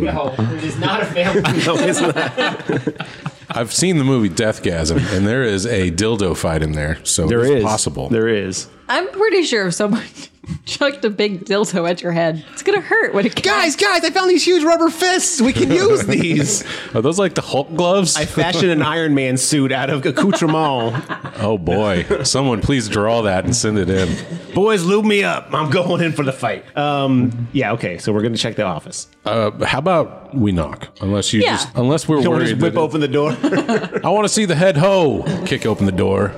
S4: No, it is not a family.
S2: no, it's not.
S1: I've seen the movie Deathgasm, and there is a dildo fight in there, so
S2: There
S1: it's
S2: is
S1: possible.
S2: There is.
S3: I'm pretty sure if someone chucked a big dildo at your head, it's gonna hurt when it
S2: Guys, guys, I found these huge rubber fists. We can use these.
S1: Are those like the Hulk gloves?
S2: I fashioned an Iron Man suit out of accoutrement.
S1: oh boy! Someone please draw that and send it in.
S2: Boys, lube me up. I'm going in for the fight. Um, yeah, okay. So we're gonna check the office.
S1: Uh, how about we knock? Unless you
S3: Yeah.
S1: just unless we're
S2: Don't wanna
S1: worried.
S2: just whip
S1: that it-
S2: open the door.
S1: I want to see the head hoe. Kick open the door.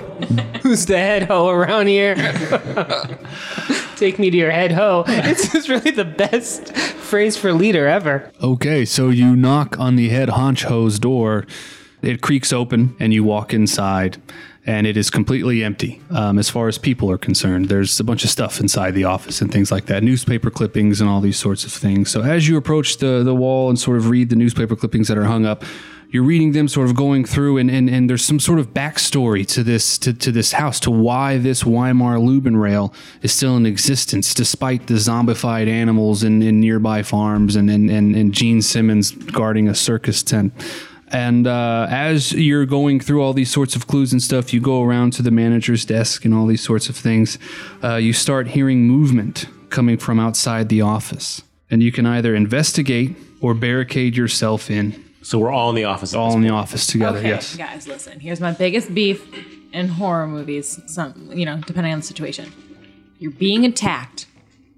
S4: Who's the head hoe around here? Take me to your head hoe. This is really the best phrase for leader ever.
S5: Okay, so you knock on the head honcho ho's door. It creaks open, and you walk inside, and it is completely empty um, as far as people are concerned. There's a bunch of stuff inside the office and things like that newspaper clippings and all these sorts of things. So, as you approach the, the wall and sort of read the newspaper clippings that are hung up, you're reading them sort of going through and, and, and there's some sort of backstory to this to, to this house to why this Weimar Lubin rail is still in existence despite the zombified animals in, in nearby farms and, and, and, and Gene Simmons guarding a circus tent. And uh, as you're going through all these sorts of clues and stuff, you go around to the manager's desk and all these sorts of things. Uh, you start hearing movement coming from outside the office. And you can either investigate or barricade yourself in
S2: so we're all in the office.
S5: all in the office together.
S3: Okay,
S5: Yes.
S3: guys, listen. Here's my biggest beef in horror movies. Some, you know, depending on the situation, you're being attacked.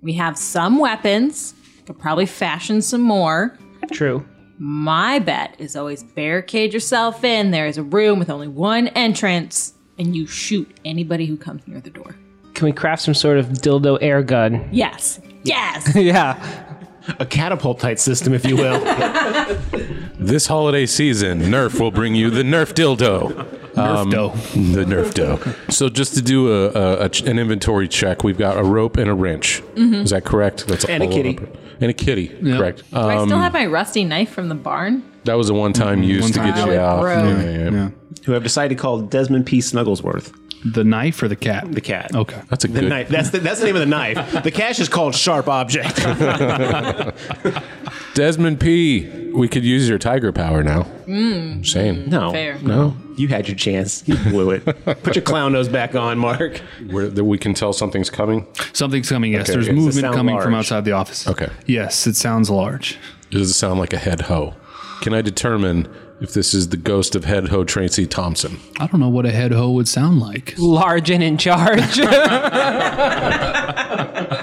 S3: We have some weapons. Could probably fashion some more.
S4: True.
S3: My bet is always barricade yourself in. There is a room with only one entrance, and you shoot anybody who comes near the door.
S4: Can we craft some sort of dildo air gun?
S3: Yes. Yes.
S4: Yeah.
S2: a catapult type system, if you will.
S1: This holiday season, Nerf will bring you the Nerf dildo.
S2: Um,
S5: Nerf dough.
S1: The Nerf dough. So just to do a, a, a ch- an inventory check, we've got a rope and a wrench. Is that correct? That's
S2: Mm-hmm. And a
S1: all
S2: kitty.
S1: of it. And a kitty. Correct.
S3: Do
S1: Uh,
S3: I
S4: Um,
S3: still have my rusty knife from the barn.
S1: that was a Mm-hmm. one-time use to
S5: One-time.
S1: get you
S3: Oh, it
S1: out.
S3: broke.
S1: Yeah, yeah, yeah.
S2: who I've decided to call Desmond P. Snugglesworth,
S5: The knife or the cat?
S2: the cat.
S5: Okay.
S1: That's a
S2: The
S1: good.
S2: knife. That's the, that's the name of the knife. The cash is called Sharp Object.
S1: Desmond P. we could use your tiger power now. Mm. Shane,
S2: No.
S3: Fair.
S2: No. You had your chance. You blew it. Put your clown nose back on, Mark.
S1: We're, that we can tell something's coming.
S5: Something's coming. Yes,
S1: Okay,
S5: there's
S1: okay. Does
S2: it
S5: movement
S2: sound
S5: coming from
S2: large?
S5: outside the office.
S1: Okay.
S5: Yes, it sounds large.
S1: Does it sound like a head ho? Can I determine if this is the ghost of head ho Tracy Thompson?
S5: I don't know what a head hoe would sound like.
S4: Large and in charge.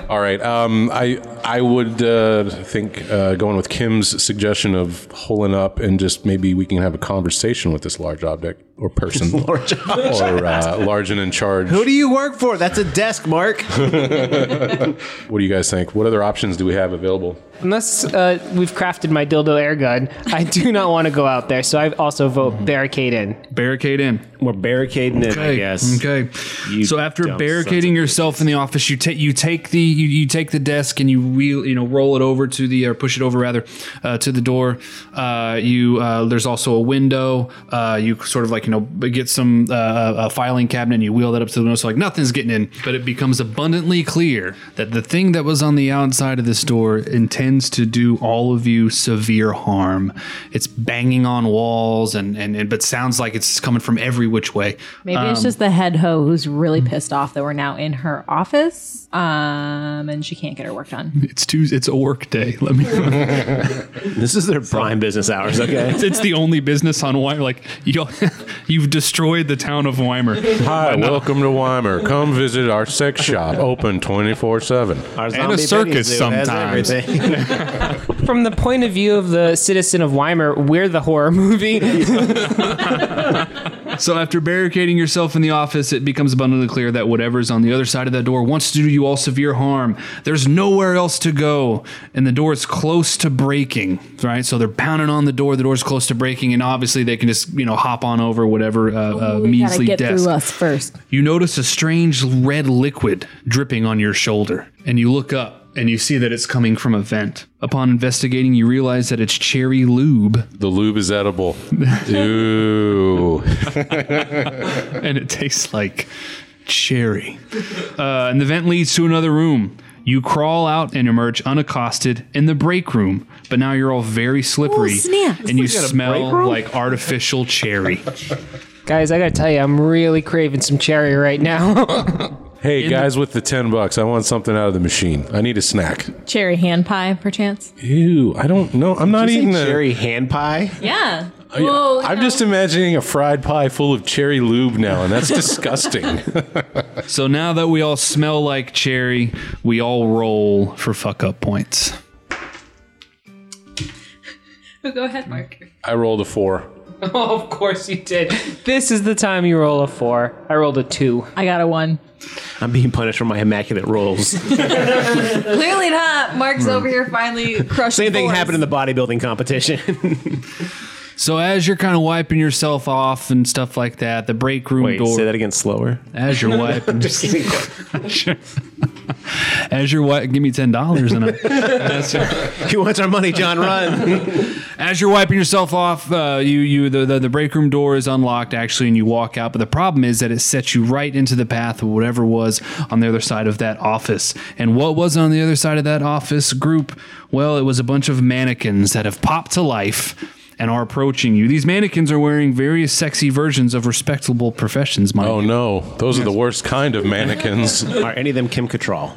S1: All right. Um, I I would uh, think uh, going with Kim's suggestion of holing up and just maybe we can have a conversation with this large object or person large or uh, large and in charge.
S2: Who do you work for? That's a desk, Mark.
S1: What do you guys think? What other options do we have available?
S4: Unless uh, we've crafted my dildo air gun, I do not want to go out there. So I also vote barricade in.
S5: Barricade in.
S2: We're barricading it, I guess.
S5: Okay.
S2: You
S5: so after
S2: dumb
S5: barricading
S2: sons of
S5: yourself in the office, you take you take the you, you take the desk and you wheel you know roll it over to the or push it over rather uh, to the door. Uh, you uh, there's also a window. Uh, you sort of like you know get some uh, a filing cabinet and you wheel that up to the window. So like nothing's getting in, but it becomes abundantly clear that the thing that was on the outside of this door intends to do all of you severe harm. It's banging on walls and and, and but sounds like it's coming from every which way.
S3: Maybe it's just the head hoe who's really pissed off that we're now in her office, um, and she can't get her work done.
S5: It's Tuesday. It's a work day. Let me.
S2: This is their prime business hours, okay?
S5: it's the only business on Weimer. Like you, don't, you've destroyed the town of Weimer.
S1: Hi, welcome to Weimer. Come visit our sex shop, open twenty four seven.
S2: Our
S5: And a
S2: zombie
S5: circus
S2: video zoo has
S5: sometimes.
S2: everything.
S4: From the point of view of the citizen of Weimar, we're the horror movie.
S5: So after barricading yourself in the office, it becomes abundantly clear that whatever's on the other side of that door wants to do you all severe harm. There's nowhere else to go, and the door is close to breaking. Right, so they're pounding on the door. The door's close to breaking, and obviously they can just you know hop on over whatever uh, uh,
S3: we gotta
S5: measly
S3: get
S5: desk.
S3: through us first.
S5: You notice a strange red liquid dripping on your shoulder, and you look up and you see that it's coming from a vent. Upon investigating, you realize that it's cherry lube,
S1: The lube is edible. Ooh.
S5: and it tastes like cherry. Uh, and the vent leads to another room. You crawl out and emerge unaccosted in the break room, but now you're all very slippery,
S3: Ooh, snap.
S5: and you
S3: We got a
S5: smell
S4: break room?
S5: like artificial cherry.
S4: Guys, I gotta tell you, I'm really craving some cherry right now.
S1: Hey guys, with the ten bucks, I want something out of the machine. I need a snack.
S3: Cherry hand pie, perchance.
S1: Ew, I don't know. I'm not
S2: You
S1: eating
S5: uh,
S2: say
S1: the.
S2: cherry hand pie?
S3: Yeah.
S1: Yeah. I'm just imagining a fried pie full of cherry lube now, and that's disgusting.
S5: so now that we all smell like cherry, we all roll for fuck up points.
S3: Go ahead, Mark.
S1: I rolled a four.
S4: oh, of course you did. This is the time you roll a four. I rolled a two.
S3: I got a one.
S2: I'm being punished for my immaculate rolls.
S3: Clearly not. Mark's over here finally crushing.
S2: Same thing happened in the bodybuilding competition.
S5: So as you're kind of wiping yourself off and stuff like that, the break room door.
S2: again slower.
S5: As you're wiping,
S2: Just kidding.
S5: as you're wiping, give me ten dollars and I-
S2: he wants our money, John. Run.
S5: as you're wiping yourself off, uh, you you the, the the break room door is unlocked actually, and you walk out. But the problem is that it sets you right into the path of whatever was on the other side of that office. And what was on the other side of that office group? Well, it was a bunch of mannequins that have popped to life. And are approaching you. These mannequins are wearing various sexy versions of respectable professions, mind
S1: Oh
S5: you.
S1: no, those are the worst kind of mannequins.
S2: Are any of them Kim Cattrall?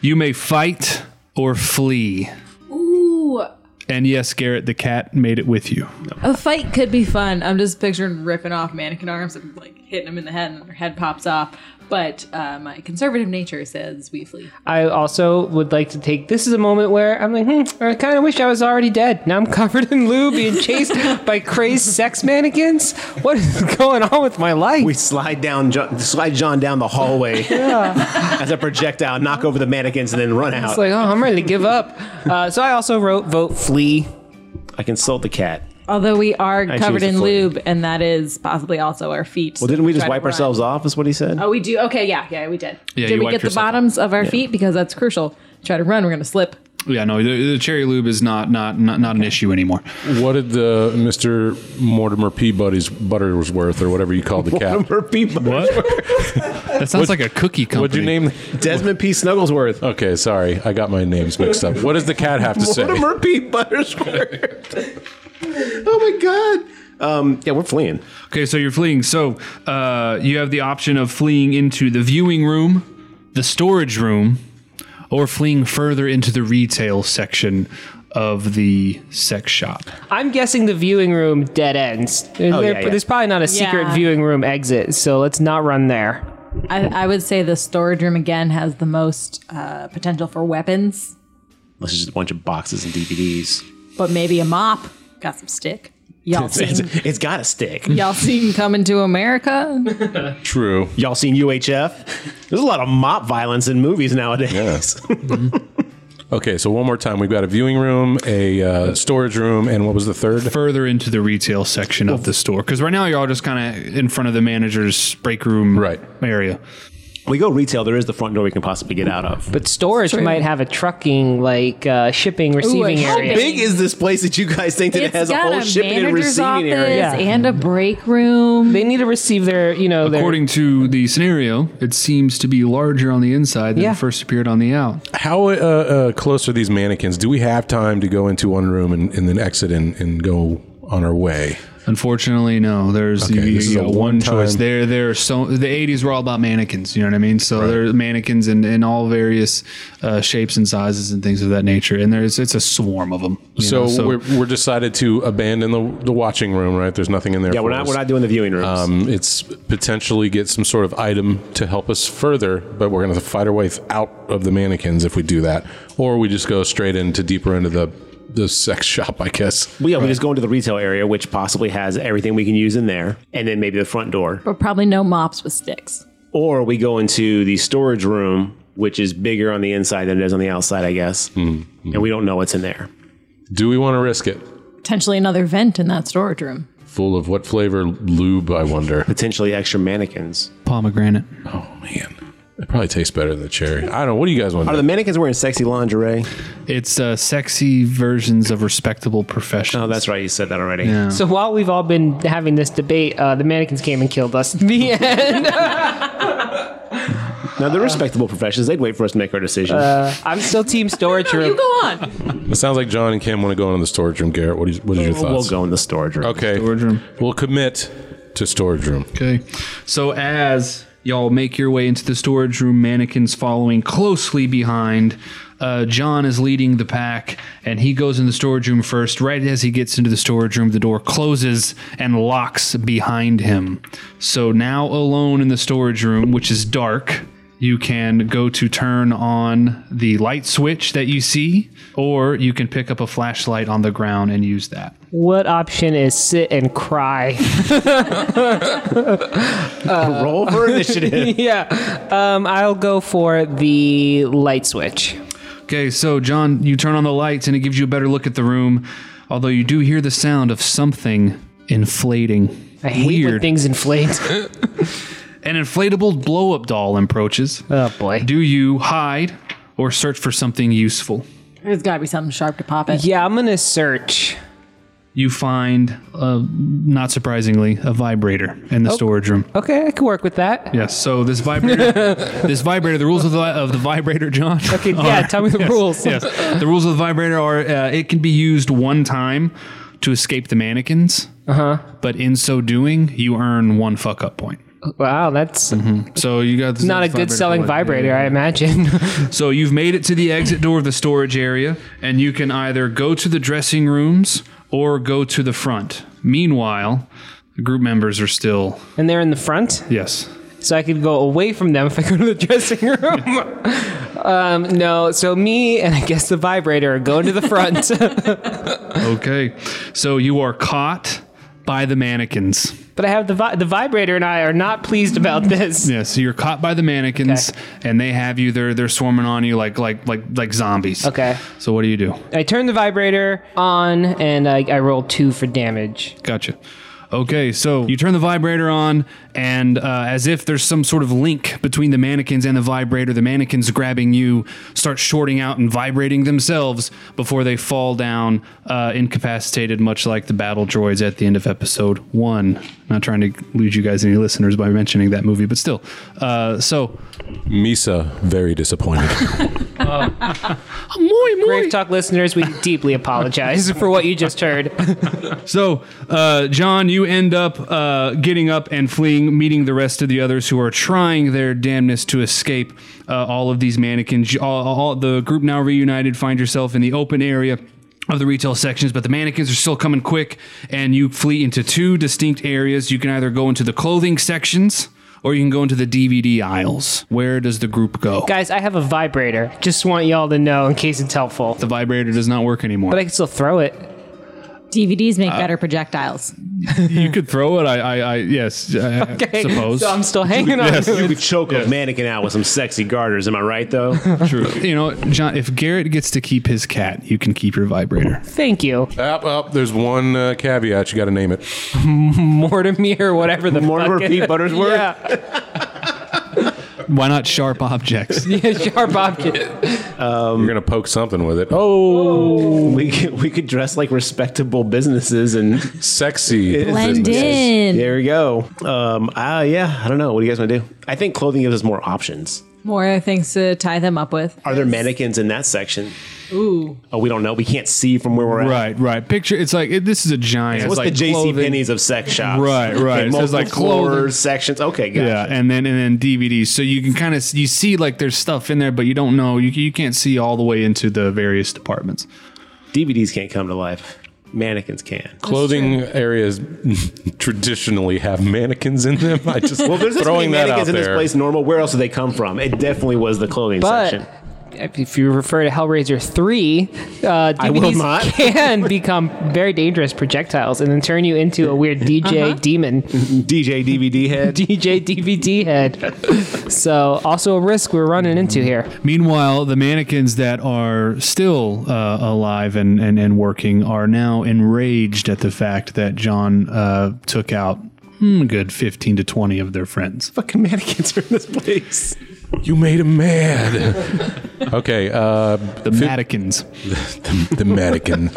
S5: You may fight or flee.
S3: Ooh,
S5: And yes, Garrett the cat made it with you.
S3: a fight could be fun. I'm just picturing ripping off mannequin arms and like hitting them in the head, and their head pops off. But uh, my conservative nature says we flee.
S4: I also would like to take this is a moment where I'm like, hmm, I kind of wish I was already dead. Now I'm covered in lube, being chased by crazed sex mannequins. What is going on with my life?
S2: We slide down, John, slide John down the hallway as a projectile, knock over the mannequins, and then run out.
S4: It's like, oh, I'm ready to give up. Uh, so I also wrote vote flee.
S2: I consult the cat.
S3: Although we are
S2: choose
S3: covered
S2: to
S3: in
S2: flee.
S3: lube, and that is possibly also our feet.
S2: Well, didn't we just wipe ourselves off? Is what he said.
S3: Oh, we do. Okay, yeah, yeah, we did.
S5: Yeah,
S3: did
S5: you
S3: we
S5: wiped
S3: get the
S5: yourself off.
S3: bottoms of our feet because that's crucial? Try to run, we're gonna slip.
S5: Yeah, no, the, the cherry lube is not not not, not an issue anymore.
S1: What did the Mr. Mortimer Peabody's Buttersworth or whatever you called the cat?
S5: That sounds like a cookie company.
S1: What'd you name?
S2: Desmond P. Snugglesworth.
S1: Okay, sorry, I got my names mixed up. What does the cat have to say?
S2: Mortimer P. Buttersworth. oh my God. Um, yeah, we're fleeing.
S5: Okay, so you're fleeing. So uh, you have the option of fleeing into the viewing room, the storage room, or fleeing further into the retail section of the sex shop.
S4: I'm guessing the viewing room dead ends. There-
S2: Oh, yeah,
S4: there-
S2: yeah.
S4: There's probably not a secret
S3: Yeah.
S4: viewing room exit, so let's not run there.
S3: I, I would say the storage room again has the most uh, potential for weapons,
S2: This is just a bunch of boxes and DVDs.
S3: but maybe a mop. Got some stick. Y'all
S2: It's,
S3: seen,
S2: it's got a stick.
S3: y'all seen coming to America?
S1: True.
S2: Y'all seen UHF? There's a lot of mop violence in movies nowadays.
S1: Okay, so one more time, we've got a viewing room, a uh, storage room, and what was the third?
S5: Further into the retail section of the store, because right now you're all just kind of in front of the manager's break room
S1: Right.
S5: area.
S2: we go retail. There is the front door we can possibly get out of.
S4: But storage
S3: True.
S4: might have a trucking, like uh, shipping, receiving
S3: how
S4: area.
S3: big-
S2: big is this place that you guys think that it
S3: It's
S2: has a
S3: got
S2: whole shipping and
S3: manager's
S2: receiving
S3: office
S2: area?
S4: Yeah.
S3: and a break room.
S4: They need to receive their, you know, their
S5: According to the scenario, it seems to be larger on the inside than
S4: Yeah.
S5: it first appeared on the out.
S1: How uh, uh, close are these mannequins? Do we have time to go into one room and, and then exit and, and go on our way?
S5: Unfortunately, no. There's you,
S1: this
S5: you
S1: is a
S5: got one
S1: one-time-
S5: choice. There, there are so the '80s were all about mannequins. You know what I mean? So there's mannequins in, in all various uh, shapes and sizes and things of that nature. And there's it's a swarm of them. you
S1: So,
S5: know?
S1: we're, we're decided to abandon the, the watching room, right? There's nothing in there.
S2: Yeah, we're
S1: for
S2: not
S1: us.
S2: we're not doing the viewing rooms.
S1: Um, it's potentially get some sort of item to help us further, but we're going to fight our way th- out of the mannequins if we do that, or we just go straight into deeper into the the sex shop, I guess.
S2: Well, yeah, we just go into the retail area, which possibly has everything we can use in there, and then maybe the front door.
S3: But probably no mops with sticks.
S2: Or we go into the storage room, which is bigger on the inside than it is on the outside, I guess.
S1: Hmm,
S2: And we don't know what's in there.
S1: Do we want to risk it?
S3: Potentially another vent in that storage room.
S1: Full of what flavor lube? I wonder.
S2: Potentially extra mannequins.
S5: pomegranate.
S1: Oh man, it probably tastes better than the cherry. I don't know. What do you guys want?
S2: Are
S1: to
S2: the
S1: do?
S2: mannequins wearing sexy lingerie?
S5: It's uh, sexy versions of respectable professions.
S2: Oh, that's right. You said that already.
S4: So while we've all been having this debate, uh, the mannequins came and killed us. The end.
S2: Now, they're respectable professions. They'd wait for us to make our decision.
S4: I'm still team storage room.
S3: go on.
S1: It sounds like John and Kim want to go into the storage room. Garrett, what is what are your
S2: we'll
S1: thoughts?
S2: go in the storage room.
S1: Okay,
S5: Storage room.
S1: We'll commit to storage room.
S5: Okay. So as y'all make your way into the storage room, mannequins following closely behind. Uh, John is leading the pack, and he goes in the storage room first. Right as he gets into the storage room, the door closes and locks behind him. So now alone in the storage room, which is dark, you can go to turn on the light switch that you see, or you can pick up a flashlight on the ground and use that.
S4: What option is sit and cry?
S2: Uh, Roll for initiative.
S4: yeah, um, I'll go for the light switch.
S5: Okay, so John, you turn on the lights and it gives you a better look at the room, although you do hear the sound of something inflating.
S4: I hate when things inflate.
S5: An inflatable blow up doll approaches.
S4: oh boy.
S5: do you hide or search for something useful?
S3: There's got to be something sharp to pop it.
S4: Yeah, I'm gonna search.
S5: You find, uh, not surprisingly, a vibrator in the storage room.
S4: Oh. Okay, I can work with that.
S5: Yes. So this vibrator, this vibrator, the rules of the, of the vibrator, John.
S4: Okay, yeah, tell me the rules.
S5: Oh. Yes. The rules of the vibrator are uh, it can be used one time to escape the mannequins. Uh
S4: Uh-huh.
S5: huh. But in so doing, you earn one fuck up point.
S4: Wow, that's
S5: So you got this
S4: not a good selling vibrator, I imagine.
S5: So you've made it to the exit door of the storage area, and you can either go to the dressing rooms or go to the front. Meanwhile, the group members are still
S4: and they're in the front,
S5: yes.
S4: so I could go away from them if I go to the dressing room. um, no, so me and I guess the vibrator are going to the front.
S5: Okay. So you are caught by the mannequins.
S4: But I have the vi- the vibrator, and I are not pleased about this.
S5: Yeah, so you're caught by the mannequins,
S4: Okay.
S5: and they have you. They're they're swarming on you like like like like zombies.
S4: Okay.
S5: So what do you do?
S4: I turn the vibrator on, and I, I roll two for damage.
S5: Gotcha. Okay, so you turn the vibrator on, And uh, as if there's some sort of link between the mannequins and the vibrator, the mannequins grabbing you start shorting out and vibrating themselves before they fall down uh, incapacitated, much like the battle droids at the end of episode one. Not trying to lose you guys any listeners by mentioning that movie, but still. Uh, so,
S1: Misa, very disappointed.
S4: Grave Talk listeners, we deeply apologize for what you just heard.
S5: So, uh, John, you end up uh, getting up and fleeing, meeting the rest of the others who are trying their damnness to escape uh, all of these mannequins. All, all the group now reunited. Find yourself in the open area. Of the retail sections, but the mannequins are still coming quick, and you flee into two distinct areas. You can either go into the clothing sections or you can go into the DVD aisles. Where does the group go?
S4: Guys, I have a vibrator. Just want y'all to know in case it's helpful.
S5: The vibrator does not work anymore.
S4: But I can still throw it.
S3: DVDs
S1: Uh,
S3: make better projectiles.
S5: you could throw it. I, I, I yes, I, I
S4: Okay,
S5: suppose.
S4: So I'm still hanging on to it.
S2: You could choke a mannequin out with some sexy garters. Am I right, though?
S5: True. You know, John, if Garrett gets to keep his cat, you can keep your vibrator.
S4: Thank you,
S1: up, up. There's one uh, caveat. You got to name it.
S4: Mortimer, whatever the
S2: Mortimer
S4: fuck it-
S2: Pete Buttersworth?
S4: Yeah,
S5: Why not sharp objects?
S4: yeah sharp object.
S1: You're gonna poke something with it. Oh,
S2: we could, we could dress like respectable businesses and
S1: sexy.
S3: Blend
S1: businesses.
S3: in.
S2: there we go. Um, uh, yeah, I don't know. What do you guys want to do? I think clothing gives us more options.
S3: More things to tie them up with.
S2: Are there mannequins in that section? Ooh. Oh, we don't know. We can't see from where we're at.
S5: right, right. Picture it's like it, this is a giant.
S2: What's
S5: it's like
S2: the JC
S5: clothing-
S2: Penney's of sex shops?
S5: Right, right.
S2: Okay,
S5: So it's
S2: multiple
S5: like
S2: floors,
S5: clothing.
S2: sections. Okay, gotcha.
S5: Yeah, and then and then DVDs. So you can kind of you see like there's stuff in there, but you don't know. You you can't see all the way into the various departments.
S2: DVDs can't come to life. Mannequins can.
S1: Clothing areas traditionally have mannequins in them. I just well,
S2: There's this
S1: throwing
S2: many
S1: that out
S2: mannequins in this
S1: there.
S2: place normal. Where else do they come from? It definitely was the clothing
S4: But
S2: section.
S4: if you refer to Hellraiser three, uh, DVDs
S2: I will not.
S4: can become very dangerous projectiles and then turn you into a weird
S2: Uh-huh.
S4: DJ demon,
S2: DJ DVD head.
S4: DJ DVD head. so also a risk we're running into here.
S5: Meanwhile, the mannequins that are still uh, alive and, and, and working are now enraged at the fact that John uh, took out hmm, a good 15 to 20 of their friends.
S2: Fucking mannequins are in this place.
S1: You made him mad. okay, uh,
S5: The mannequins.
S1: the, the mannequin.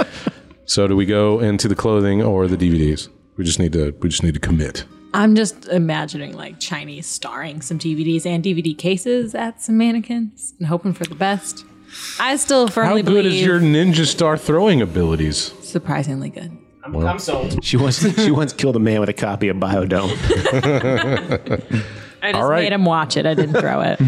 S1: so do we go into the clothing or the DVDs? We just need to. We just need to commit.
S3: I'm just imagining like Chinese starring some DVDs and DVD cases at some mannequins and hoping for the best. I still
S1: How
S3: firmly
S1: good
S3: believe
S1: is your ninja star throwing abilities?
S3: surprisingly good.
S2: She once she once killed a man with a copy of Biodome.
S3: I just
S1: All right.
S3: made him watch it. I didn't throw it.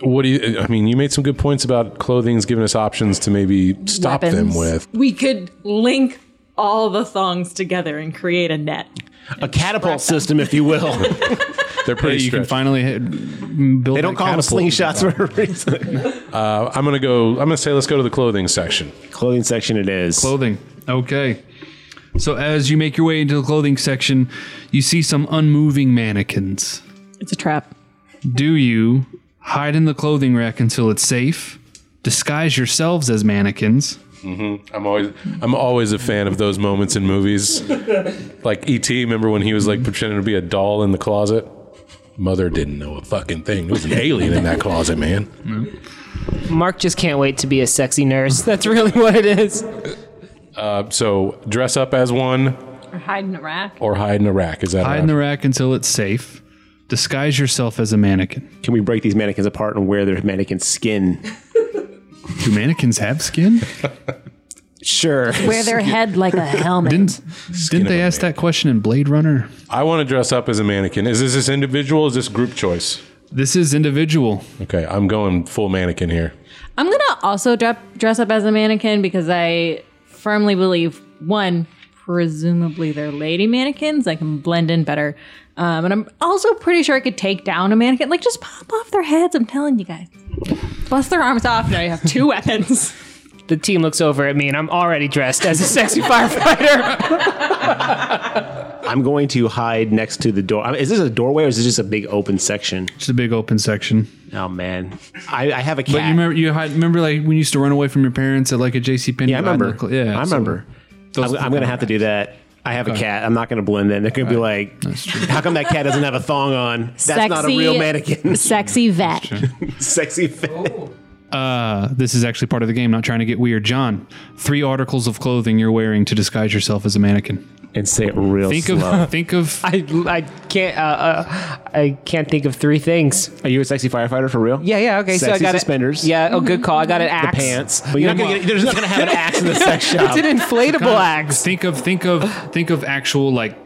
S1: What do you? I mean, you made some good points about clothing's giving us options to maybe stop them
S3: Weapons.
S1: with.
S3: We could link all the thongs together and create a net.
S2: a catapult system, if you will.
S1: They're pretty.
S5: You can
S1: stretched.
S5: finally hit, mm, build
S2: they don't
S5: that
S2: call them
S5: catapult.
S2: slingshots for a reason.
S1: Uh, I'm gonna go. I'm gonna say let's go to the clothing section.
S2: Clothing section it is.
S5: Clothing. Okay. So as you make your way into the clothing section, you see some unmoving mannequins.
S3: It's a trap.
S5: Do you hide in the clothing rack until it's safe? Disguise yourselves as mannequins.
S1: I'm always. I'm always a fan of those moments in movies, like ET. Remember when he was like pretending to be a doll in the closet? Mother didn't know a fucking thing. There was an alien in that closet, man.
S4: Mark just can't wait to be a sexy nurse. That's really what it is.
S1: So dress up as one
S3: Or hide in a rack.
S1: or hide in a rack. Is that
S5: Hide in the rack until it's safe. Disguise yourself as a mannequin.
S2: Can we break these mannequins apart and wear their mannequin skin?
S5: Do mannequins have skin?
S2: Sure.
S1: Oh,
S3: Wear their head like a helmet.
S5: Didn't didn't
S1: of
S5: they
S1: a
S5: ask that question in Blade Runner?
S1: I want to dress up as a mannequin. Is this, this individual? Or is this group choice?
S5: This is individual.
S1: Okay, I'm going full mannequin here.
S3: I'm gonna also dre- dress up as a mannequin because I firmly believe one, presumably they're lady mannequins. I can blend in better, um, and I'm also pretty sure I could take down a mannequin. Like just pop off their heads. I'm telling you guys, bust their arms off. Now you have two weapons.
S4: The team looks over at me and I'm already dressed as a sexy firefighter.
S2: I'm going to hide next to the door. I mean, Is this a doorway or is this just a big open section?
S5: It's a big open section.
S2: Oh man, I, I have a cat.
S5: But you remember you hide, remember like when you used to run away from your parents at like a JC Penney.
S2: yeah, I remember.
S5: Yeah,
S2: I
S5: so
S2: remember.
S5: those-
S2: I'm, I'm gonna have to do that. I have a cat. I'm not going to blend in. They're going to be like, how come that cat doesn't have a thong on? That's not a real mannequin.
S3: Sexy vet.
S2: Sexy fit.
S5: Uh, this is actually part of the game. Not trying to get weird, John. Three articles of clothing you're wearing to disguise yourself as a mannequin.
S2: And say it real
S5: Think
S2: slow.
S5: of think of
S4: I, I can't uh, uh, I can't think of three things.
S2: Are you a sexy firefighter for real?
S4: Yeah, yeah, okay. so I
S2: Sexy
S4: got it-
S2: suspenders.
S4: Yeah, oh, good call. I got an
S2: The
S4: axe.
S2: pants. But you're not gonna get, there's not going to have an axe in the sex shop.
S4: It's an inflatable axe.
S5: Think of think of think of actual like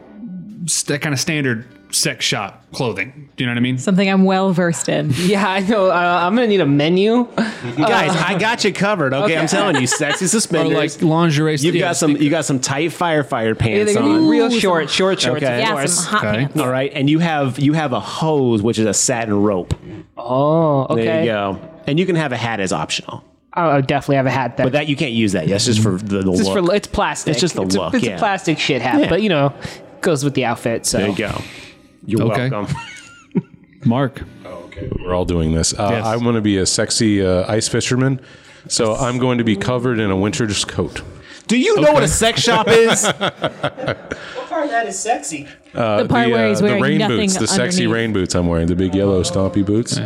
S5: st- kind of standard sex shop clothing. Do you know what I mean?
S3: Something I'm well versed in.
S4: Yeah, I know. Uh, I'm gonna need a menu.
S2: Guys, I got you covered. Okay, I'm telling you, sexy
S5: Or
S2: suspenders.
S5: like lingerie.
S2: You've
S5: yeah,
S2: got some.
S5: think-
S2: You got some tight firefighter
S4: Yeah,
S2: pants
S4: they're gonna
S2: on.
S4: be real
S3: Ooh, some-
S4: short, short shorts.
S2: Okay.
S4: of
S3: Yeah,
S4: course.
S3: some hot
S5: Okay.
S3: pants.
S2: All right, and you have you have a hose, which is a satin rope.
S4: Oh, okay.
S2: There you go. And you can have a hat as optional,
S4: I'll I'll definitely have a hat then.
S2: but that you can't use that. That's just for the, the
S4: it's just
S2: look.
S4: for it's plastic.
S2: It's just the
S4: it's
S2: look,
S4: A, it's
S2: yeah.
S4: a plastic shit hat,
S2: Yeah.
S4: but you know, goes with the outfit. So
S2: there you go. You're
S5: Okay.
S2: welcome.
S5: Mark.
S1: Okay, we're all doing this. Uh,
S5: Yes.
S1: I'm going to be a sexy uh, ice fisherman, so I'm going to be covered in a winter's coat.
S2: Do you know what a sex shop is?
S4: part of that is sexy.
S3: the part where he's
S1: Uh, the
S3: wearing
S1: rain
S3: nothing
S1: boots, the sexy
S3: underneath.
S1: rain boots I'm wearing, the big yellow stompy boots,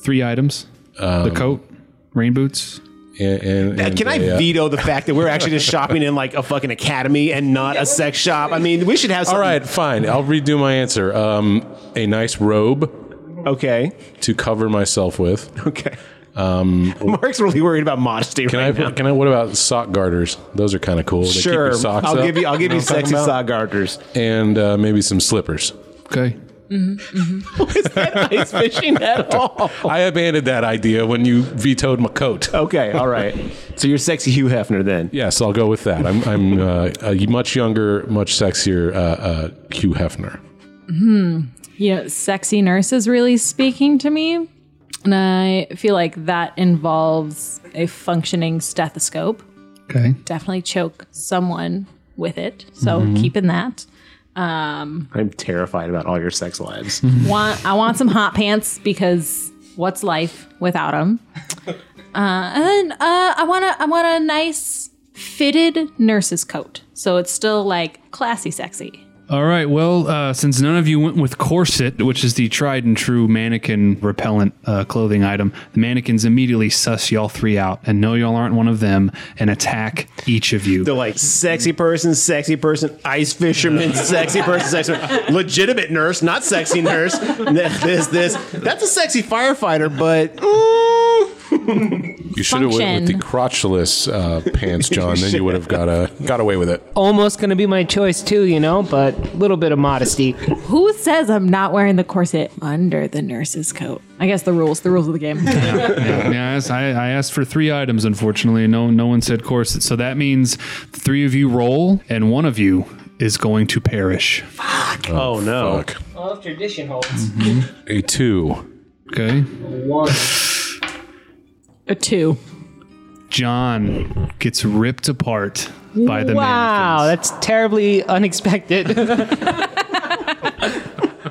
S5: Three items. the
S2: Um,
S5: coat, rain boots.
S1: and, and, and
S2: Can I
S1: a, uh,
S2: veto the fact that we're actually just shopping in like a fucking academy and not a sex shop? I mean, we should have.
S1: All
S2: Something.
S1: right, fine. I'll redo my answer. Um, a nice robe
S2: Okay.
S1: to cover myself with.
S2: Okay. Um, Mark's really worried about modesty
S1: Can
S2: right
S1: I?
S2: now.
S1: Can I? What about sock garters? Those are kind of cool. They keep your
S2: sure.
S1: socks
S2: I'll
S1: up.
S2: give you. I'll give you
S1: know what I'm
S2: sexy
S1: talking
S2: sock garters.
S1: about? and uh, maybe some slippers.
S5: Okay.
S2: Is that ice fishing at all?
S1: I abandoned that idea when you vetoed my coat.
S2: Okay. All right. So you're sexy Hugh Hefner then.
S1: Yes, I'll go with that. I'm, I'm uh, a much younger, much sexier uh, uh, Hugh Hefner.
S3: you know, sexy nurse is really speaking to me. And I feel like that involves a functioning stethoscope.
S5: Okay.
S3: Definitely choke someone with it. So keeping that.
S2: I'm terrified about all your sex lives.
S3: Want I want some hot pants because what's life without them? Uh, and then, uh, I want to I want a nice fitted nurse's coat. So it's still like classy sexy.
S5: All right. Well, uh, since none of you went with corset, which is the tried and true mannequin repellent uh, clothing item, the mannequins immediately suss y'all three out and know y'all aren't one of them and attack each of you.
S2: They're like sexy person, sexy person, ice fisherman, sexy person, sexy person, legitimate nurse, not sexy nurse. This, this, this. That's a sexy firefighter, but mm,
S1: You should have went with the
S3: Function.
S1: crotchless uh, pants, John. then you would have got a got away with it.
S4: Almost gonna be my choice too, you know, but a little bit of modesty.
S3: Who says I'm not wearing the corset under the nurse's coat? I guess the rules, the rules of the game.
S5: yeah, I asked, I, I asked for three items. Unfortunately, no, no one said corset. So that means the three of you roll, and one of you is going to perish.
S2: oh no.
S1: Fuck. Mm-hmm.
S4: Well, if tradition holds.
S1: A two.
S5: Okay,
S3: A two.
S5: John gets ripped apart by the
S4: Wow,
S5: mannequins.
S4: that's terribly unexpected. All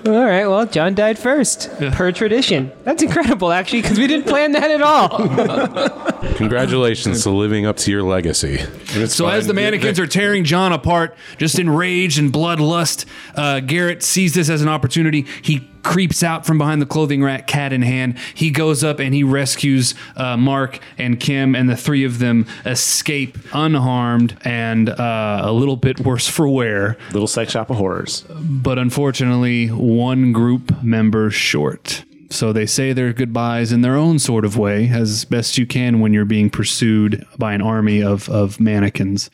S4: right, well, John died first, per tradition. That's incredible, actually, because we didn't plan that at all.
S1: Congratulations to living up to your legacy. And it's
S5: So as
S1: fine.
S5: the mannequins are tearing John apart, just enraged and bloodlust, uh, Garrett sees this as an opportunity. He creeps out from behind the clothing rack, cat in hand. He goes up and he rescues uh, Mark and Kim, and the three of them escape unharmed and uh, a little bit worse for wear.
S2: Little sex shop of horrors.
S5: But unfortunately, one group member short. So they say their goodbyes in their own sort of way, as best you can when you're being pursued by an army of, of mannequins.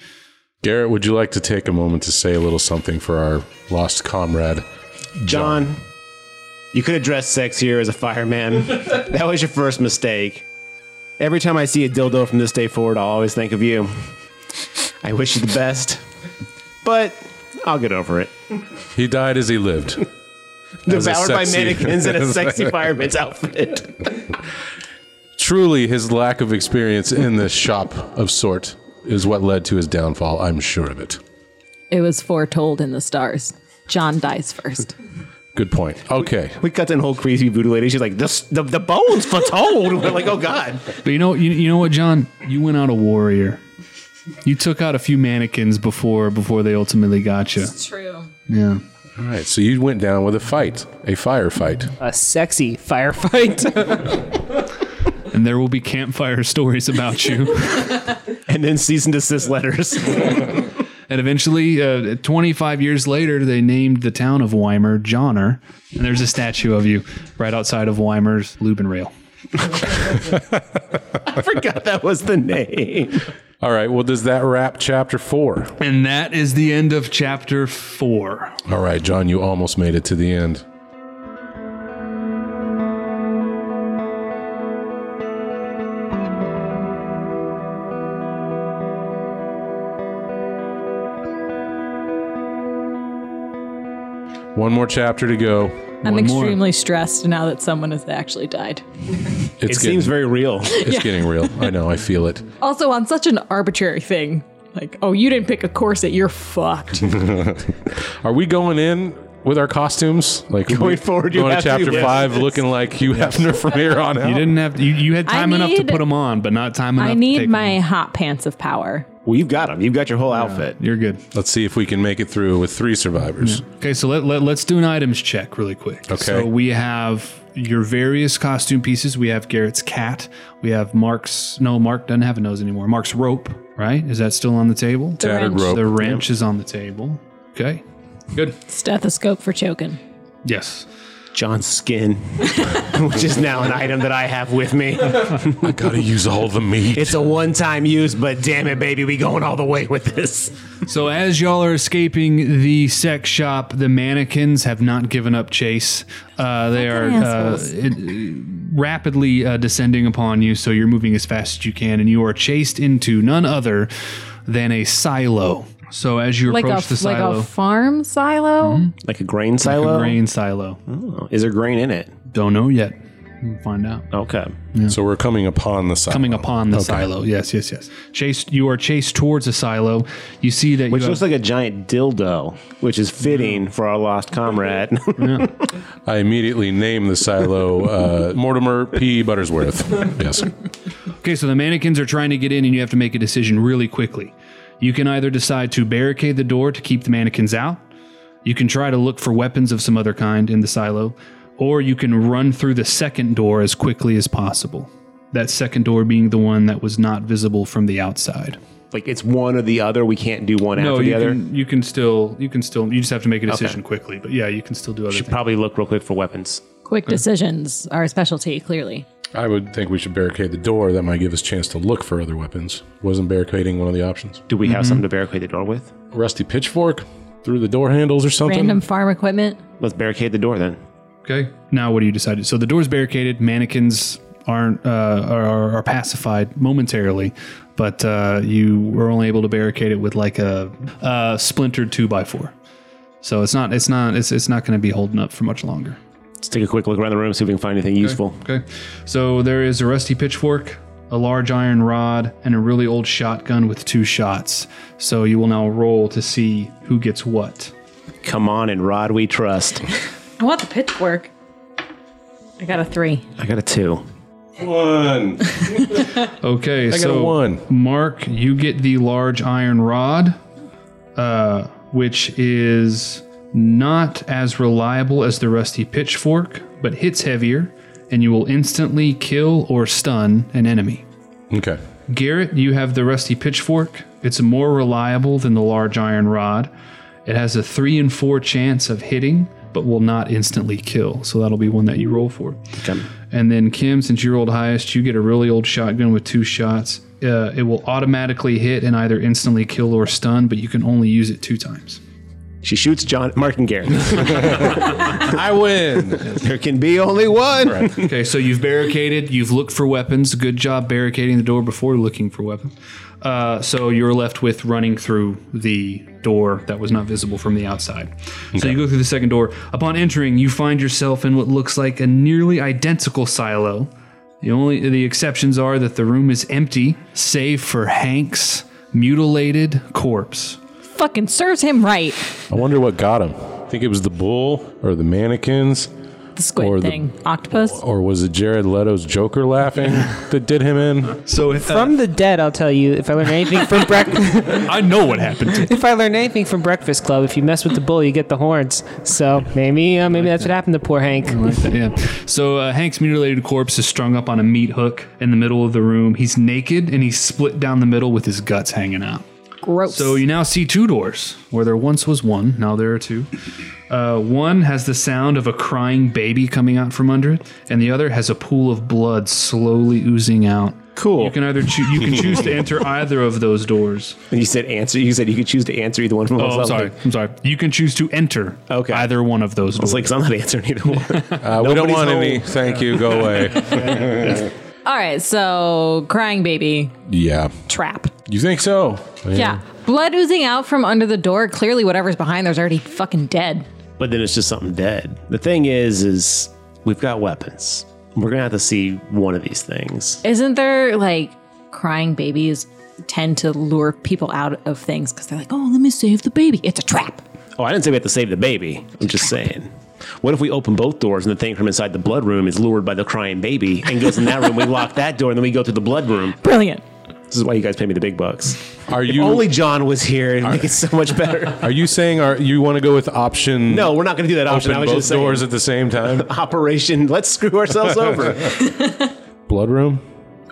S1: Garrett, would you like to take a moment to say a little something for our lost comrade?
S2: John, you could have dressed sexier as a fireman. that was your first mistake. Every time I see a dildo from this day forward, I'll always think of you. I wish you the best, but I'll get over it.
S1: He died as he lived. As a
S2: Devoured by
S1: sexy-
S2: mannequins in a sexy fireman's outfit.
S1: Truly, his lack of experience in this shop of sort is what led to his downfall. I'm sure of it.
S3: It was foretold in the stars. John dies first.
S1: Good point. Okay.
S2: We cut that whole crazy voodoo lady. She's like, this, the, the bones foretold. We're like, oh God.
S5: But you know, you, you know what, John? You went out a warrior. You took out a few mannequins before before they ultimately got you.
S3: True.
S5: Yeah.
S1: All right, so you went down with a fight, a firefight.
S4: A sexy firefight.
S5: And there will be campfire stories about you.
S2: and then cease and desist letters. Oh,
S5: and eventually, uh, 25 years later, they named the town of Weimar Johnner. And there's a statue of you right outside of Weimar's lube and rail.
S2: I forgot that was the name.
S1: All right, well, does that wrap chapter four?
S5: And that is the end of chapter four.
S1: All right, John, you almost made it to the end. One more chapter to go.
S3: I'm
S5: One more.
S3: extremely stressed now that someone has actually died.
S1: It's
S2: It seems
S1: getting-
S2: very real.
S1: it's getting real. I know, I feel it.
S3: Also, on such an arbitrary thing. Like, oh, you didn't pick a corset, you're fucked.
S1: Are we going in with our costumes? Like are we
S2: Going forward, you
S1: going to
S2: have to,
S1: chapter
S2: yes.
S1: five, looking like Hugh Hefner from here on out.
S5: You didn't have you, you had
S3: I
S5: time enough to
S3: need-
S5: put them on, but not time enough.
S3: I
S5: to
S3: need
S5: take 'em
S3: my
S5: off.
S3: hot pants of power.
S2: Well, you've got them. You've got your whole outfit.
S5: You're good.
S1: Let's see if we can make it through with three survivors.
S5: Okay, so let, let, let's do an items check really quick.
S1: Okay.
S5: So we have your various costume pieces. We have Garrett's cat. We have Mark's. No, Mark doesn't have a nose anymore. Mark's rope, right? Is that still on the table?
S1: Tattered
S3: wrench.
S1: rope.
S5: The wrench is on the table. Okay. Good.
S3: Stethoscope for choking.
S5: Yes.
S2: John's skin, which is now an item that I have with me.
S1: I gotta use all the meat.
S2: It's a one-time use, but damn it, baby, we going all the way with this.
S5: So as y'all are escaping the sex shop, the mannequins have not given up chase. Uh, they are uh,
S3: assholes.
S5: it- rapidly uh, descending upon you, so you're moving as fast as you can, and you are chased into none other than a silo. So as you
S3: Like
S5: approach
S3: a
S5: the
S3: like
S5: silo, Mm-hmm.
S3: a farm silo.
S2: Like a grain silo.
S5: grain silo,
S2: Is there grain in it?
S5: don't know yet. We'll find out.
S2: Okay.
S1: so we're coming upon the side.
S5: Coming upon the silo, yes, yes, yes. Chased, you are chased towards a silo. You see that
S2: Which
S5: you
S2: looks
S5: have-
S2: like a giant dildo, which is fitting for our lost comrade.
S1: I immediately name the silo uh, Mortimer P. Buttersworth. Yes.
S5: Okay, so the mannequins are trying to get in, and you have to make a decision really quickly. You can either decide to barricade the door to keep the mannequins out, you can try to look for weapons of some other kind in the silo, or you can run through the second door as quickly as possible. That second door being the one that was not visible from the outside.
S2: like it's one or the other. We can't do one
S5: No,
S2: after the
S5: you
S2: other.
S5: can, you can still you can still you just have to make a decision quickly. But yeah, you can still do other
S2: Should
S5: things.
S2: probably look real quick for weapons.
S3: Quick decisions are a specialty, clearly.
S1: I would think we should barricade the door. That might give us a chance to look for other weapons. Wasn't barricading one of the options?
S2: Do we
S5: Mm-hmm.
S2: have something to barricade the door with?
S1: Rusty pitchfork through the door handles or something?
S3: Random farm equipment.
S2: Let's barricade the door then.
S5: Okay. Now, what do you decide? So the door's barricaded. Mannequins aren't uh, are, are, are pacified momentarily, but uh, you were only able to barricade it with like a, a splintered two by four. So it's not it's not it's, it's not going to be holding up for much longer.
S2: Let's take a quick look around the room, see if we can find anything useful.
S5: Okay. So there is a rusty pitchfork, a large iron rod, and a really old shotgun with two shots. So you will now roll to see who gets what.
S2: Come on, and Rod, we trust.
S3: I want the pitchfork. I got a three.
S2: I got a two.
S1: One.
S5: Okay.
S1: I got
S5: so
S1: a one.
S5: Mark, you get the large iron rod, uh, which is not as reliable as the rusty pitchfork, but hits heavier, and you will instantly kill or stun an enemy.
S1: Okay.
S5: Garrett, you have the rusty pitchfork. It's more reliable than the large iron rod. It has a three and four chance of hitting, but will not instantly kill. So that'll be one that you roll for. And then Kim, since you rolled highest, you get a really old shotgun with two shots. Uh, it will automatically hit and either instantly kill or stun, but you can only use it two times.
S2: She shoots John Mark and Garrett.
S1: I win.
S2: there can be only one.
S5: Okay, so you've barricaded. You've looked for weapons. Good job barricading the door before looking for weapons. Uh, so you're left with running through the door that was not visible from the outside. So you go through the second door. Upon entering, you find yourself in what looks like a nearly identical silo. The only the exceptions are that the room is empty, save for Hank's mutilated corpse.
S3: Fucking serves him right.
S1: I wonder what got him. Think it was the bull or the mannequins
S3: the squid
S1: Or the-
S3: thing. Octopus?
S1: Or was it Jared Leto's Joker laughing that did him in? Uh,
S5: So if,
S4: From the dead, I'll tell you. If I learn anything from breakfast,
S5: I know what happened to
S4: if I learn anything from Breakfast Club, if you mess with the bull, you get the horns. So maybe, uh, maybe that's what happened to poor Hank.
S5: yeah. So uh, Hank's mutilated corpse is strung up on a meat hook in the middle of the room. He's naked and he's split down the middle with his guts hanging out.
S3: Gross.
S5: So you now see two doors where there once was one. Now there are two. Uh, one has the sound of a crying baby coming out from under it, and the other has a pool of blood slowly oozing out.
S2: Cool.
S5: You can either choo- you can choose to enter either of those doors.
S2: you said answer. You said you could choose to answer either one from
S5: Oh,
S2: us.
S5: I'm sorry. I'm sorry. You can choose to enter
S2: Okay.
S5: either one of those
S2: I was
S5: doors.
S2: like, 'cause I'm not answering either one.
S1: Uh, we don't
S2: Nobody's
S1: want
S2: home.
S1: any. Thank you. Go away.
S3: All right, so crying baby
S1: yeah.
S3: trap.
S1: You think so?
S3: Yeah. Blood oozing out from under the door. Clearly, whatever's behind there's already fucking dead.
S2: but then it's just something dead. The thing is, is we've got weapons. We're gonna have to see one of these things.
S3: Isn't there like crying babies tend to lure people out of things because they're like, oh, let me save the baby. It's a trap.
S2: Oh, I didn't say we have to save the baby. I'm just saying. What if we open both doors and the thing from inside the blood room is lured by the crying baby and goes in that room? We lock that door and then we go through the blood room.
S3: Brilliant.
S2: This is why you guys pay me the big bucks.
S1: Are
S2: If
S1: you
S2: only John was here, it'd make it so much better.
S1: Are you saying are you want to go with option?
S2: No, we're not going to do that option.
S1: Open
S2: I was
S1: both
S2: just saying,
S1: doors at the same time.
S2: Operation. Let's screw ourselves over.
S1: Blood room.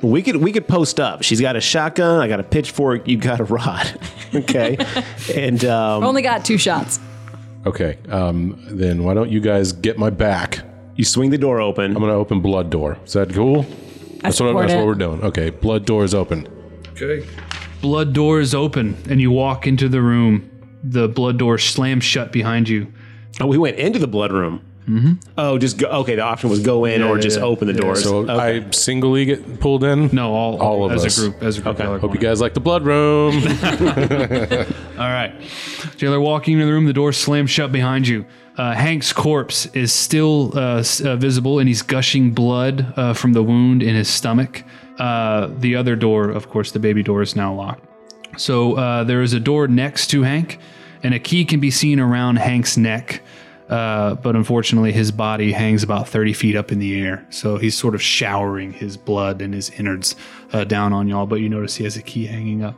S2: We could we could post up. She's got a shotgun. I got a pitchfork. You got a rod. Okay, and um,
S3: Only got two shots.
S1: Okay. Um, then why don't you guys get my back?
S2: you swing the door open.
S1: I'm gonna open blood door. Is that cool? That's what
S3: support
S1: that's
S3: it.
S1: what we're doing. Okay. Blood door is open.
S5: Okay. Blood door is open, and you walk into the room. The blood door slams shut behind you.
S2: Oh, we went into the blood room. Mm-hmm. Oh, just go. Okay, the option was go in or
S5: yeah,
S2: just
S5: yeah.
S2: open the
S5: Yeah,
S2: doors.
S1: So
S2: Okay.
S1: I singly get pulled in.
S5: No, all,
S1: all of
S5: as
S1: us.
S5: a group. As a group. y'all are
S1: Hope you
S5: going.
S1: guys like the blood room.
S5: All right. Taylor walking into the room, the door slams shut behind you. Uh, Hank's corpse is still uh, s- uh, visible, and he's gushing blood uh, from the wound in his stomach. Uh, the other door, of course, the baby door is now locked. So uh, there is a door next to Hank, and a key can be seen around Hank's neck. Uh, but unfortunately, his body hangs about 30 feet up in the air. So he's sort of showering his blood and his innards uh, down on y'all. But you notice he has a key hanging up.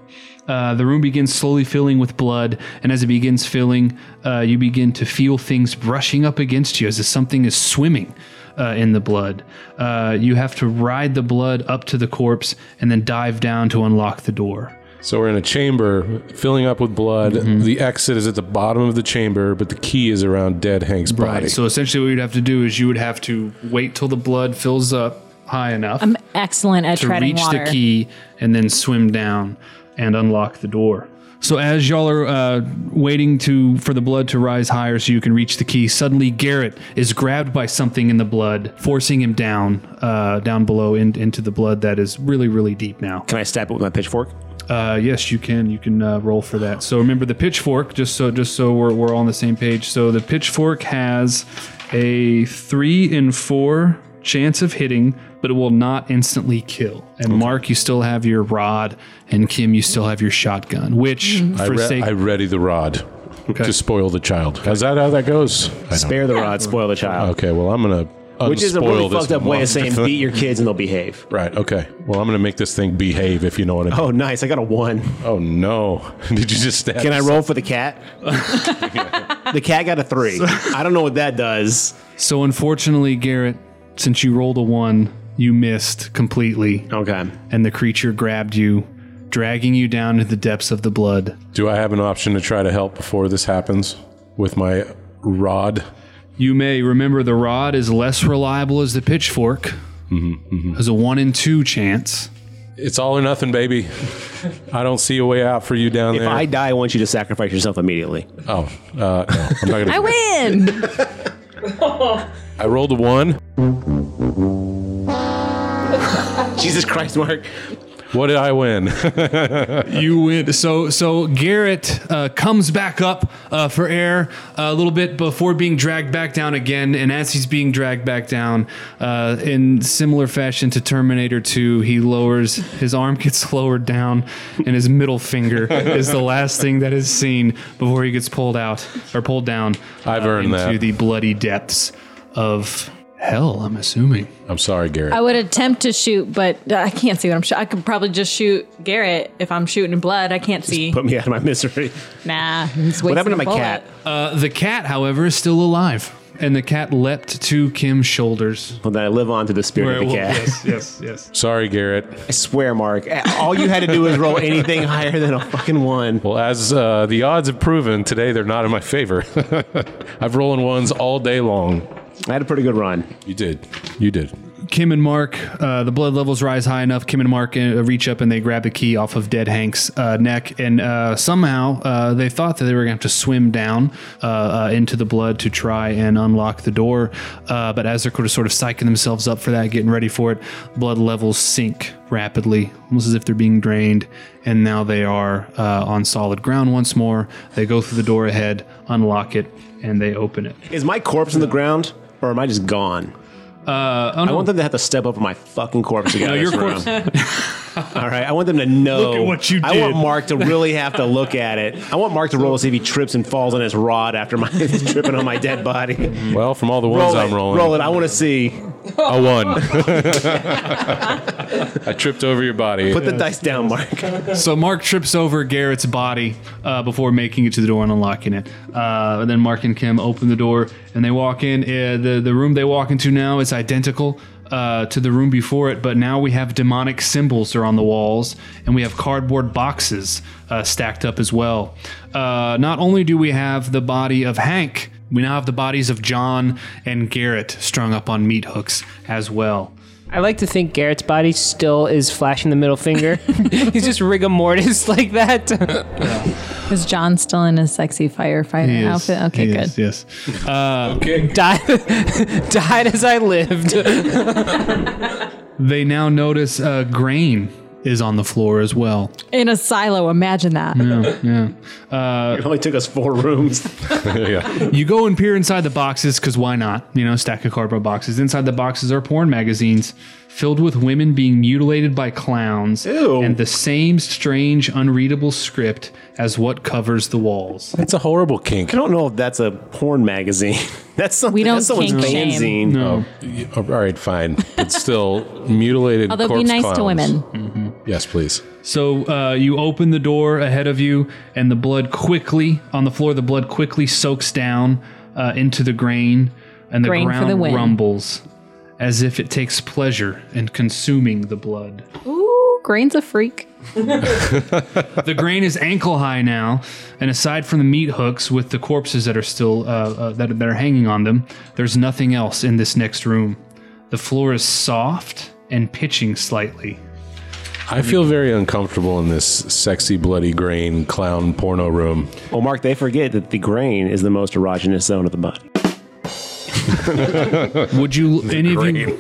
S5: Uh, the room begins slowly filling with blood. And as it begins filling, uh, you begin to feel things brushing up against you as if something is swimming uh, in the blood. Uh, you have to ride the blood up to the corpse and then dive down to unlock the door.
S1: So we're in a chamber filling up with blood.
S2: Mm-hmm.
S1: The exit is at the bottom of the chamber, but the key is around dead Hank's body.
S5: Right. So essentially, what you'd have to do is you would have to wait till the blood fills up high enough
S3: I'm excellent at
S5: to
S3: treading
S5: reach
S3: water.
S5: the key and then swim down and unlock the door. So as y'all are uh, waiting to for the blood to rise higher so you can reach the key, suddenly Garrett is grabbed by something in the blood, forcing him down, uh, down below in, into the blood that is really, really deep now.
S2: Can I stab it with my pitchfork?
S5: Uh, yes, you can. You can uh, roll for that. So remember the pitchfork, just so just so we're, we're all on the same page. So the pitchfork has a three in four chance of hitting, but it will not instantly kill. And Mark, you still have your rod, and Kim, you still have your shotgun. Which
S1: I,
S5: for
S1: re-
S5: sake,
S1: I ready the rod to spoil the child. Is that how that goes? I don't-
S2: Spare the rod, spoil the child.
S1: Okay. Well, I'm gonna
S2: Which is a
S1: unspoil
S2: really
S1: Oh, this
S2: fucked up way of saying
S1: monster.
S2: beat your kids and they'll behave.
S1: Right. Okay. Well, I'm gonna make this thing behave. If you know what I mean.
S2: Oh, nice. I got a one.
S1: Oh, no! Did you just stab?
S2: Can I roll for the cat? the cat got a three. I don't know what that does.
S5: so unfortunately, Garrett, since you rolled a one, you missed completely,
S2: Okay.
S5: and the creature grabbed you, dragging you down to the depths of the blood.
S1: Do I have an option to try to help before this happens with my rod?
S5: You may remember the rod is less reliable as the pitchfork. Has a one in two chance.
S1: It's all or nothing, baby. I don't see a way out for you down
S2: If
S1: there.
S2: I die, I want you to sacrifice yourself immediately.
S1: oh, uh, no, I'm not gonna.
S3: I
S1: do that.
S3: win.
S1: I rolled a one.
S2: Jesus Christ, Mark.
S1: What did I win?
S5: You win. So so Garrett uh, comes back up uh, for air a little bit before being dragged back down again. And as he's being dragged back down, uh, in similar fashion to Terminator 2, he lowers his arm gets lowered down, and his middle finger is the last thing that is seen before he gets pulled out or pulled down. uh,
S1: I've earned
S5: into
S1: that.
S5: the bloody depths of hell, I'm assuming.
S1: I'm sorry, Garrett.
S3: I would attempt to shoot, but I can't see what I'm shooting. I could probably just shoot Garrett if I'm shooting blood. I can't see.
S2: Put me out of my misery.
S3: nah. he's
S2: What happened to
S3: wasting
S2: my
S3: a
S2: cat?
S3: bullet.
S5: Uh, the cat, however, is still alive, and the cat leapt to Kim's shoulders.
S2: Well, then I live on to the spirit of the cat.
S5: Yes, yes, yes.
S1: sorry, Garrett.
S2: I swear, Mark. All you had to do was roll anything higher than a fucking one.
S1: Well, as uh, the odds have proven, today they're not in my favor. I've rolling ones all day long.
S2: I had a pretty good run.
S1: You did. You did.
S5: Kim and Mark, uh, the blood levels rise high enough. Kim and Mark uh, reach up and they grab the key off of Dead Hank's uh, neck, and uh, somehow uh, they thought that they were going to have to swim down uh, uh, into the blood to try and unlock the door. Uh, but as they're sort of sort of psyching themselves up for that, getting ready for it, blood levels sink rapidly, almost as if they're being drained. And now they are uh, on solid ground once more. They go through the door ahead, unlock it, and they open it.
S2: Is my corpse on the ground, or am I just gone?
S5: Uh, oh,
S2: I
S5: no.
S2: want them to have to step over my fucking corpse again.
S5: No, your corpse-
S2: All right, I want them to know.
S5: Look at what you
S2: I want
S5: did.
S2: Mark to really have to look at it. I want Mark to roll to see if he trips and falls on his rod after my tripping on my dead body.
S1: Well, from all the ones
S2: Roll it,
S1: I'm rolling,
S2: roll it. I want to see.
S1: a one. I tripped over your body.
S2: Put the dice down, Mark.
S5: So Mark trips over Garrett's body uh, before making it to the door and unlocking it. Uh, and then Mark and Kim open the door and they walk in. Uh, the the room they walk into now is identical uh, to the room before it, but now we have demonic symbols that are on the walls, and we have cardboard boxes uh, stacked up as well. Uh, not only do we have the body of Hank, we now have the bodies of John and Garrett strung up on meat hooks as well.
S4: I like to think Garrett's body still is flashing the middle finger. He's just rigor mortis like that.
S3: Is John still in his sexy firefighter outfit? Okay,
S5: He
S3: good.
S5: is, yes.
S4: died, died as I lived.
S5: They now notice uh, grain is on the floor as well.
S3: In a silo, imagine that.
S2: It only took us four rooms.
S1: yeah.
S5: You go and peer inside the boxes because why not? You know, stack of cardboard boxes. Inside the boxes are porn magazines filled with women being mutilated by clowns
S2: Ew.
S5: and the same strange, unreadable script as what covers the walls.
S1: That's a horrible kink.
S2: I don't know if that's a porn magazine. That's something.
S3: We don't
S2: that's someone's
S3: kink shame.
S2: fanzine.
S1: Oh, y- all right, fine. But still, mutilated.
S3: Although be
S1: corpse
S3: nice to
S1: clowns. Mm-hmm.
S3: women.
S1: Yes, please.
S5: So uh, you open the door ahead of you, and the blood quickly on the floor. The blood quickly soaks down uh, into the grain, and the
S3: Grain for
S5: ground
S3: the win.
S5: rumbles as if it takes pleasure in consuming the blood.
S3: Ooh, Grain's a freak.
S5: the grain is ankle high now, and aside from the meat hooks with the corpses that are still uh, uh, that, that are hanging on them, there's nothing else in this next room. The floor is soft and pitching slightly.
S1: I feel very uncomfortable in this sexy, bloody, grain clown porno room.
S2: Well, Mark, they forget that the grain is the most erogenous zone of the body.
S5: Would you any of you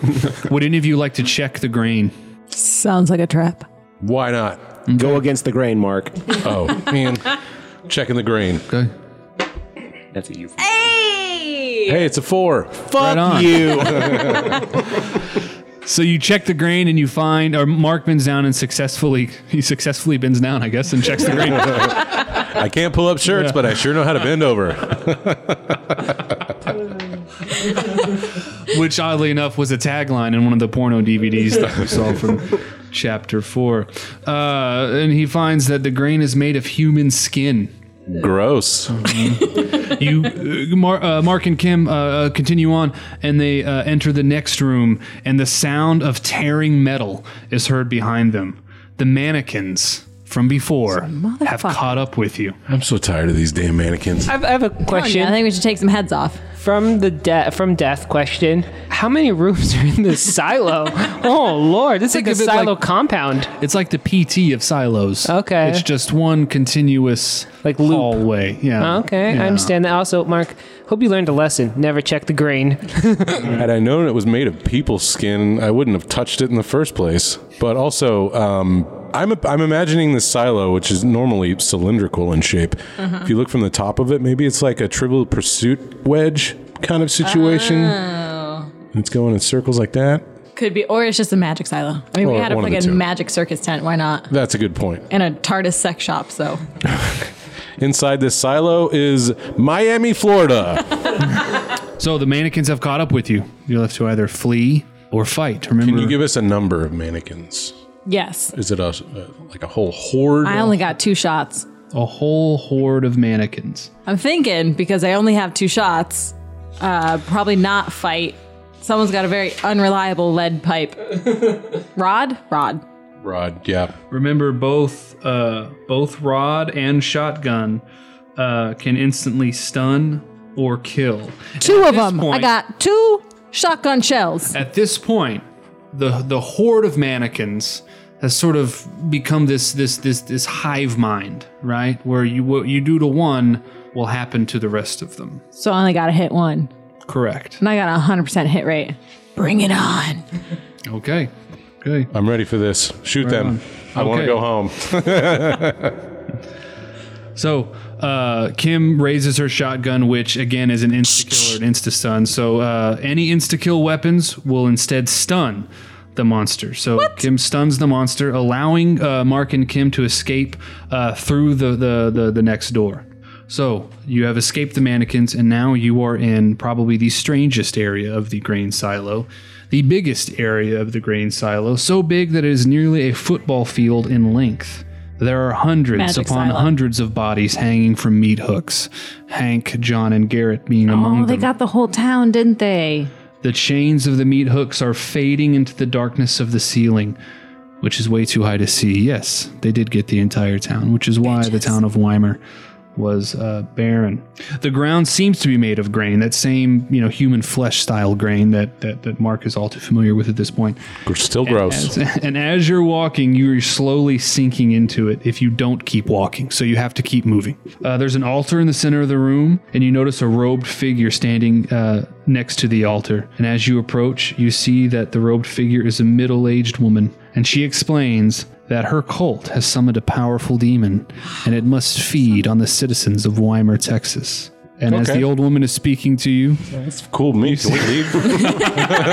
S5: would any of you like to check the grain?
S3: Sounds like a trap.
S1: Why not?
S2: Go against the grain, Mark.
S1: Oh man, checking the grain.
S5: Okay.
S2: That's a you.
S1: Hey, it's a four.
S5: Fuck
S2: You.
S5: So you check the grain and you find, or Mark bends down and successfully, he successfully bends down, I guess, and checks the grain.
S1: I can't pull up shirts, but I sure know how to bend over.
S5: which oddly enough was a tagline in one of the porno DVDs that we saw from chapter four. Uh, and he finds that the grain is made of human skin.
S1: Gross.
S5: You, uh, Mar- uh, Mark and Kim uh, uh, continue on, and they uh, enter the next room, and the sound of tearing metal is heard behind them. The mannequins from before have
S3: motherfucker.
S5: caught up with you.
S1: I'm so tired of these damn mannequins.
S4: I have, I have a
S3: Come on, John, I
S4: question
S3: think we should take some heads off.
S4: from the death from death question. How many rooms are in this silo? oh lord, this is like a
S5: Think of it
S4: silo
S5: like-
S4: compound.
S5: It's like the PT of silos.
S4: Okay.
S5: it's just one continuous
S4: Like loop. Oh,
S5: hallway. Yeah.
S4: Okay,
S5: Yeah.
S4: I understand that. Also, Mark, hope you learned a lesson. Never check the grain.
S1: Had I known it was made of people's skin, I wouldn't have touched it in the first place. But also, um, I'm, I'm imagining this silo, which is normally cylindrical in shape. If you look from the top of it, maybe it's like a trivial pursuit wedge kind of situation.
S3: Ah.
S1: It's going in circles like that.
S3: Could be, or it's just a magic silo. I mean, we
S1: Or
S3: had a
S1: one of the
S3: fucking
S1: two.
S3: magic circus tent. Why not?
S1: That's a good point.
S3: And a TARDIS sex shop. So
S1: Inside this silo is Miami, Florida.
S5: So the mannequins have caught up with you. You're left to either flee or fight. Remember,
S1: Can you give us a number of mannequins?
S3: Yes.
S1: Is it a, like a whole horde?
S3: I only got two shots.
S5: a whole horde of mannequins.
S3: I'm thinking because I only have two shots, uh, probably not fight. Someone's got a very unreliable lead pipe. Rod? Rod.
S1: Rod, yeah.
S5: Remember, both uh, both rod and shotgun uh, can instantly stun or kill.
S3: Two of
S5: this
S3: them. I
S5: point-
S3: got two shotgun shells.
S5: At this point, the the horde of mannequins has sort of become this this this this hive mind, right? Where you what you do to one will happen to the rest of them.
S3: So I only got to hit one.
S5: Correct.
S3: And I got a 100% hit rate. Bring it on.
S5: Okay. Okay.
S1: I'm ready for this. Shoot them.
S5: on.
S1: I want to
S5: Okay.
S1: go home.
S5: So uh, Kim raises her shotgun, which again is an insta kill or an insta stun. So uh, any insta kill weapons will instead stun the monster. So Kim stuns the monster, allowing uh, Mark and Kim to escape uh, through the, the, the, the next door. So you have escaped the mannequins, and now you are in probably the strangest area of the grain silo, the biggest area of the grain silo, so big that it is nearly a football field in length. There are hundreds
S3: Magic
S5: upon
S3: silo.
S5: hundreds of bodies hanging from meat hooks. Hank, John, and Garrett being among
S3: Oh, they
S5: them.
S3: got the whole town, didn't they?
S5: the chains of the meat hooks are fading into the darkness of the ceiling, which is way too high to see. Yes, they did get the entire town, which is why the town of Weimar was uh, barren. The ground seems to be made of grain, that same you know human flesh style grain that, that that Mark is all too familiar with at this point.
S1: We're still gross.
S5: As- and as you're walking, you're slowly sinking into it if you don't keep walking. So you have to keep moving. Uh, there's an altar in the center of the room, and you notice a robed figure standing uh, next to the altar. And as you approach, you see that the robed figure is a middle aged woman, and she explains that her cult has summoned a powerful demon, and it must feed on the citizens of Weimar, Texas. And as
S1: Okay.
S5: the old woman is speaking to you,
S1: cool me. Can we leave?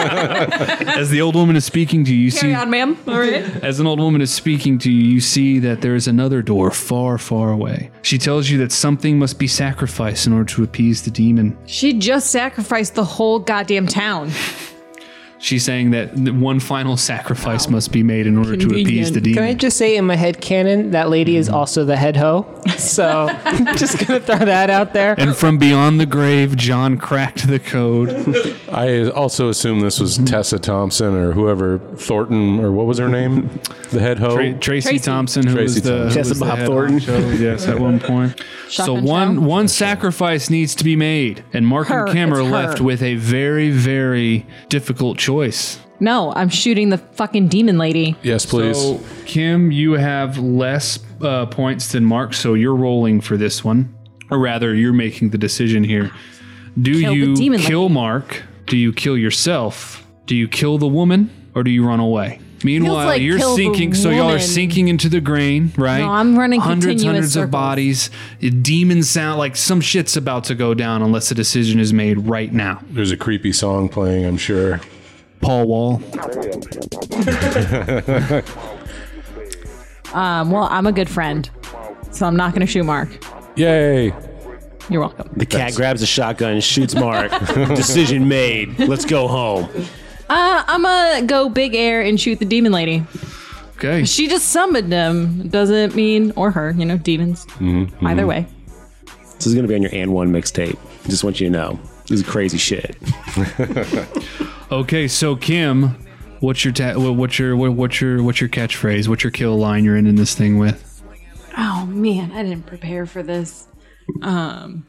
S5: as the old woman is speaking to you, you see
S3: ma'am. All right.
S5: As an old woman is speaking to you, you see that there is another door far, far away. She tells you that something must be sacrificed in order to appease the demon.
S3: She just sacrificed the whole goddamn town.
S5: She's saying that th- one final sacrifice must be made in order to appease
S3: Convenient.
S5: the demon.
S4: Can I just say in my head canon that lady
S2: Mm-hmm.
S4: is also the head hoe? So just gonna throw that out there.
S5: and from beyond the grave, John cracked the code.
S1: I also assume this was Tessa Thompson or whoever Thornton or what was her name? The head hoe.
S5: Tra- Tracy, Thompson, who
S1: Tracy
S5: was the, who
S1: Thompson.
S5: was
S2: Jesse
S5: the
S2: Bob
S5: head
S2: Thornton.
S5: honcho, yes, at one point. so
S3: Shotgun
S5: one
S3: show?
S5: one sacrifice needs to be made, and Mark
S3: Her,
S5: and Kim
S3: it's
S5: are
S3: her.
S5: left with a very, very difficult choice.
S3: No, I'm shooting the fucking demon lady.
S1: yes, please.
S5: So, Kim, you have less uh, points than Mark, so you're rolling for this one. Or rather, you're making the decision here. Do
S3: Kill the
S5: you
S3: demon
S5: kill Mark? Do you kill yourself? Do you kill the woman? Or do you run away? Meanwhile,
S3: like
S5: you're
S3: kill the
S5: sinking, so y'all are
S3: woman.
S5: sinking into the grain, right?
S3: No, I'm running
S5: hundreds,
S3: continuous
S5: hundreds of
S3: circles.
S5: bodies. Demon sound like some shit's about to go down unless a decision is made right now.
S1: There's a creepy song playing, I'm sure.
S5: Paul Wall,
S3: Um, well, I'm a good friend, so I'm not going to shoot Mark.
S1: Yay.
S3: You're welcome.
S2: The cat grabs a shotgun and shoots Mark. Decision made. Let's go home.
S3: Uh, I'm going to go big air and shoot the demon lady.
S5: okay.
S3: She just summoned him. Doesn't mean, or her, you know, demons. Either way.
S2: This is gonna be on your and one mixtape. Just want you to know. This is crazy shit.
S5: Okay, so Kim, what's your ta- wha- what's your wha- what's your what's your catchphrase? What's your kill line you're ending this thing with?
S3: Oh, man, I didn't prepare for this. Um,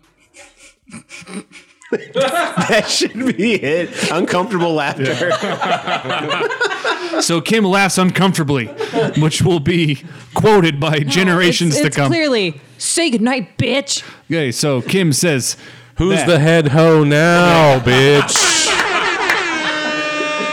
S2: That should be it. Uncomfortable laughter.
S5: So Kim laughs uncomfortably, which will be quoted by generations
S3: it's, it's
S5: to come.
S3: clearly, say goodnight, bitch.
S5: Okay, so Kim says,
S1: Who's
S5: That.
S1: the head hoe now, bitch?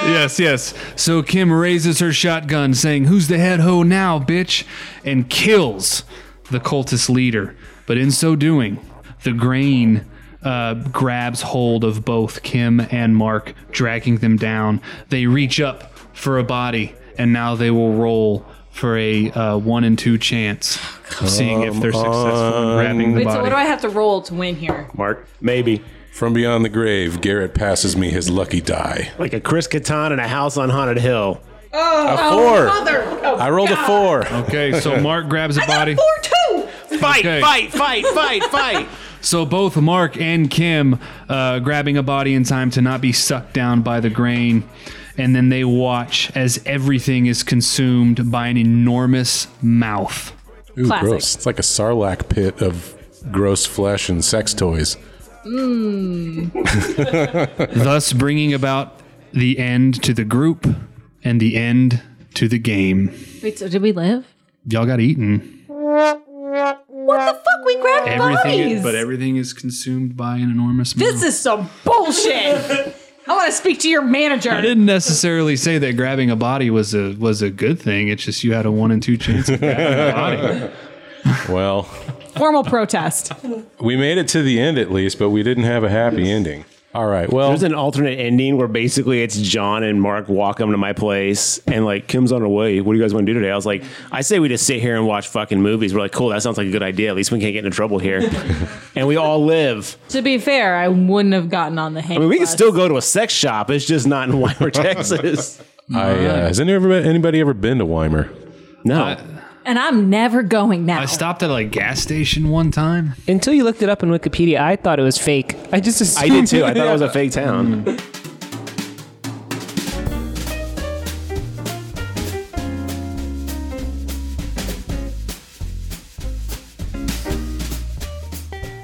S5: "Yes, yes." So Kim raises her shotgun, saying, "Who's the head hoe now, bitch?" and kills the cultist leader. But in so doing, the grain uh, grabs hold of both Kim and Mark, dragging them down. They reach up for a body, and now they will roll for a uh, one and two chance of seeing if they're successful in grabbing the
S3: Wait, so what do
S5: body.
S3: I have to roll to win here?
S2: Mark, maybe.
S1: From beyond the grave, Garrett passes me his lucky die.
S2: Like a Chris Catan in a house on Haunted Hill.
S1: A four.
S3: oh, mother. Oh,
S1: I rolled a
S3: God.
S1: four.
S5: Okay, so Mark grabs a
S3: I got
S5: body.
S3: a four too.
S2: Fight,
S5: Okay.
S2: fight, fight, fight, fight.
S5: So both Mark and Kim uh, grabbing a body in time to not be sucked down by the grain. And then they watch as everything is consumed by an enormous mouth.
S1: Ooh,
S3: Classic.
S1: gross. It's like a sarlacc pit of gross flesh and sex toys.
S5: thus bringing about the end to the group and the end to the game.
S3: Wait, so did we live?
S5: Y'all got eaten.
S3: What the fuck? We grabbed
S5: Everything,
S3: bodies.
S5: but everything is consumed by an enormous.
S3: this is some bullshit. I want to speak to your
S5: I
S3: manager.
S5: didn't necessarily say that grabbing a body was a was a good thing. It's just you had a one in two chance of grabbing a body.
S1: Well,
S3: Formal protest.
S1: we made it to the end at least, but we didn't have a happy ending. All right. Well,
S2: There's an alternate ending where basically it's John and Mark walk him to my place and like Kim's on her way. What do you guys want to do today? I was like, I say we just sit here and watch fucking movies. We're like, cool, that sounds like a good idea. At least we can't get into trouble here. and we all live.
S3: to be fair, I wouldn't have gotten on the hang.
S2: I mean, we can
S3: bus.
S2: still go to a sex shop. It's just not in Weimar, Texas.
S1: I, uh, has anybody, anybody ever been to Weimer?
S2: No.
S3: And I'm never going now.
S5: I stopped at like a gas station one time.
S4: Until you looked it up in Wikipedia, I thought it was fake. I just
S2: I
S4: assumed
S2: did too. I thought it was a fake
S5: Mm.
S2: town.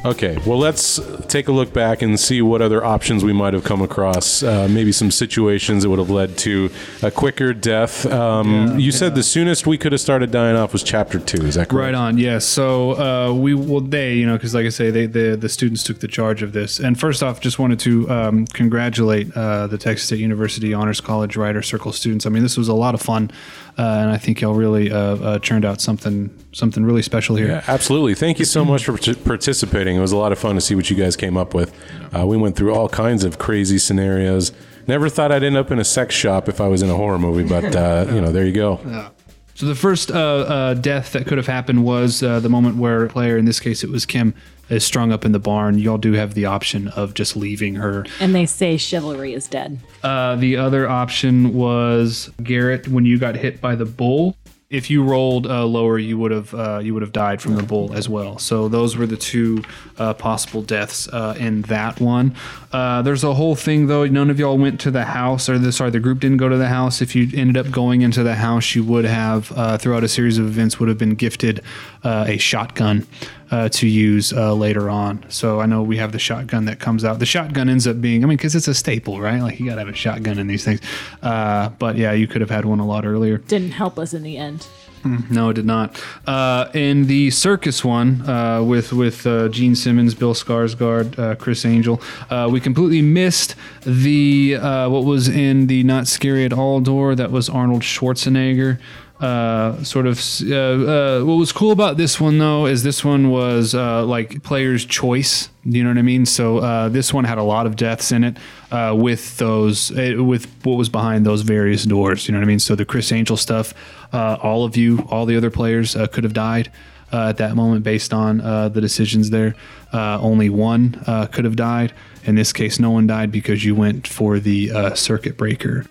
S1: Okay, well, let's take a look back and see what other options we might have come across. Uh, maybe some situations that would have led to a quicker death. Um, you said the soonest we could have started dying off was chapter two. Is that correct?
S5: Right on. Yeah. So uh, we well they you know because like I say they the the students took the charge of this. And first off, just wanted to um, congratulate uh, the Texas State University Honors College Writer Circle students. I mean, this was a lot of fun, uh, and I think y'all really uh, uh, churned out something something really special here.
S1: Yeah, absolutely. Thank you so much for partic- participating. It was a lot of fun to see what you guys came up with. Uh, we went through all kinds of crazy scenarios. Never thought I'd end up in a sex shop if I was in a horror movie, but uh, you know, there you go.
S5: So the first uh, uh, death that could have happened was uh, the moment where a player, in this case it was Kim, is strung up in the barn. Y'all do have the option of just leaving her.
S3: and they say chivalry is dead.
S5: Uh, the other option was Garrett when you got hit by the bull. If you rolled uh, lower, you would have uh, you would have died from the bull as well. So those were the two uh, possible deaths uh, in that one. Uh, there's a whole thing though. None of y'all went to the house, or the sorry, the group didn't go to the house. If you ended up going into the house, you would have uh, throughout a series of events would have been gifted uh, a shotgun uh, to use uh, later on. So I know we have the shotgun that comes out. The shotgun ends up being, I mean, because it's a staple, right? Like you got to have a shotgun in these things. Uh, but yeah, you could have had one a lot earlier.
S3: Didn't help us in the end.
S5: No, it did not. Uh, in the circus one uh, with with uh, Gene Simmons, Bill Skarsgård, uh, Chris Angel, uh, we completely missed the uh, what was in the not scary at all door. That was Arnold Schwarzenegger. Uh, sort of. Uh, uh, what was cool about this one though is this one was uh, like player's choice. You know what I mean? So uh, this one had a lot of deaths in it uh, with those eh, with what was behind those various doors. You know what I mean? So the Chris Angel stuff, uh, all of you, all the other players uh, could have died uh, at that moment based on uh, the decisions there. Uh, only one uh, could have died. In this case, no one died because you went for the uh, circuit breaker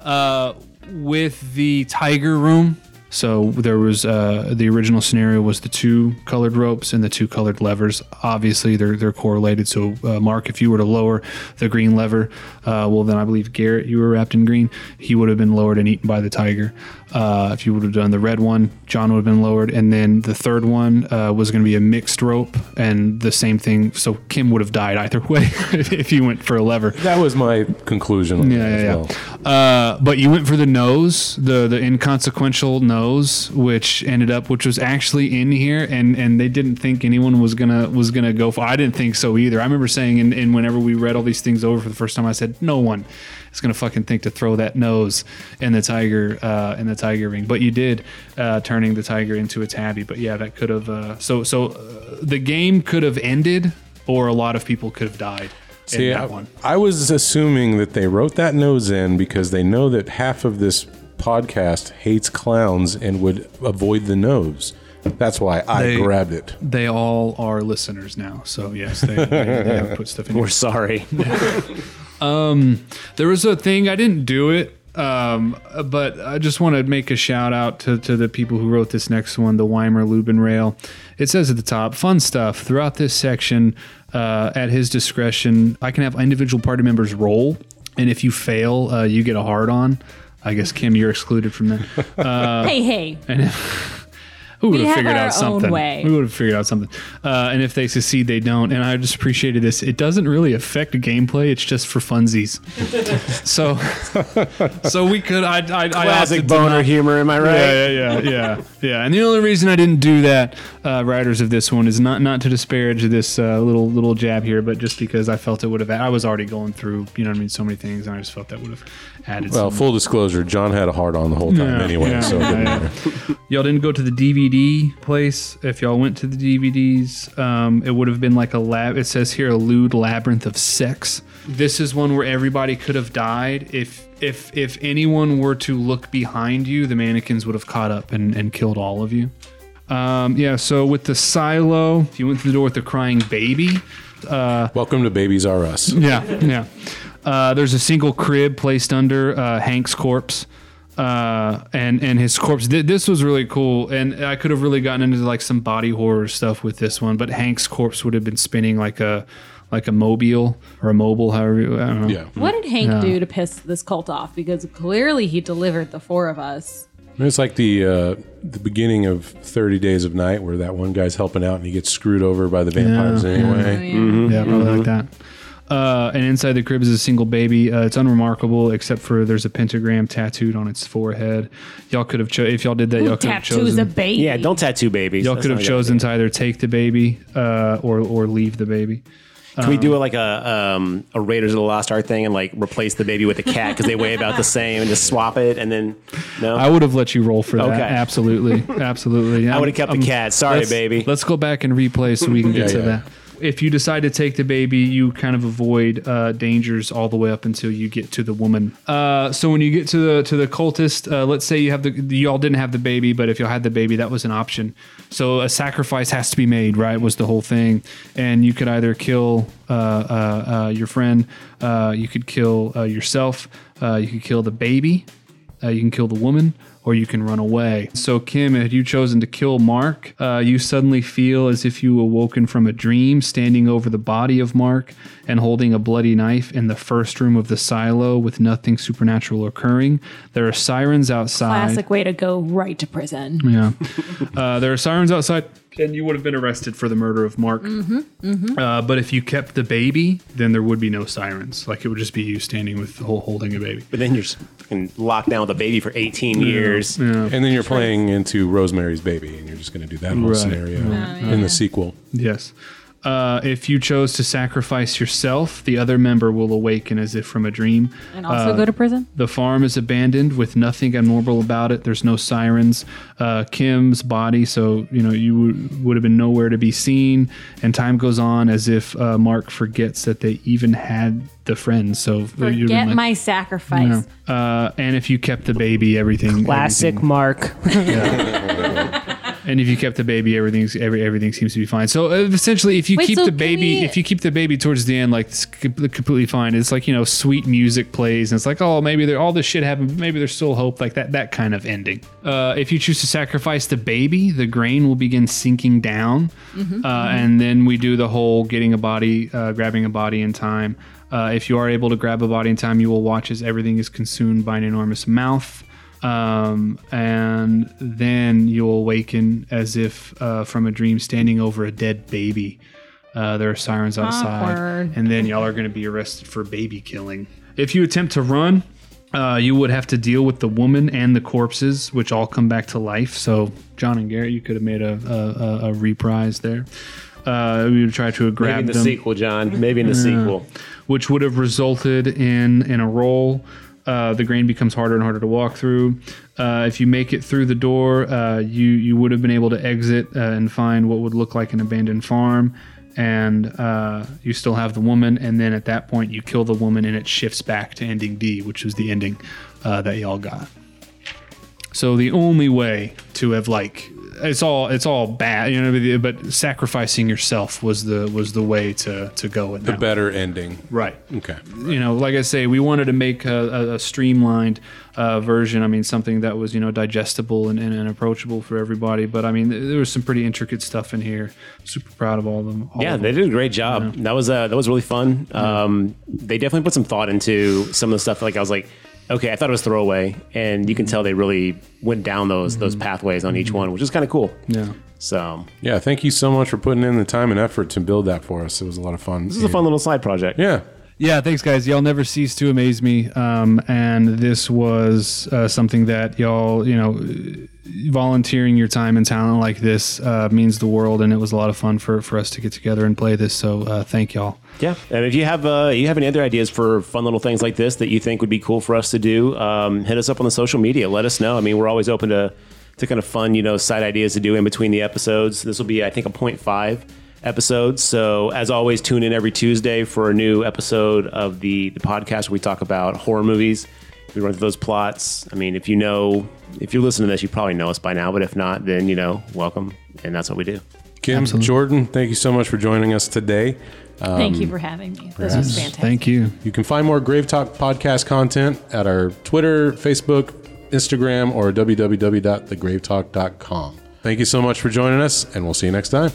S5: uh, with the tiger room. So there was uh, the original scenario was the two colored ropes and the two colored levers. Obviously, they're they're correlated. So uh, Mark, if you were to lower the green lever, uh, well then I believe Garrett, you were wrapped in green. He would have been lowered and eaten by the tiger. Uh, if you would have done the red one, John would have been lowered, and then the third one uh, was going to be a mixed rope and the same thing. So Kim would have died either way if you went for a lever.
S1: That was my conclusion. on
S5: Yeah,
S1: it as
S5: yeah,
S1: well.
S5: yeah. Uh, but you went for the nose, the the inconsequential nose, which ended up, which was actually in here, and and they didn't think anyone was gonna was gonna go for. I didn't think so either. I remember saying, and, and whenever we read all these things over for the first time, I said, no one is gonna fucking think to throw that nose in the tiger uh, in the tiger ring. But you did, uh, turning the tiger into a tabby. But yeah, that could have. Uh, so so uh, the game could have ended, or a lot of people could have died.
S1: See,
S5: in that
S1: I,
S5: one.
S1: I was assuming that they wrote that nose in because they know that half of this podcast hates clowns and would avoid the nose. That's why I
S5: They-
S1: grabbed it.
S5: They all are listeners now, so yes, they, they, they have put stuff in. here.
S2: We're sorry.
S5: There was a thing I didn't do it, um, but I just want to make a shout out to, to the people who wrote this next one, the Weimer Lubin Rail. It says at the top, fun stuff throughout this section. Uh, at his discretion, I can have individual party members roll, and if you fail, uh, you get a hard on. I guess Kim, you're excluded from that.
S3: hey, hey.
S5: We would have
S3: have
S5: figured
S3: our
S5: out something.
S3: own way.
S5: We would have figured out something. Uh, and if they succeed, they don't. And I just appreciated this. It doesn't really affect gameplay. It's just for funsies. so, so we could. I, I, I
S2: Classic
S5: opted to
S2: boner
S5: not-
S2: humor, am I right?
S5: Yeah, yeah, yeah, yeah, yeah. And the only reason I didn't do that, uh, writers of this one, is not not to disparage this uh, little little jab here, but just because I felt it would have. I was already going through, you know what I mean, so many things, and I just felt that would have added.
S1: Well,
S5: some
S1: full disclosure, John had a hard on the whole time
S5: yeah,
S1: anyway,
S5: yeah,
S1: so it didn't
S5: yeah,
S1: matter.
S5: yeah. y'all didn't go to the DVD place. If y'all went to the DVDs, um, it would have been like a lab. It says here a lewd labyrinth of sex. This is one where everybody could have died. If if if anyone were to look behind you, the mannequins would have caught up and, and killed all of you. Um, yeah. So with the silo, if you went through the door with the crying baby,
S1: Welcome to Babies R Us.
S5: yeah, yeah. Uh, there's a single crib placed under uh, Hank's corpse, uh, and and his corpse. Th- this was really cool, and I could have really gotten into like some body horror stuff with this one, but Hank's corpse would have been spinning like a like a mobile or a mobile, however you, I don't know.
S1: Yeah.
S3: What did Hank do to piss this cult off? Because clearly he delivered the four of us.
S1: It's like the uh, the beginning of Thirty Days of Night, where that one guy's helping out and he gets screwed over by the vampires
S5: Yeah, Mm-hmm.
S1: anyway.
S5: Yeah, probably like that. Uh, and inside the crib is a single baby. Uh, it's unremarkable, except for there's a pentagram tattooed on its forehead. Y'all could have cho- if y'all did that. y'all could have
S3: Tattoos
S5: chosen.
S3: a baby.
S2: Yeah, don't tattoo babies.
S5: Y'all
S2: That's
S5: could
S2: not
S5: have
S2: a good
S5: chosen
S2: idea.
S5: to either take the baby uh, or or leave the baby.
S2: Can we do like a um, a Raiders of the Lost Ark thing and like replace the baby with a cat because they weigh about the same and just swap it and then no?
S5: I would have let you roll for that.
S2: Okay.
S5: Absolutely, absolutely. Um,
S2: I would have kept the cat. Sorry,
S5: let's-
S2: baby.
S5: Let's go back and replay so we can get
S1: Yeah,
S5: to
S1: yeah.
S5: that. If you decide to take the baby, you kind of avoid uh, dangers all the way up until you get to the woman. Uh, so when you get to the to the cultist, uh, let's say you have the y'all didn't have the baby, but if y'all had the baby, that was an option. So a sacrifice has to be made, right? Was the whole thing, and you could either kill uh, uh, uh, your friend, uh, you could kill uh, yourself, uh, you could kill the baby, uh, you can kill the woman or you can run away. So, Kim, had you chosen to kill Mark, uh, you suddenly feel as if you awoken from a dream, standing over the body of Mark and holding a bloody knife in the first room of the silo with nothing supernatural occurring. There are sirens outside.
S3: Classic way to go right to prison.
S5: Yeah. uh, there are sirens outside, and you would have been arrested for the murder of Mark. Uh, but if you kept the baby, then there would be no sirens. Like, it would just be you standing with the whole holding a baby.
S2: but then you're just fucking locked down with a baby for 18 years.
S1: And then you're playing into Rosemary's Baby, and you're just going to do that whole
S5: Right,
S1: scenario in the sequel.
S5: Yes. Uh, if you chose to sacrifice yourself, the other member will awaken as if from a dream. Uh,
S3: And also go to prison?
S5: The farm is abandoned with nothing abnormal about it. There's no sirens. Uh, Kim's body, so you know you would, would have been nowhere to be seen. And time goes on as if uh, Mark forgets that they even had the friends. So you'd
S3: Forget
S5: have been like,
S3: my sacrifice.
S5: you know. uh, and if you kept the baby, everything
S4: Classic Mark.
S5: And if you kept the baby, everything's every everything seems to be fine. So uh, essentially, if you
S3: Wait,
S5: keep
S3: so
S5: the
S3: can
S5: baby,
S3: we-
S5: if you keep the baby towards the end, like it's com- completely fine. It's like you know, sweet music plays, and it's like, oh, maybe there all this shit happened, but maybe there's still hope, like that that kind of ending. Uh, if you choose to sacrifice the baby, the grain will begin sinking down, uh, and then we do the whole getting a body, uh, grabbing a body in time. Uh, if you are able to grab a body in time, you will watch as everything is consumed by an enormous mouth um, and then you'll awaken as if uh, from a dream, standing over a dead baby. Uh, there are sirens outside,
S3: Awkward.
S5: and then y'all are going to be arrested for baby killing. If you attempt to run, uh, you would have to deal with the woman and the corpses, which all come back to life. So, John and Garrett, you could have made a, a, a, a reprise there. Uh, we would try to have
S2: Maybe in
S5: grabbed
S2: the
S5: them
S2: sequel, John. Maybe in the sequel.
S5: which would have resulted in in a roll. Uh, the grain becomes harder and harder to walk through. Uh, if you make it through the door, uh, you you would have been able to exit uh, and find what would look like an abandoned farm, and uh, you still have the woman. And then at that point, you kill the woman, and it shifts back to ending D, which was the ending uh, that y'all got. So the only way to have like it's all it's all bad, you know. But, but sacrificing yourself was the was the way to to go with
S1: The
S5: that.
S1: better ending.
S5: Right.
S1: Okay.
S5: You know, like I say, we wanted to make a, a, a streamlined uh, version. I mean, something that was you know digestible and, and, and approachable for everybody. But I mean, th- there was some pretty intricate stuff in here. Super proud of all of them. all
S2: Yeah,
S5: of
S2: they
S5: them.
S2: did a great job. That was uh, that was really fun. Um, they definitely put some thought into some of the stuff. Like I was like, okay, I thought it was throwaway, and you can tell they really went down those those pathways on each one, which is kind of cool.
S5: Mm-hmm. Yeah.
S2: So
S1: Yeah, thank you so much for putting in the time and effort to build that for us. It was a lot of fun.
S2: this is a fun little side project.
S1: Yeah.
S5: Yeah, thanks, guys. Y'all never cease to amaze me. Um, and this was uh, something that y'all, you know, volunteering your time and talent like this uh, means the world. And it was a lot of fun for, for us to get together and play this. So uh, thank y'all.
S2: Yeah, and if you have uh, you have any other ideas for fun little things like this that you think would be cool for us to do, um, hit us up on the social media. Let us know. I mean, we're always open to to kind of fun, you know, side ideas to do in between the episodes. This will be, I think, a point five episode. So as always, tune in every Tuesday for a new episode of the the podcast where we talk about horror movies. We run through those plots. I mean, if you know, if you're listening to this, you probably know us by now. But if not, then you know, welcome, and that's what we do.
S1: Kim, Jordan, thank you so much for joining us today.
S8: Thank you for having me. This was fantastic.
S5: Thank you.
S1: You can find more Grave Talk podcast content at our Twitter, Facebook, Instagram, or www.thegravetalk.com. Thank you so much for joining us, and we'll see you next time.